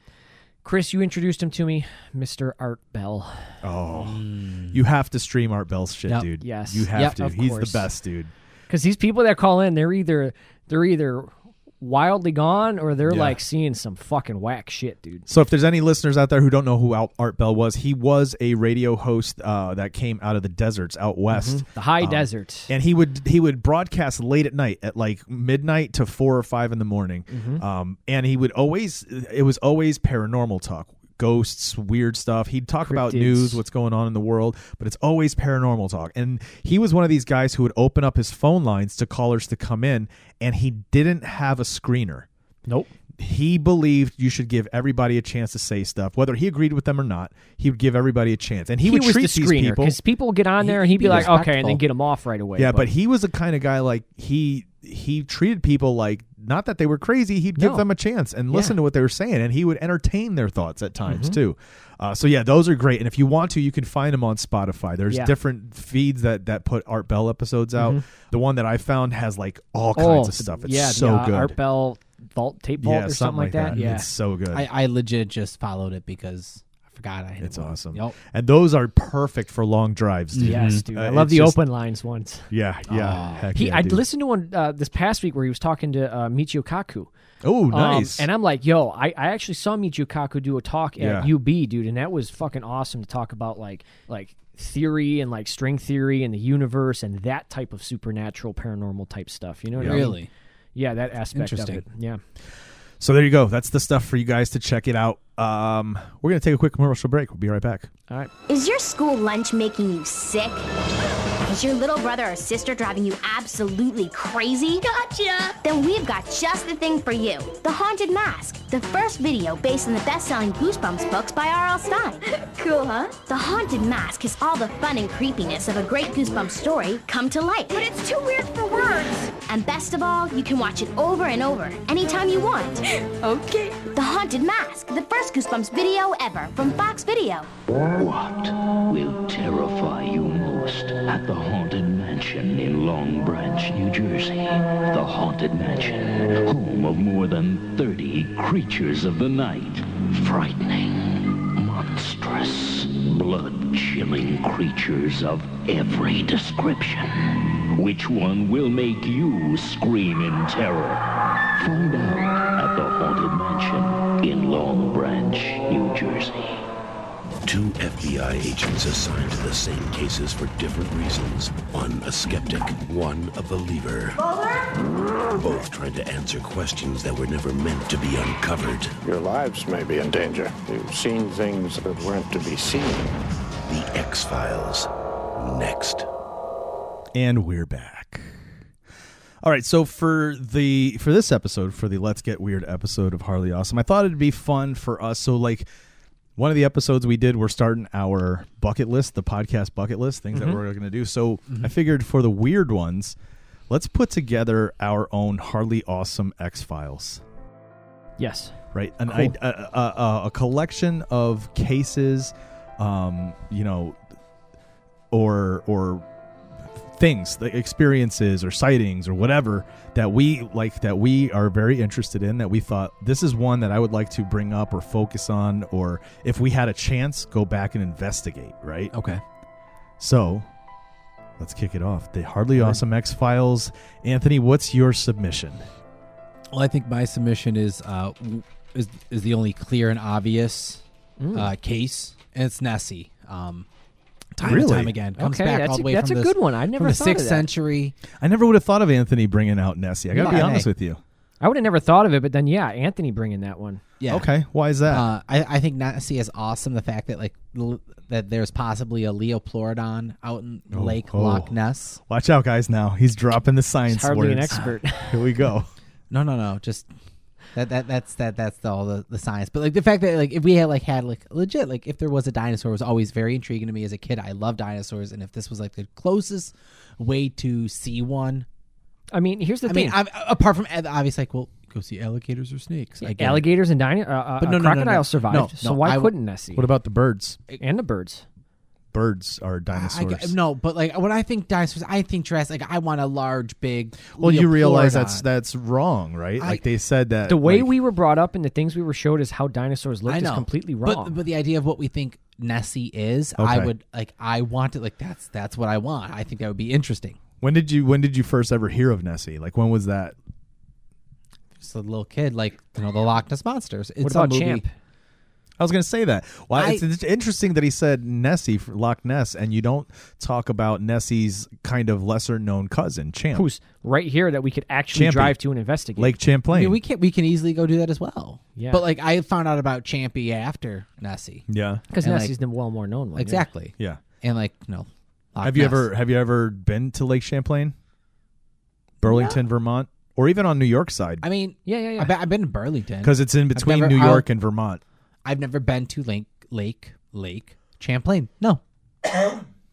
[SPEAKER 3] Chris, you introduced him to me, Mr. Art Bell.
[SPEAKER 1] Oh, you have to stream Art Bell's shit,
[SPEAKER 2] Yep.
[SPEAKER 1] dude.
[SPEAKER 3] Mm. Yes.
[SPEAKER 1] you have
[SPEAKER 3] Yep,
[SPEAKER 1] to.
[SPEAKER 3] of
[SPEAKER 1] He's
[SPEAKER 3] course.
[SPEAKER 1] the best, dude.
[SPEAKER 3] Because these people that call in, they're either they're either wildly gone or they're
[SPEAKER 1] Yeah.
[SPEAKER 3] like seeing some fucking whack shit, dude.
[SPEAKER 1] So if there's any listeners out there who don't know who Al- Art Bell was, he was a radio host uh, that came out of the deserts out west.
[SPEAKER 3] The high
[SPEAKER 1] Um,
[SPEAKER 3] desert.
[SPEAKER 1] and he would he would broadcast late at night at like midnight to four or five in the morning
[SPEAKER 3] Mm-hmm.
[SPEAKER 1] um, and he would always it was always paranormal talk ghosts weird stuff he'd talk about
[SPEAKER 3] Cryptids.
[SPEAKER 1] news what's going on in the world but it's always paranormal talk and he was one of these guys who would open up his phone lines to callers to come in and he didn't have a screener
[SPEAKER 3] Nope.
[SPEAKER 1] he believed you should give everybody a chance to say stuff whether he agreed with them or not he would give everybody a chance and he, would
[SPEAKER 3] was
[SPEAKER 1] treat
[SPEAKER 3] the
[SPEAKER 1] these
[SPEAKER 3] screener
[SPEAKER 1] people
[SPEAKER 3] because people would get on there and he'd be,
[SPEAKER 2] be
[SPEAKER 3] like, okay, and then
[SPEAKER 2] respectful.
[SPEAKER 3] get them off right away.
[SPEAKER 1] Yeah, but, he was the kind of guy like he he treated people like not that they were crazy. He'd give
[SPEAKER 3] No.
[SPEAKER 1] them a chance and listen to what they were saying, and he would entertain their thoughts at times
[SPEAKER 3] Mm-hmm.
[SPEAKER 1] too. Uh, so yeah, those are great. And if you want to, you can find them on Spotify. There's
[SPEAKER 3] Yeah.
[SPEAKER 1] different feeds that that put Art Bell episodes out.
[SPEAKER 3] Mm-hmm.
[SPEAKER 1] The one that I found has like all kinds of stuff. It's
[SPEAKER 3] oh, yeah,
[SPEAKER 1] so
[SPEAKER 3] the, uh,
[SPEAKER 1] good.
[SPEAKER 3] Art Bell vault tape vault
[SPEAKER 1] yeah,
[SPEAKER 3] or something, like that. Yeah.
[SPEAKER 1] it's so good.
[SPEAKER 2] I, I legit just followed it because I forgot I had
[SPEAKER 1] it's
[SPEAKER 2] one.
[SPEAKER 1] awesome.
[SPEAKER 2] Yep.
[SPEAKER 1] And those are perfect for long drives. Dude.
[SPEAKER 3] Yes, dude.
[SPEAKER 1] Uh,
[SPEAKER 3] I love
[SPEAKER 1] it's
[SPEAKER 3] the
[SPEAKER 1] just-
[SPEAKER 3] open lines ones.
[SPEAKER 1] Yeah, yeah. heck
[SPEAKER 3] He,
[SPEAKER 1] yeah,
[SPEAKER 3] I
[SPEAKER 1] dude.
[SPEAKER 3] listened to one uh, this past week where he was talking to uh, Michio Kaku.
[SPEAKER 1] Oh,
[SPEAKER 3] Um,
[SPEAKER 1] nice.
[SPEAKER 3] and I'm like, yo, I, I actually saw Michio Kaku do a talk at
[SPEAKER 1] Yeah.
[SPEAKER 3] UB, dude, and that was fucking awesome to talk about like like theory and like string theory and the universe and that type of supernatural paranormal type stuff. You know what I mean?
[SPEAKER 2] Really?
[SPEAKER 3] Yeah, that aspect of
[SPEAKER 2] Interesting.
[SPEAKER 3] it. Yeah.
[SPEAKER 1] So there you go. That's the stuff for you guys to check it out. Um, we're going to take a quick commercial break. We'll be right back.
[SPEAKER 3] All right.
[SPEAKER 6] Is your school lunch making you sick? Is your little brother or sister driving you absolutely crazy? Gotcha! Then we've got just the thing for you The Haunted Mask, the first video based on the best selling Goosebumps books by R.L. Stein. [LAUGHS] Cool, huh? The Haunted Mask is all the fun and creepiness of a great Goosebumps story come to life. But it's too weird for words! And best of all, you can watch it over and over, anytime you want. [LAUGHS] okay. The Haunted Mask, the first Goosebumps video ever from Fox Video.
[SPEAKER 7] What will terrify you most at the Haunted Mansion in Long Branch, New Jersey? The Haunted Mansion, home of more than 30 creatures of the night. Frightening, monstrous, blood-chilling creatures of every description. Which one will make you scream in terror? Find out at the Haunted Mansion in Long Branch, New Jersey.
[SPEAKER 8] Two FBI agents assigned to the same cases for different reasons. One a skeptic, one a believer. Both trying to answer questions that were never meant to be uncovered.
[SPEAKER 9] Your lives may be in danger. You've seen things that weren't to be seen.
[SPEAKER 8] The X Files. Next.
[SPEAKER 1] And we're back. All right, so for the for this episode, for the Let's Get Weird episode of Harley Awesome, I thought it'd be fun for us. So like one of the episodes we did, we're starting our bucket list, the podcast bucket list, things that we're going to do. So I figured for the weird ones, let's put together our own Harley Awesome X Files.
[SPEAKER 3] Yes.
[SPEAKER 1] right? An I, a, a, a- a collection of cases, um, you know, or or things, like experiences or sightings or whatever that we like that we are very interested in. That we thought this is one that I would like to bring up or focus on, or if we had a chance, go back and investigate. Right?
[SPEAKER 2] Okay.
[SPEAKER 1] So. Let's kick it off. The Hardly Awesome X Files. Anthony, what's your submission?
[SPEAKER 2] Well, I think my submission is uh, w- is is the only clear and obvious
[SPEAKER 3] Mm.
[SPEAKER 2] uh, case, and it's Nessie. Um, time
[SPEAKER 1] Really?
[SPEAKER 2] and time again comes
[SPEAKER 3] Okay,
[SPEAKER 2] back
[SPEAKER 3] that's
[SPEAKER 2] all the
[SPEAKER 3] a-
[SPEAKER 2] way
[SPEAKER 3] that's
[SPEAKER 2] from
[SPEAKER 3] a
[SPEAKER 2] this-
[SPEAKER 3] good one. I've never
[SPEAKER 2] from the
[SPEAKER 3] thought of
[SPEAKER 2] sixth
[SPEAKER 3] that.
[SPEAKER 2] century.
[SPEAKER 1] I never would have thought of Anthony bringing out Nessie. I got to be
[SPEAKER 2] Yeah.
[SPEAKER 1] honest with you.
[SPEAKER 3] I would have never thought of it, but then yeah, Anthony bringing that one.
[SPEAKER 2] Yeah.
[SPEAKER 1] Okay. Why is that?
[SPEAKER 2] Uh, I, I think Nessie is awesome. The fact that like l- that there's possibly a Leoplorodon out in
[SPEAKER 1] Oh,
[SPEAKER 2] Lake
[SPEAKER 1] oh.
[SPEAKER 2] Loch Ness.
[SPEAKER 1] Watch out, guys! Now he's dropping the science
[SPEAKER 3] It's hardly an
[SPEAKER 1] words.
[SPEAKER 2] [LAUGHS]
[SPEAKER 3] expert. [LAUGHS]
[SPEAKER 1] Here we go.
[SPEAKER 2] No, no, no. Just that that that's that that's the, all the, the science. But like the fact that like if we had like had like legit like if there was a dinosaur was always very intriguing to me as a kid. I love dinosaurs, and if this was like the closest way to see one,
[SPEAKER 3] I mean, here's the
[SPEAKER 2] I
[SPEAKER 3] thing.
[SPEAKER 2] mean, I'm, apart from obviously like well, go see alligators or snakes. I get it.
[SPEAKER 3] Alligators and dino- uh, uh,
[SPEAKER 2] But no,
[SPEAKER 3] uh,
[SPEAKER 2] no, no, no.
[SPEAKER 3] crocodiles survived,
[SPEAKER 2] No,
[SPEAKER 3] so
[SPEAKER 2] no,
[SPEAKER 3] why
[SPEAKER 2] I w-
[SPEAKER 3] couldn't Nessie
[SPEAKER 1] What about the birds?
[SPEAKER 3] and the birds?
[SPEAKER 1] Birds are
[SPEAKER 2] I
[SPEAKER 1] dinosaurs.
[SPEAKER 2] get- no, but like when I think dinosaurs, I think Jurassic. Like I want a large, big.
[SPEAKER 1] well, you realize
[SPEAKER 2] Leoplerodon.
[SPEAKER 1] that's that's wrong, right?
[SPEAKER 2] I-
[SPEAKER 1] like they said that
[SPEAKER 3] The way
[SPEAKER 1] like-
[SPEAKER 3] we were brought up and the things we were showed is how dinosaurs looked
[SPEAKER 2] I
[SPEAKER 3] is
[SPEAKER 2] know
[SPEAKER 3] completely
[SPEAKER 2] But-
[SPEAKER 3] wrong.
[SPEAKER 2] But, the idea of what we think Nessie is, I
[SPEAKER 1] Okay.
[SPEAKER 2] would like. I want it. Like that's that's what I want. I think that would be interesting.
[SPEAKER 1] When did you when did you first ever hear of Nessie? Like when was that?
[SPEAKER 2] just a little kid, like you know, the Loch Ness monsters. It's
[SPEAKER 1] about
[SPEAKER 2] a movie.
[SPEAKER 1] Champ? I was going to say that. Why
[SPEAKER 2] I-
[SPEAKER 1] it's it's interesting that he said Nessie for Loch Ness, and you don't talk about Nessie's kind of lesser known cousin, Champ,
[SPEAKER 3] who's right here that we could actually
[SPEAKER 1] Champy.
[SPEAKER 3] drive to and investigate.
[SPEAKER 1] Lake Champlain.
[SPEAKER 2] I mean, we can we can easily go do that as well.
[SPEAKER 3] Yeah.
[SPEAKER 2] But like, I found out about Champy after Nessie.
[SPEAKER 1] yeah,
[SPEAKER 3] because
[SPEAKER 2] and, like-
[SPEAKER 3] Nessie's the well more known one. yeah.
[SPEAKER 2] Exactly.
[SPEAKER 1] yeah.
[SPEAKER 2] And like, no. Loch
[SPEAKER 1] have you
[SPEAKER 2] Ness.
[SPEAKER 1] ever have you ever been to Lake Champlain, Burlington, Vermont, or even on New York side?
[SPEAKER 2] I mean,
[SPEAKER 3] Yeah, yeah, yeah.
[SPEAKER 2] I've been, I've been to Burlington.
[SPEAKER 1] Because it's in between
[SPEAKER 2] never-
[SPEAKER 1] New
[SPEAKER 2] I'll-
[SPEAKER 1] York and Vermont.
[SPEAKER 2] I've never been to Lake Lake Lake Champlain. No.
[SPEAKER 3] We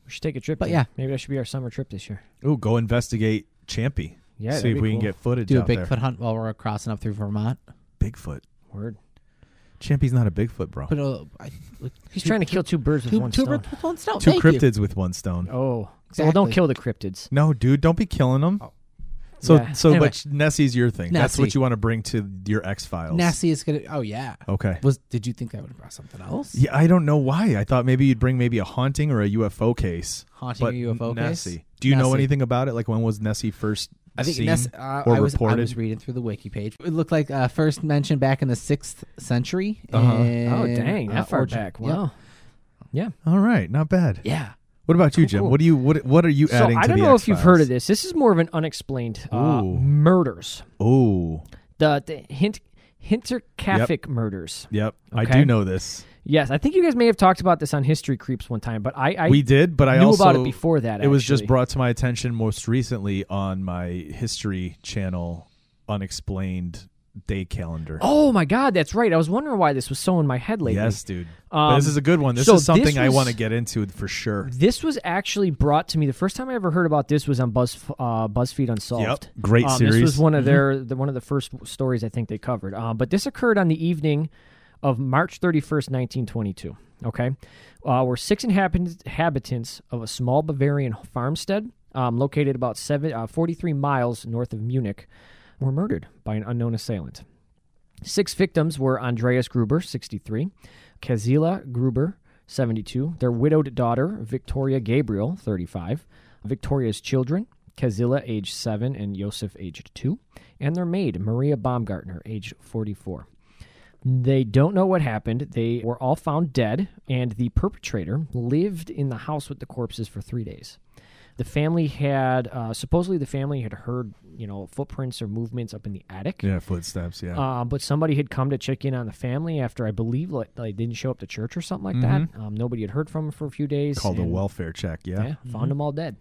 [SPEAKER 3] should take a trip.
[SPEAKER 2] But
[SPEAKER 3] then.
[SPEAKER 2] yeah.
[SPEAKER 3] maybe that should be our summer trip this year.
[SPEAKER 1] Ooh, go investigate Champy.
[SPEAKER 3] Yeah,
[SPEAKER 1] see
[SPEAKER 3] that'd
[SPEAKER 1] if
[SPEAKER 3] be
[SPEAKER 1] we
[SPEAKER 3] cool.
[SPEAKER 1] can get footage.
[SPEAKER 2] Do a
[SPEAKER 1] out
[SPEAKER 2] Bigfoot
[SPEAKER 1] there.
[SPEAKER 2] hunt while we're crossing up through Vermont.
[SPEAKER 1] Bigfoot.
[SPEAKER 3] Word.
[SPEAKER 1] Champy's not a Bigfoot, bro.
[SPEAKER 2] But uh, I,
[SPEAKER 3] He's trying to kill two birds with
[SPEAKER 2] two,
[SPEAKER 3] one
[SPEAKER 2] two
[SPEAKER 3] stone.
[SPEAKER 2] birds with one stone.
[SPEAKER 1] Two
[SPEAKER 2] Thank you.
[SPEAKER 1] cryptids with one stone.
[SPEAKER 3] Oh, So well, don't
[SPEAKER 2] Exactly.
[SPEAKER 3] kill the cryptids.
[SPEAKER 1] No, dude, don't be killing them. So,
[SPEAKER 3] Yeah.
[SPEAKER 1] so
[SPEAKER 2] Oh. Anyway.
[SPEAKER 1] but Nessie's your thing. That's what
[SPEAKER 2] Nessie.
[SPEAKER 1] you want to bring to your X Files.
[SPEAKER 2] Nessie is gonna. Oh yeah.
[SPEAKER 1] Okay.
[SPEAKER 2] Was did you think I would have brought something else?
[SPEAKER 1] Yeah, I don't know why. I thought maybe you'd bring maybe a haunting or a UFO case.
[SPEAKER 2] Haunting
[SPEAKER 1] But
[SPEAKER 2] or UFO case?
[SPEAKER 1] Nessie. Do you know
[SPEAKER 2] Nessie.
[SPEAKER 1] anything about it? Like when was Nessie first
[SPEAKER 2] I think
[SPEAKER 1] seen
[SPEAKER 2] Ness, uh,
[SPEAKER 1] or
[SPEAKER 2] I was
[SPEAKER 1] reported?
[SPEAKER 2] I was reading through the wiki page. It looked like uh, first mentioned back in the sixth century.
[SPEAKER 1] Uh-huh.
[SPEAKER 2] in,
[SPEAKER 3] Oh, dang,
[SPEAKER 2] uh,
[SPEAKER 3] that far
[SPEAKER 2] origin-
[SPEAKER 3] back.
[SPEAKER 2] Yep.
[SPEAKER 3] Wow.
[SPEAKER 1] All right, not bad.
[SPEAKER 2] Yeah.
[SPEAKER 1] What about you, Jim?
[SPEAKER 3] cool.
[SPEAKER 1] What do you what What are you
[SPEAKER 3] So
[SPEAKER 1] adding?
[SPEAKER 3] I
[SPEAKER 1] to
[SPEAKER 3] don't
[SPEAKER 1] the
[SPEAKER 3] know if
[SPEAKER 1] X-Files?
[SPEAKER 3] you've heard of this. This is more of an unexplained uh,
[SPEAKER 1] Ooh.
[SPEAKER 3] murders.
[SPEAKER 1] Oh,
[SPEAKER 3] The, the hint Hinterkaifeck murders.
[SPEAKER 1] yep. I
[SPEAKER 3] Okay.
[SPEAKER 1] do know this.
[SPEAKER 3] Yes, I think you guys may have talked about this on History Creeps one time, but I, I
[SPEAKER 1] we did, but I
[SPEAKER 3] knew
[SPEAKER 1] also
[SPEAKER 3] about it before that.
[SPEAKER 1] It was just
[SPEAKER 3] actually.
[SPEAKER 1] brought to my attention most recently on my History Channel unexplained day calendar.
[SPEAKER 3] Oh my God, that's right. I was wondering why this was so in my head lately.
[SPEAKER 1] Yes, dude.
[SPEAKER 3] Um,
[SPEAKER 1] but this is a good one. This
[SPEAKER 3] so
[SPEAKER 1] is something
[SPEAKER 3] this
[SPEAKER 1] I
[SPEAKER 3] was-
[SPEAKER 1] want to get into for sure.
[SPEAKER 3] This was actually brought to me. The first time I ever heard about this was on Buzz uh, BuzzFeed Unsolved.
[SPEAKER 1] Yep. Great
[SPEAKER 3] um, This
[SPEAKER 1] series. Mm-hmm.
[SPEAKER 3] was one of their the, one of the first stories I think they covered. Um, but this occurred on the evening of March thirty first, nineteen twenty two. Okay, uh, where six inhabit- inhabitants of a small Bavarian farmstead um, located about seven, uh, 43 miles north of Munich were murdered by an unknown assailant. Six victims were Andreas Gruber, 63, Kazila Gruber, 72, their widowed daughter, Victoria Gabriel, 35, Victoria's children, Kazila, aged 7, and Josef, aged 2, and their maid, Maria Baumgartner, aged 44. They don't know what happened. They were all found dead, and the perpetrator lived in the house with the corpses for three days. The family had uh, supposedly the family had heard you know footprints or movements up in the attic.
[SPEAKER 1] Yeah, footsteps. Yeah.
[SPEAKER 3] Uh, but somebody had come to check in on the family after I believe like they didn't show up to church or something like that. Um, nobody had heard from them for a few days.
[SPEAKER 1] Mm-hmm. Called a
[SPEAKER 3] and,
[SPEAKER 1] welfare check.
[SPEAKER 3] Yeah,
[SPEAKER 1] Yeah.
[SPEAKER 3] found them all dead.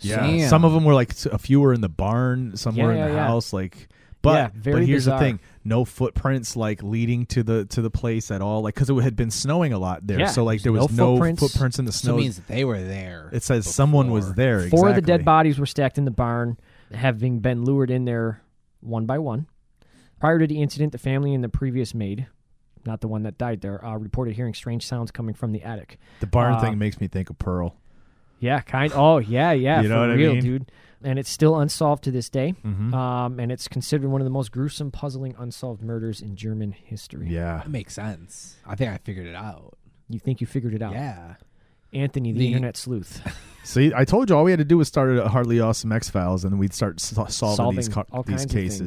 [SPEAKER 1] Yeah.
[SPEAKER 2] Damn.
[SPEAKER 1] Some of them were like a few were in the barn, some were in
[SPEAKER 3] Yeah,
[SPEAKER 1] the
[SPEAKER 3] yeah, yeah.
[SPEAKER 1] house. Like, but
[SPEAKER 3] Yeah,
[SPEAKER 1] but
[SPEAKER 3] very
[SPEAKER 1] here's
[SPEAKER 3] bizarre.
[SPEAKER 1] the thing: no footprints like leading to the to the place at all. Like, because it had been snowing a lot there,
[SPEAKER 3] Yeah,
[SPEAKER 1] so like there
[SPEAKER 3] there's
[SPEAKER 1] was
[SPEAKER 3] no
[SPEAKER 1] no footprints,
[SPEAKER 3] footprints.
[SPEAKER 1] in the
[SPEAKER 2] So
[SPEAKER 1] snow.
[SPEAKER 2] it means that they were there.
[SPEAKER 1] it says someone was
[SPEAKER 2] before.
[SPEAKER 1] there.
[SPEAKER 3] Four of the dead
[SPEAKER 1] exactly.
[SPEAKER 3] bodies were stacked in the barn, having been lured in there one by one. Prior to the incident, the family and the previous maid, not the one that died there, uh, reported hearing strange sounds coming from the attic.
[SPEAKER 1] The barn
[SPEAKER 3] Uh,
[SPEAKER 1] thing makes me think of Pearl.
[SPEAKER 3] Yeah, kind. Oh, yeah, yeah.
[SPEAKER 1] You know
[SPEAKER 3] for
[SPEAKER 1] what I
[SPEAKER 3] real,
[SPEAKER 1] mean?
[SPEAKER 3] dude. And it's still unsolved to this day.
[SPEAKER 1] Mhm.
[SPEAKER 3] Um, and it's considered one of the most gruesome, puzzling, unsolved murders in German history.
[SPEAKER 1] Yeah.
[SPEAKER 2] That makes sense. I think I figured it out.
[SPEAKER 3] You think you figured it out?
[SPEAKER 2] Yeah.
[SPEAKER 3] Anthony, the,
[SPEAKER 2] The-
[SPEAKER 3] internet sleuth,
[SPEAKER 1] See, I told you all we had to do was start a Hardly Awesome X Files, and we'd start so- [LAUGHS] solving,
[SPEAKER 3] solving
[SPEAKER 1] these co-
[SPEAKER 3] all
[SPEAKER 1] these
[SPEAKER 3] kinds
[SPEAKER 1] cases.
[SPEAKER 3] of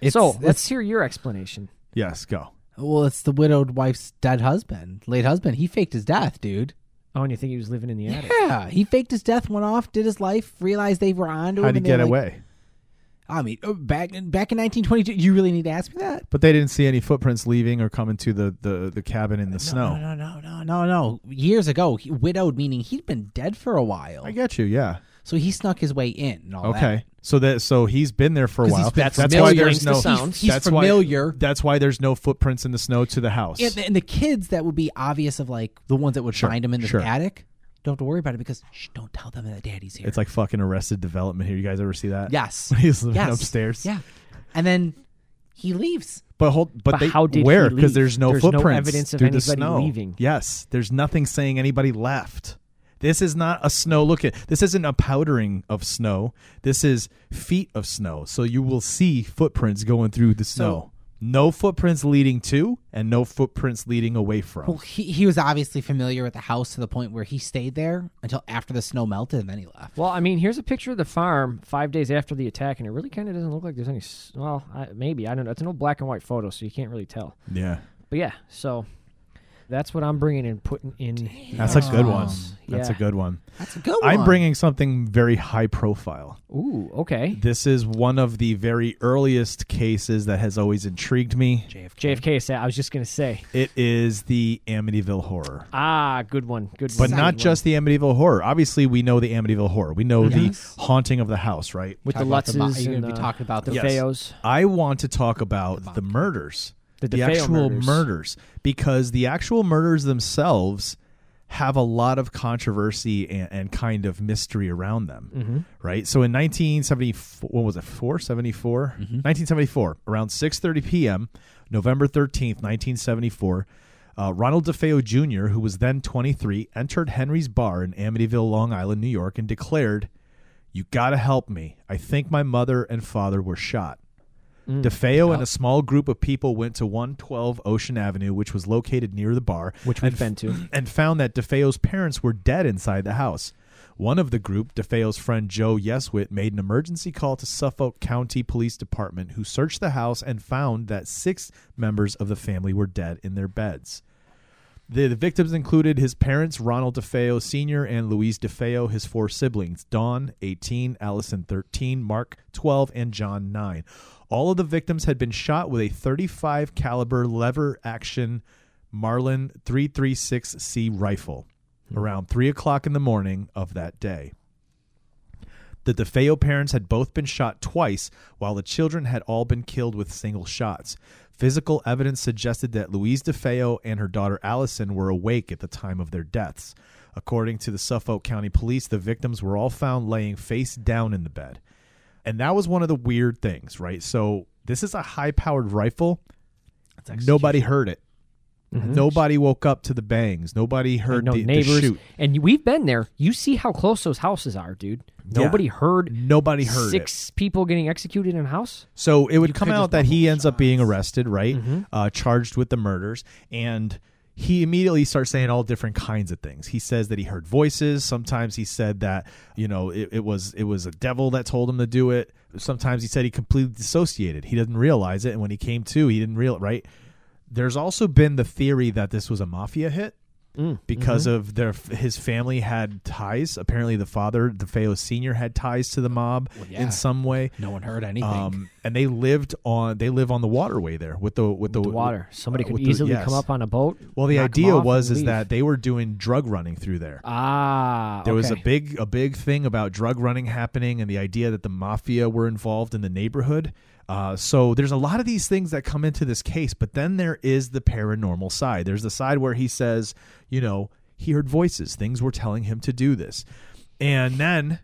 [SPEAKER 3] things. so let's
[SPEAKER 2] it's-
[SPEAKER 3] hear your explanation.
[SPEAKER 1] Yes, go.
[SPEAKER 2] well, it's the widowed wife's dead husband, late husband. He faked his death, dude.
[SPEAKER 3] Oh, and you think he was living in the
[SPEAKER 2] [LAUGHS]
[SPEAKER 3] attic?
[SPEAKER 2] Yeah, he faked his death, went off, did his life, realized they were onto him.
[SPEAKER 1] How'd he
[SPEAKER 2] and they were
[SPEAKER 1] get
[SPEAKER 2] like-
[SPEAKER 1] away?
[SPEAKER 2] I mean, uh, back back in 1922, you really need to ask me that?
[SPEAKER 1] But they didn't see any footprints leaving or coming to the, the, the cabin in the snow.
[SPEAKER 2] No, no, no, no, no, no. Years ago, he, widowed meaning he'd been dead for a while.
[SPEAKER 1] I get you, yeah.
[SPEAKER 2] so he snuck his way in. And all
[SPEAKER 1] Okay, so that so he's been there for a
[SPEAKER 2] 'Cause
[SPEAKER 1] while.
[SPEAKER 2] he's been
[SPEAKER 1] that's why
[SPEAKER 2] familiar
[SPEAKER 1] there's
[SPEAKER 3] with
[SPEAKER 1] no
[SPEAKER 3] the sounds.
[SPEAKER 2] He's- he's
[SPEAKER 1] that's
[SPEAKER 2] familiar.
[SPEAKER 1] Why, that's why there's no footprints in the snow to the house.
[SPEAKER 2] That. And, and the kids that would be obvious of like the ones that would
[SPEAKER 1] Sure,
[SPEAKER 2] find him in the
[SPEAKER 1] sure.
[SPEAKER 2] attic. Don't have to worry about it because shh, don't tell them that daddy's here.
[SPEAKER 1] it's like fucking Arrested Development here. You guys ever see that?
[SPEAKER 2] yes,
[SPEAKER 1] When [LAUGHS] he's living
[SPEAKER 2] yes.
[SPEAKER 1] upstairs.
[SPEAKER 2] Yeah, and then he leaves.
[SPEAKER 1] But hold, but,
[SPEAKER 3] But
[SPEAKER 1] they,
[SPEAKER 3] how did
[SPEAKER 1] where?
[SPEAKER 3] he
[SPEAKER 1] Because
[SPEAKER 3] leave?
[SPEAKER 1] there's no
[SPEAKER 3] There's no
[SPEAKER 1] footprints
[SPEAKER 3] evidence of
[SPEAKER 1] through the
[SPEAKER 3] anybody
[SPEAKER 1] snow.
[SPEAKER 3] leaving.
[SPEAKER 1] Yes, there's nothing saying anybody left. This is not a snow. Look at this. Isn't a powdering of snow. This is feet of snow. So you will see footprints going through the snow. No footprints leading to and no footprints leading away from.
[SPEAKER 10] Well, he, he was obviously familiar with the house to the point where he stayed there until after the snow melted and then he left.
[SPEAKER 3] Well, I mean, here's a picture of the farm five days after the attack, and it really kind of doesn't look like there's any. s- Well, I, maybe I don't know. It's an old black and white photo, so you can't really tell.
[SPEAKER 1] Yeah.
[SPEAKER 3] But yeah, so that's what I'm bringing and putting in. the
[SPEAKER 1] That's a good one.
[SPEAKER 3] notes.
[SPEAKER 1] That's
[SPEAKER 3] Um, Yeah.
[SPEAKER 1] a good one.
[SPEAKER 10] That's a good
[SPEAKER 1] I'm
[SPEAKER 10] one.
[SPEAKER 1] bringing something very high profile.
[SPEAKER 3] Ooh, okay.
[SPEAKER 1] This is one of the very earliest cases that has always intrigued me.
[SPEAKER 3] JFK is that. I was just gonna say.
[SPEAKER 1] It is the Amityville horror.
[SPEAKER 3] Ah, good one. Good one.
[SPEAKER 1] But not just the Amityville horror. Obviously, we know the Amityville horror. We know the haunting of the house, right?
[SPEAKER 3] with the
[SPEAKER 10] Talk about
[SPEAKER 3] Lutzes.
[SPEAKER 10] the mo- you're
[SPEAKER 3] and,
[SPEAKER 10] gonna be
[SPEAKER 3] uh,
[SPEAKER 10] talking about
[SPEAKER 3] the
[SPEAKER 10] the-
[SPEAKER 1] Yes.
[SPEAKER 3] Feos.
[SPEAKER 1] I want to talk about the, murders,
[SPEAKER 3] The DeFeo
[SPEAKER 1] actual
[SPEAKER 3] murders.
[SPEAKER 1] murders. because the actual murders themselves have a lot of controversy and, and kind of mystery around them,
[SPEAKER 3] Mm-hmm.
[SPEAKER 1] right? So in 1974, what was it, 474?
[SPEAKER 3] Mm-hmm.
[SPEAKER 1] 1974, around 6.30 p.m., November 13th, 1974, uh, Ronald DeFeo Jr., who was then 23, entered Henry's Bar in Amityville, Long Island, New York, and declared, you gotta help me. I think my mother and father were shot.
[SPEAKER 3] Mm.
[SPEAKER 1] DeFeo and a small group of people went to 112 Ocean Avenue, which was located near the bar,
[SPEAKER 3] Which
[SPEAKER 1] and
[SPEAKER 3] we've been to.
[SPEAKER 1] [CLEARS THROAT] and found that DeFeo's parents were dead inside the house. One of the group, DeFeo's friend Joe Yeswit, made an emergency call to Suffolk County Police Department, who searched the house and found that six members of the family were dead in their beds. The, the victims included his parents, Ronald DeFeo Sr. and Louise DeFeo, his four siblings, Dawn, 18, Allison, 13, Mark, 12, and John, 9. All of the victims had been shot with a 35 caliber lever action Marlin 336C rifle around 3 o'clock in the morning of that day. The DeFeo parents had both been shot twice, while the children had all been killed with single shots. Physical evidence suggested that Louise DeFeo and her daughter Allison were awake at the time of their deaths. According to the Suffolk County Police, the victims were all found laying face down in the bed. And that was one of the weird things, right? So, this is a high powered rifle. Nobody heard it. Nobody woke up to the bangs. Nobody heard
[SPEAKER 3] no
[SPEAKER 1] the, the
[SPEAKER 3] Mm-hmm. neighbors,
[SPEAKER 1] shoot.
[SPEAKER 3] and we've been there. You see how close those houses are, dude.
[SPEAKER 1] Yeah.
[SPEAKER 3] Nobody heard.
[SPEAKER 1] Nobody heard it.
[SPEAKER 3] six people getting executed in a house.
[SPEAKER 1] So it would come
[SPEAKER 10] could just
[SPEAKER 1] out that he
[SPEAKER 10] bubble
[SPEAKER 1] ends up being arrested, right?
[SPEAKER 10] Mm-hmm.
[SPEAKER 1] Uh, charged with the murders. And he immediately starts saying all different kinds of things. He says that he heard voices. Sometimes he said that, you know, it, it was it was a devil that told him to do it. Sometimes he said he completely dissociated. He didn't realize it. And when he came to, he didn't realize, right? There's also been the theory that this was a mafia hit
[SPEAKER 10] Mm,
[SPEAKER 1] because
[SPEAKER 10] mm-hmm.
[SPEAKER 1] of their his family had ties. Apparently, the father, DeFeo Senior, had ties to the mob
[SPEAKER 10] yeah.
[SPEAKER 1] in some way.
[SPEAKER 10] No one heard anything.
[SPEAKER 1] Um, and they lived on they live on the waterway there with the with, the,
[SPEAKER 3] The water. Somebody
[SPEAKER 1] uh,
[SPEAKER 3] could
[SPEAKER 1] with the-
[SPEAKER 3] easily
[SPEAKER 1] yes.
[SPEAKER 3] come up on a boat.
[SPEAKER 1] Well, the
[SPEAKER 3] knock 'em
[SPEAKER 1] idea
[SPEAKER 3] off,
[SPEAKER 1] was
[SPEAKER 3] and
[SPEAKER 1] is
[SPEAKER 3] leave.
[SPEAKER 1] that they were doing drug running through there.
[SPEAKER 3] ah,
[SPEAKER 1] There was a
[SPEAKER 3] okay.
[SPEAKER 1] big a big thing about drug running happening and the idea that the mafia were involved in the neighborhood. Uh, so there's a lot of these things that come into this case, but then there is the paranormal side. There's the side where he says, you know, he heard voices, things were telling him to do this, and then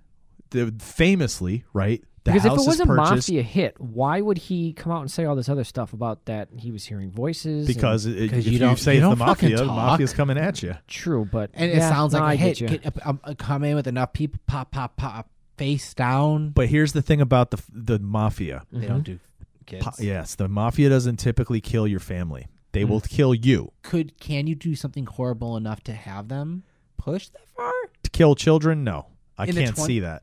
[SPEAKER 1] the famously, right? The
[SPEAKER 3] because if
[SPEAKER 1] house
[SPEAKER 3] it was
[SPEAKER 1] is
[SPEAKER 3] a
[SPEAKER 1] purchased.
[SPEAKER 3] mafia hit, why would he come out and say all this other stuff about that he was hearing voices? and-
[SPEAKER 1] because it, if
[SPEAKER 10] 'Cause
[SPEAKER 1] you,
[SPEAKER 10] you don't-
[SPEAKER 1] say
[SPEAKER 10] you
[SPEAKER 1] it's the
[SPEAKER 10] don't fucking
[SPEAKER 1] mafia, the
[SPEAKER 10] talk.
[SPEAKER 1] mafia's coming at you.
[SPEAKER 3] true, but
[SPEAKER 10] and it
[SPEAKER 3] yeah,
[SPEAKER 10] sounds
[SPEAKER 3] no,
[SPEAKER 10] like
[SPEAKER 3] I
[SPEAKER 10] a hit.
[SPEAKER 3] Get you.
[SPEAKER 10] Get up, um, uh, come in with enough people, pop, pop, pop, face down.
[SPEAKER 1] But here's the thing about the the mafia.
[SPEAKER 10] they don't do kids.
[SPEAKER 1] Po- yes, the mafia doesn't typically kill your family.
[SPEAKER 10] Mm.
[SPEAKER 1] They will kill you.
[SPEAKER 10] Could can you do something horrible enough to have them push that far?
[SPEAKER 1] To kill children, no, I
[SPEAKER 10] In the
[SPEAKER 1] can't
[SPEAKER 10] twen-
[SPEAKER 1] see that.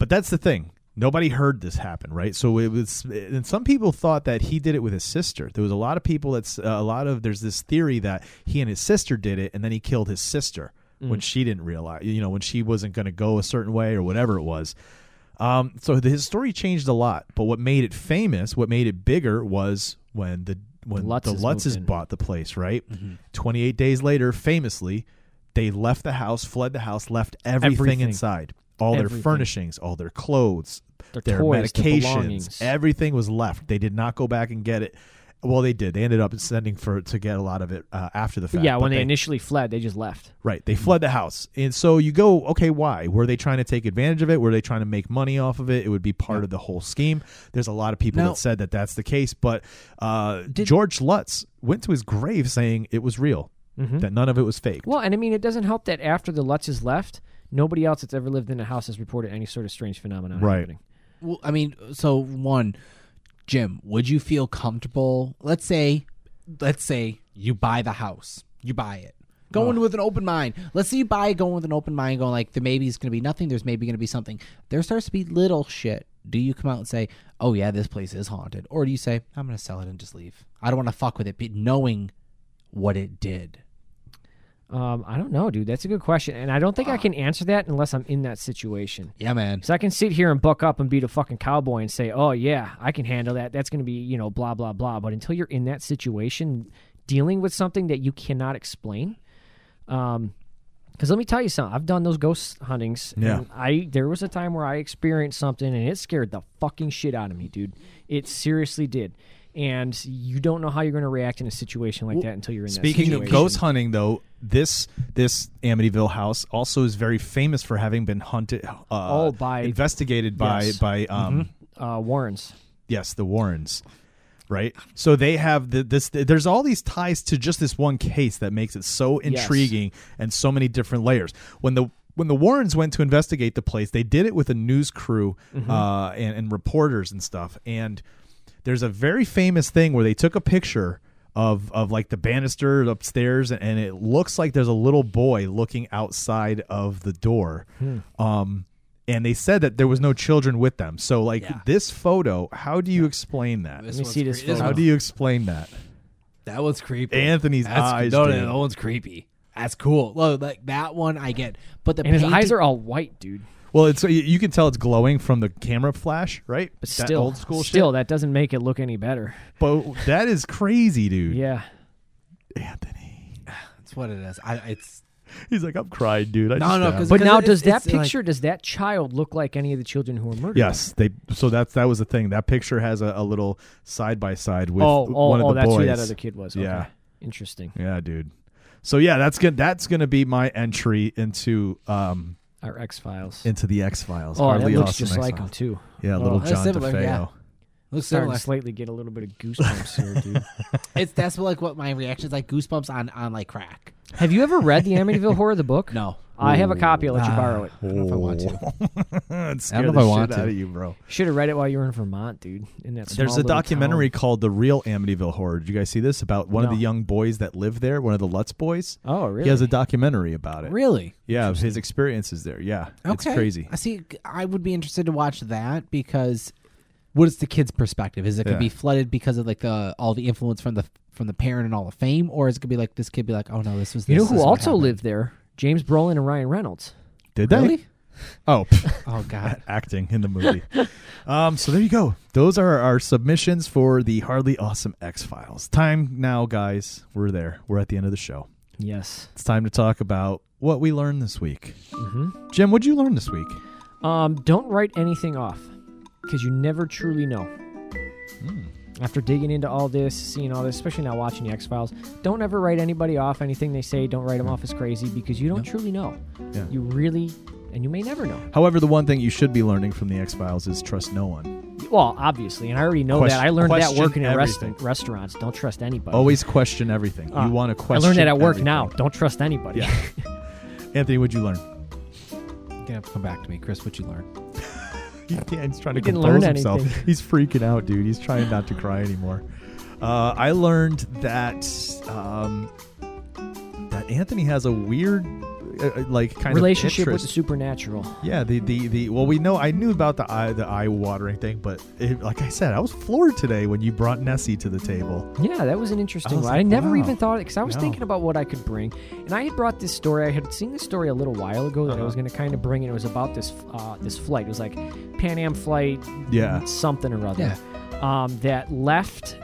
[SPEAKER 1] But that's the thing. Nobody heard this happen, right? So it was, and some people thought that he did it with his sister. There was a lot of people that's uh, a lot of there's this theory that he and his sister did it, and then he killed his sister
[SPEAKER 10] Mm.
[SPEAKER 1] when she didn't realize, you know, when she wasn't going to go a certain way or whatever it was. Um, so the, his story changed a lot, but what made it famous, what made it bigger, was when the when
[SPEAKER 3] Lutzes
[SPEAKER 1] the
[SPEAKER 3] moved
[SPEAKER 1] Lutzes
[SPEAKER 3] in.
[SPEAKER 1] bought the place. Right,
[SPEAKER 3] Mm-hmm.
[SPEAKER 1] eight days later, famously, they left the house, fled the house, left everything,
[SPEAKER 3] Everything.
[SPEAKER 1] inside, all
[SPEAKER 3] Everything.
[SPEAKER 1] their furnishings, all their clothes,
[SPEAKER 3] Their
[SPEAKER 1] their,
[SPEAKER 3] toys, their belongings.
[SPEAKER 1] medications, everything was left. They did not go back and get it. Well, they did. They ended up sending for to get a lot of it uh, after the fact.
[SPEAKER 3] yeah,
[SPEAKER 1] but
[SPEAKER 3] when they, initially fled, they just left.
[SPEAKER 1] Right. They fled the house. And so you go, okay, why? Were they trying to take advantage of it? Were they trying to make money off of it? It would be part of the whole scheme. There's a lot of people
[SPEAKER 10] Now-
[SPEAKER 1] that said that that's the case. But uh, George Lutz went to his grave saying it was real, that none of it was fake.
[SPEAKER 3] Well, and I mean, it doesn't help that after the Lutzes left, nobody else that's ever lived in a house has reported any sort of strange phenomenon
[SPEAKER 1] Right.
[SPEAKER 3] happening.
[SPEAKER 10] Well, I mean, so one,
[SPEAKER 2] Jim, would you feel comfortable? Let's say, let's say you buy the house, you buy it. Go in with an open mind. Let's say you buy it, going with an open mind, going like, the maybe it's going to be nothing. There's maybe going to be something. There starts to be little shit. Do you come out and say, oh yeah, this place is haunted? Or do you say, I'm going to sell it and just leave? I don't want to fuck with it, but knowing what it did.
[SPEAKER 3] Um, I don't know, dude. That's a good question, and I don't think I can answer that unless I'm in that situation.
[SPEAKER 2] Yeah, man.
[SPEAKER 3] So I can sit here and buck up and be the fucking cowboy and say, "Oh yeah, I can handle that. That's going to be you know blah blah blah." But until you're in that situation, dealing with something that you cannot explain, um, because let me tell you something. I've done those ghost huntings.
[SPEAKER 1] Yeah.
[SPEAKER 3] And I there was a time where I experienced something and it scared the fucking shit out of me, dude. It seriously did. And you don't know how you're going to react in a situation like that until you're in that
[SPEAKER 1] Speaking of
[SPEAKER 3] situation.
[SPEAKER 1] ghost hunting, though, this this Amityville house also is very famous for having been hunted, uh,
[SPEAKER 3] Oh, by-
[SPEAKER 1] investigated by
[SPEAKER 3] Yes.
[SPEAKER 1] by um
[SPEAKER 3] uh, Warrens.
[SPEAKER 1] yes the Warrens, right? So they have the, this. There's all these ties to just this one case that makes it so
[SPEAKER 3] Yes.
[SPEAKER 1] intriguing and so many different layers. When the when the Warrens went to investigate the place, they did it with a news crew uh, and, and reporters and stuff. And there's a very famous thing where they took a picture of of like the banister upstairs and, and it looks like there's a little boy looking outside of the door um and they said that there was no children with them so like this photo how do you explain that
[SPEAKER 3] Let me see this
[SPEAKER 2] cre- this
[SPEAKER 1] how
[SPEAKER 3] photo.
[SPEAKER 1] do you explain that
[SPEAKER 2] That one's creepy.
[SPEAKER 1] Anthony's
[SPEAKER 2] That's,
[SPEAKER 1] eyes,
[SPEAKER 2] No, no,
[SPEAKER 1] dude.
[SPEAKER 2] that one's creepy. That's cool. Look, like that one I get. But the
[SPEAKER 3] and his
[SPEAKER 2] painting-
[SPEAKER 3] eyes are all white, dude.
[SPEAKER 1] well it's you- you can tell it's glowing from the camera flash right
[SPEAKER 3] But
[SPEAKER 1] That
[SPEAKER 3] still,
[SPEAKER 1] old school
[SPEAKER 3] still
[SPEAKER 1] shit.
[SPEAKER 3] that doesn't make it look any better.
[SPEAKER 1] but that is crazy dude
[SPEAKER 3] Yeah.
[SPEAKER 1] anthony
[SPEAKER 2] That's what it is. I, it's
[SPEAKER 1] he's like i'm crying dude I
[SPEAKER 2] No,
[SPEAKER 1] just
[SPEAKER 2] no,
[SPEAKER 1] am."
[SPEAKER 2] 'cause-
[SPEAKER 3] But now,
[SPEAKER 2] it-
[SPEAKER 3] does that
[SPEAKER 2] it's like-
[SPEAKER 3] picture, does that child look like any of the children who were murdered?
[SPEAKER 1] Yes, they. So that's that was the thing. That picture has a, a little side by side with
[SPEAKER 3] Oh,
[SPEAKER 1] one of
[SPEAKER 3] oh,
[SPEAKER 1] the
[SPEAKER 3] oh that's
[SPEAKER 1] boys.
[SPEAKER 3] who that other kid was. Okay.
[SPEAKER 1] Yeah.
[SPEAKER 3] Interesting.
[SPEAKER 1] Yeah, dude. So yeah, that's good. That's gonna be my entry into um
[SPEAKER 3] Our X Files.
[SPEAKER 1] into the X Files.
[SPEAKER 3] Oh, that looks just like him, too. Oh,
[SPEAKER 1] Yeah, little
[SPEAKER 2] that's
[SPEAKER 1] John
[SPEAKER 2] similar,
[SPEAKER 1] DeFeo.
[SPEAKER 2] yeah. looks
[SPEAKER 3] Starting
[SPEAKER 2] similar.
[SPEAKER 3] to slightly get a little bit of goosebumps here, dude.
[SPEAKER 1] [LAUGHS]
[SPEAKER 2] it's that's like what my reaction is like goosebumps on on like crack.
[SPEAKER 3] Have you ever read the Amityville Horror,
[SPEAKER 1] [LAUGHS]
[SPEAKER 3] the book?
[SPEAKER 2] No.
[SPEAKER 3] I have a copy. I'll let you borrow it.
[SPEAKER 2] I don't know if I want [LAUGHS] to.
[SPEAKER 1] It
[SPEAKER 2] I
[SPEAKER 1] scared
[SPEAKER 2] don't
[SPEAKER 1] the
[SPEAKER 2] know if I
[SPEAKER 1] shit
[SPEAKER 2] want
[SPEAKER 1] out
[SPEAKER 2] to.
[SPEAKER 1] of you, bro.
[SPEAKER 3] Should have read it while you were in Vermont, dude. In that small
[SPEAKER 1] There's a
[SPEAKER 3] little
[SPEAKER 1] documentary
[SPEAKER 3] town.
[SPEAKER 1] called "The Real Amityville Horror." Did you guys see this? About one of the
[SPEAKER 3] No.
[SPEAKER 1] young boys that lived there, one of the Lutz boys.
[SPEAKER 3] Oh,
[SPEAKER 1] He
[SPEAKER 3] really?
[SPEAKER 1] has a documentary about it.
[SPEAKER 2] Really?
[SPEAKER 1] Yeah, of his experiences there. Yeah,
[SPEAKER 2] Okay.
[SPEAKER 1] it's crazy.
[SPEAKER 2] I see. I would be interested to watch that because what is the kid's perspective? Is it gonna
[SPEAKER 1] Yeah.
[SPEAKER 2] be flooded because of like the all the influence from the from the parent and all the fame, or is it gonna be like this kid be like, oh no, this was
[SPEAKER 3] You know
[SPEAKER 2] this, this
[SPEAKER 3] who
[SPEAKER 2] is what
[SPEAKER 3] also
[SPEAKER 2] happened.
[SPEAKER 3] lived there? James Brolin and Ryan Reynolds.
[SPEAKER 1] Did they?
[SPEAKER 2] Really?
[SPEAKER 1] Oh, [LAUGHS]
[SPEAKER 2] Oh god.
[SPEAKER 1] acting in the
[SPEAKER 2] [LAUGHS]
[SPEAKER 1] movie. um, so there you go. Those are our submissions for the hardly awesome X Files. Time now, guys. We're there. We're at the end of the show.
[SPEAKER 3] [LAUGHS] Yes.
[SPEAKER 1] It's time to talk about what we learned this week.
[SPEAKER 2] Mm-hmm.
[SPEAKER 1] Jim, what'd you learn this week?
[SPEAKER 3] Um, don't write anything off because you never truly know.
[SPEAKER 1] Hmm.
[SPEAKER 3] After digging into all this, seeing all this, especially now watching the X Files, don't ever write anybody off. Anything they say, don't write them off as crazy because you don't truly know.
[SPEAKER 1] Yeah.
[SPEAKER 3] You really, and you may never know.
[SPEAKER 1] However, the one thing you should be learning from the X Files is trust no one.
[SPEAKER 3] Well, obviously, and I already know
[SPEAKER 1] Question-
[SPEAKER 3] that. I learned that
[SPEAKER 1] question
[SPEAKER 3] working in rest-
[SPEAKER 1] everything.
[SPEAKER 3] restaurants. Don't trust anybody.
[SPEAKER 1] Always question everything.
[SPEAKER 3] Uh,
[SPEAKER 1] you want to
[SPEAKER 3] I
[SPEAKER 1] question.
[SPEAKER 3] learned that at work
[SPEAKER 1] everything.
[SPEAKER 3] now. Don't trust anybody. [LAUGHS]
[SPEAKER 1] Yeah. Anthony, what'd you learn?
[SPEAKER 2] You're gonna have to come back to me, Chris. What you learn?
[SPEAKER 1] He can't. He's trying to
[SPEAKER 3] He didn't
[SPEAKER 1] compose
[SPEAKER 3] learn
[SPEAKER 1] himself.
[SPEAKER 3] anything.
[SPEAKER 1] [LAUGHS] He's freaking out, dude. He's trying not to cry anymore. Uh, I learned that um, that Anthony has a weird, uh, uh, like, kind
[SPEAKER 3] Relationship
[SPEAKER 1] of
[SPEAKER 3] with the
[SPEAKER 1] interest.
[SPEAKER 3] supernatural.
[SPEAKER 1] yeah, the the the. Well, we know. I knew about the eye the eye watering thing, but it, like I said, I was floored today when you brought Nessie to the table.
[SPEAKER 3] Yeah, that was an interesting
[SPEAKER 1] was
[SPEAKER 3] one.
[SPEAKER 1] like,
[SPEAKER 3] I never
[SPEAKER 1] wow.
[SPEAKER 3] even thought because I was
[SPEAKER 1] No.
[SPEAKER 3] thinking about what I could bring, and I had brought this story. I had seen this story a little while ago that
[SPEAKER 1] Uh-huh.
[SPEAKER 3] I was going to kind of bring, and it was about this uh, this flight. It was like Pan Am flight,
[SPEAKER 1] Yeah.
[SPEAKER 3] something or other, um, that left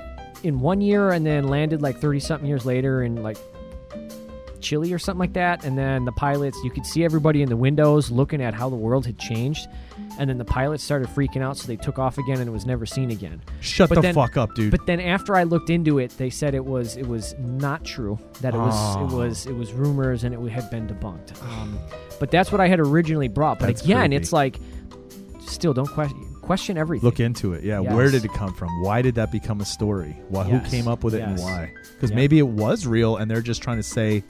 [SPEAKER 3] in one year and then landed like thirty something years later in like Chile or something like that. And then the pilots, you could see everybody in the windows looking at how the world had changed. And then the pilots started freaking out, so they took off again, and it was never seen again.
[SPEAKER 1] Shut
[SPEAKER 3] But
[SPEAKER 1] the
[SPEAKER 3] then-
[SPEAKER 1] fuck up, dude.
[SPEAKER 3] But then after I looked into it, they said it was it was not true. That it was
[SPEAKER 1] Oh.
[SPEAKER 3] it was it was rumors and it had been debunked. Um, but that's what I had originally brought. But
[SPEAKER 1] That's
[SPEAKER 3] again,
[SPEAKER 1] creepy.
[SPEAKER 3] it's like still don't question question everything.
[SPEAKER 1] Look into it. Yeah, where
[SPEAKER 3] Yes.
[SPEAKER 1] did it come from? Why did that become a story? Why,
[SPEAKER 3] Yes.
[SPEAKER 1] Who came up with it and
[SPEAKER 3] Yes.
[SPEAKER 1] why? Because
[SPEAKER 3] Yeah.
[SPEAKER 1] maybe it was real, and they're just trying to say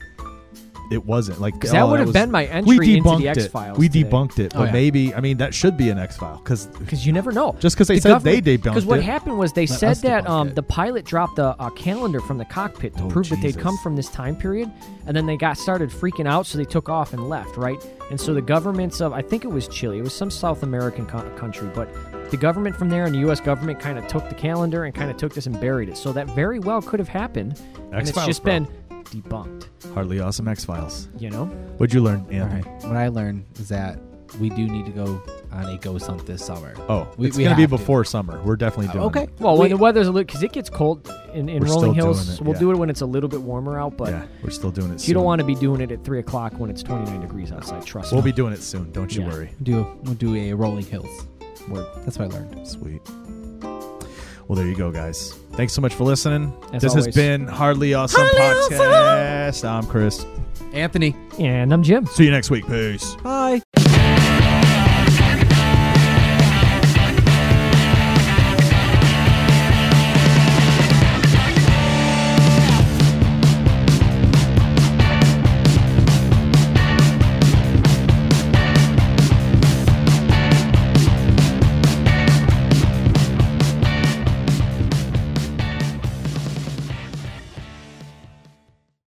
[SPEAKER 1] it wasn't like
[SPEAKER 3] 'Cause that
[SPEAKER 1] oh,
[SPEAKER 3] would have
[SPEAKER 1] was-
[SPEAKER 3] been my
[SPEAKER 1] we
[SPEAKER 3] entry into the
[SPEAKER 1] debunked it.
[SPEAKER 3] X-Files
[SPEAKER 1] We
[SPEAKER 3] today.
[SPEAKER 1] debunked it,
[SPEAKER 3] Oh,
[SPEAKER 1] but
[SPEAKER 3] yeah.
[SPEAKER 1] maybe I mean that should be an X file because
[SPEAKER 3] because you never know.
[SPEAKER 1] Just 'cause they
[SPEAKER 3] The
[SPEAKER 1] said they
[SPEAKER 3] government-
[SPEAKER 1] debunked
[SPEAKER 3] what
[SPEAKER 1] it.
[SPEAKER 3] happened was they
[SPEAKER 1] Let
[SPEAKER 3] said
[SPEAKER 1] us
[SPEAKER 3] that
[SPEAKER 1] debunk
[SPEAKER 3] um,
[SPEAKER 1] it.
[SPEAKER 3] the pilot dropped a, a calendar from the cockpit to
[SPEAKER 1] Oh,
[SPEAKER 3] prove that they'd
[SPEAKER 1] Jesus.
[SPEAKER 3] come from this time period, and then they got started freaking out, so they took off and left, right? And so the governments of I think it was Chile, it was some South American co- country, but the government from there and the U.S. government kind of took the calendar and kind of took this and buried it. So that very well could have happened, and it's
[SPEAKER 1] X-Files,
[SPEAKER 3] just
[SPEAKER 1] bro.
[SPEAKER 3] been debunked.
[SPEAKER 1] hardly awesome X Files.
[SPEAKER 3] You know?
[SPEAKER 1] What'd you learn,
[SPEAKER 10] All
[SPEAKER 1] Anthony?
[SPEAKER 10] right. What I learned is that we do need to go on a ghost hunt this summer.
[SPEAKER 1] Oh,
[SPEAKER 10] we,
[SPEAKER 1] it's
[SPEAKER 10] we
[SPEAKER 1] gonna be
[SPEAKER 10] have to.
[SPEAKER 1] before summer. We're definitely doing.
[SPEAKER 10] okay.
[SPEAKER 1] it.
[SPEAKER 3] Well,
[SPEAKER 10] We-
[SPEAKER 3] when the weather's a little, because it gets cold in, in
[SPEAKER 1] We're still
[SPEAKER 3] Rolling
[SPEAKER 1] doing
[SPEAKER 3] Hills,
[SPEAKER 1] it,
[SPEAKER 3] we'll
[SPEAKER 1] yeah.
[SPEAKER 3] do it when it's a little bit warmer out, but.
[SPEAKER 1] yeah, we're still doing it.
[SPEAKER 3] You don't want to be doing it at three o'clock when it's 29 degrees outside. Trust
[SPEAKER 1] We'll
[SPEAKER 3] me.
[SPEAKER 1] be doing it soon. Don't you
[SPEAKER 3] Yeah.
[SPEAKER 1] worry.
[SPEAKER 10] do we'll do a Rolling Hills. Word. That's what I learned.
[SPEAKER 1] Sweet. Well, there you go, guys. Thanks so much for listening.
[SPEAKER 3] As
[SPEAKER 1] this
[SPEAKER 3] always.
[SPEAKER 1] has been Hardly Awesome Podcast. I'm Chris.
[SPEAKER 10] Anthony.
[SPEAKER 3] and I'm Jim.
[SPEAKER 1] See you next week. Peace.
[SPEAKER 10] Hi.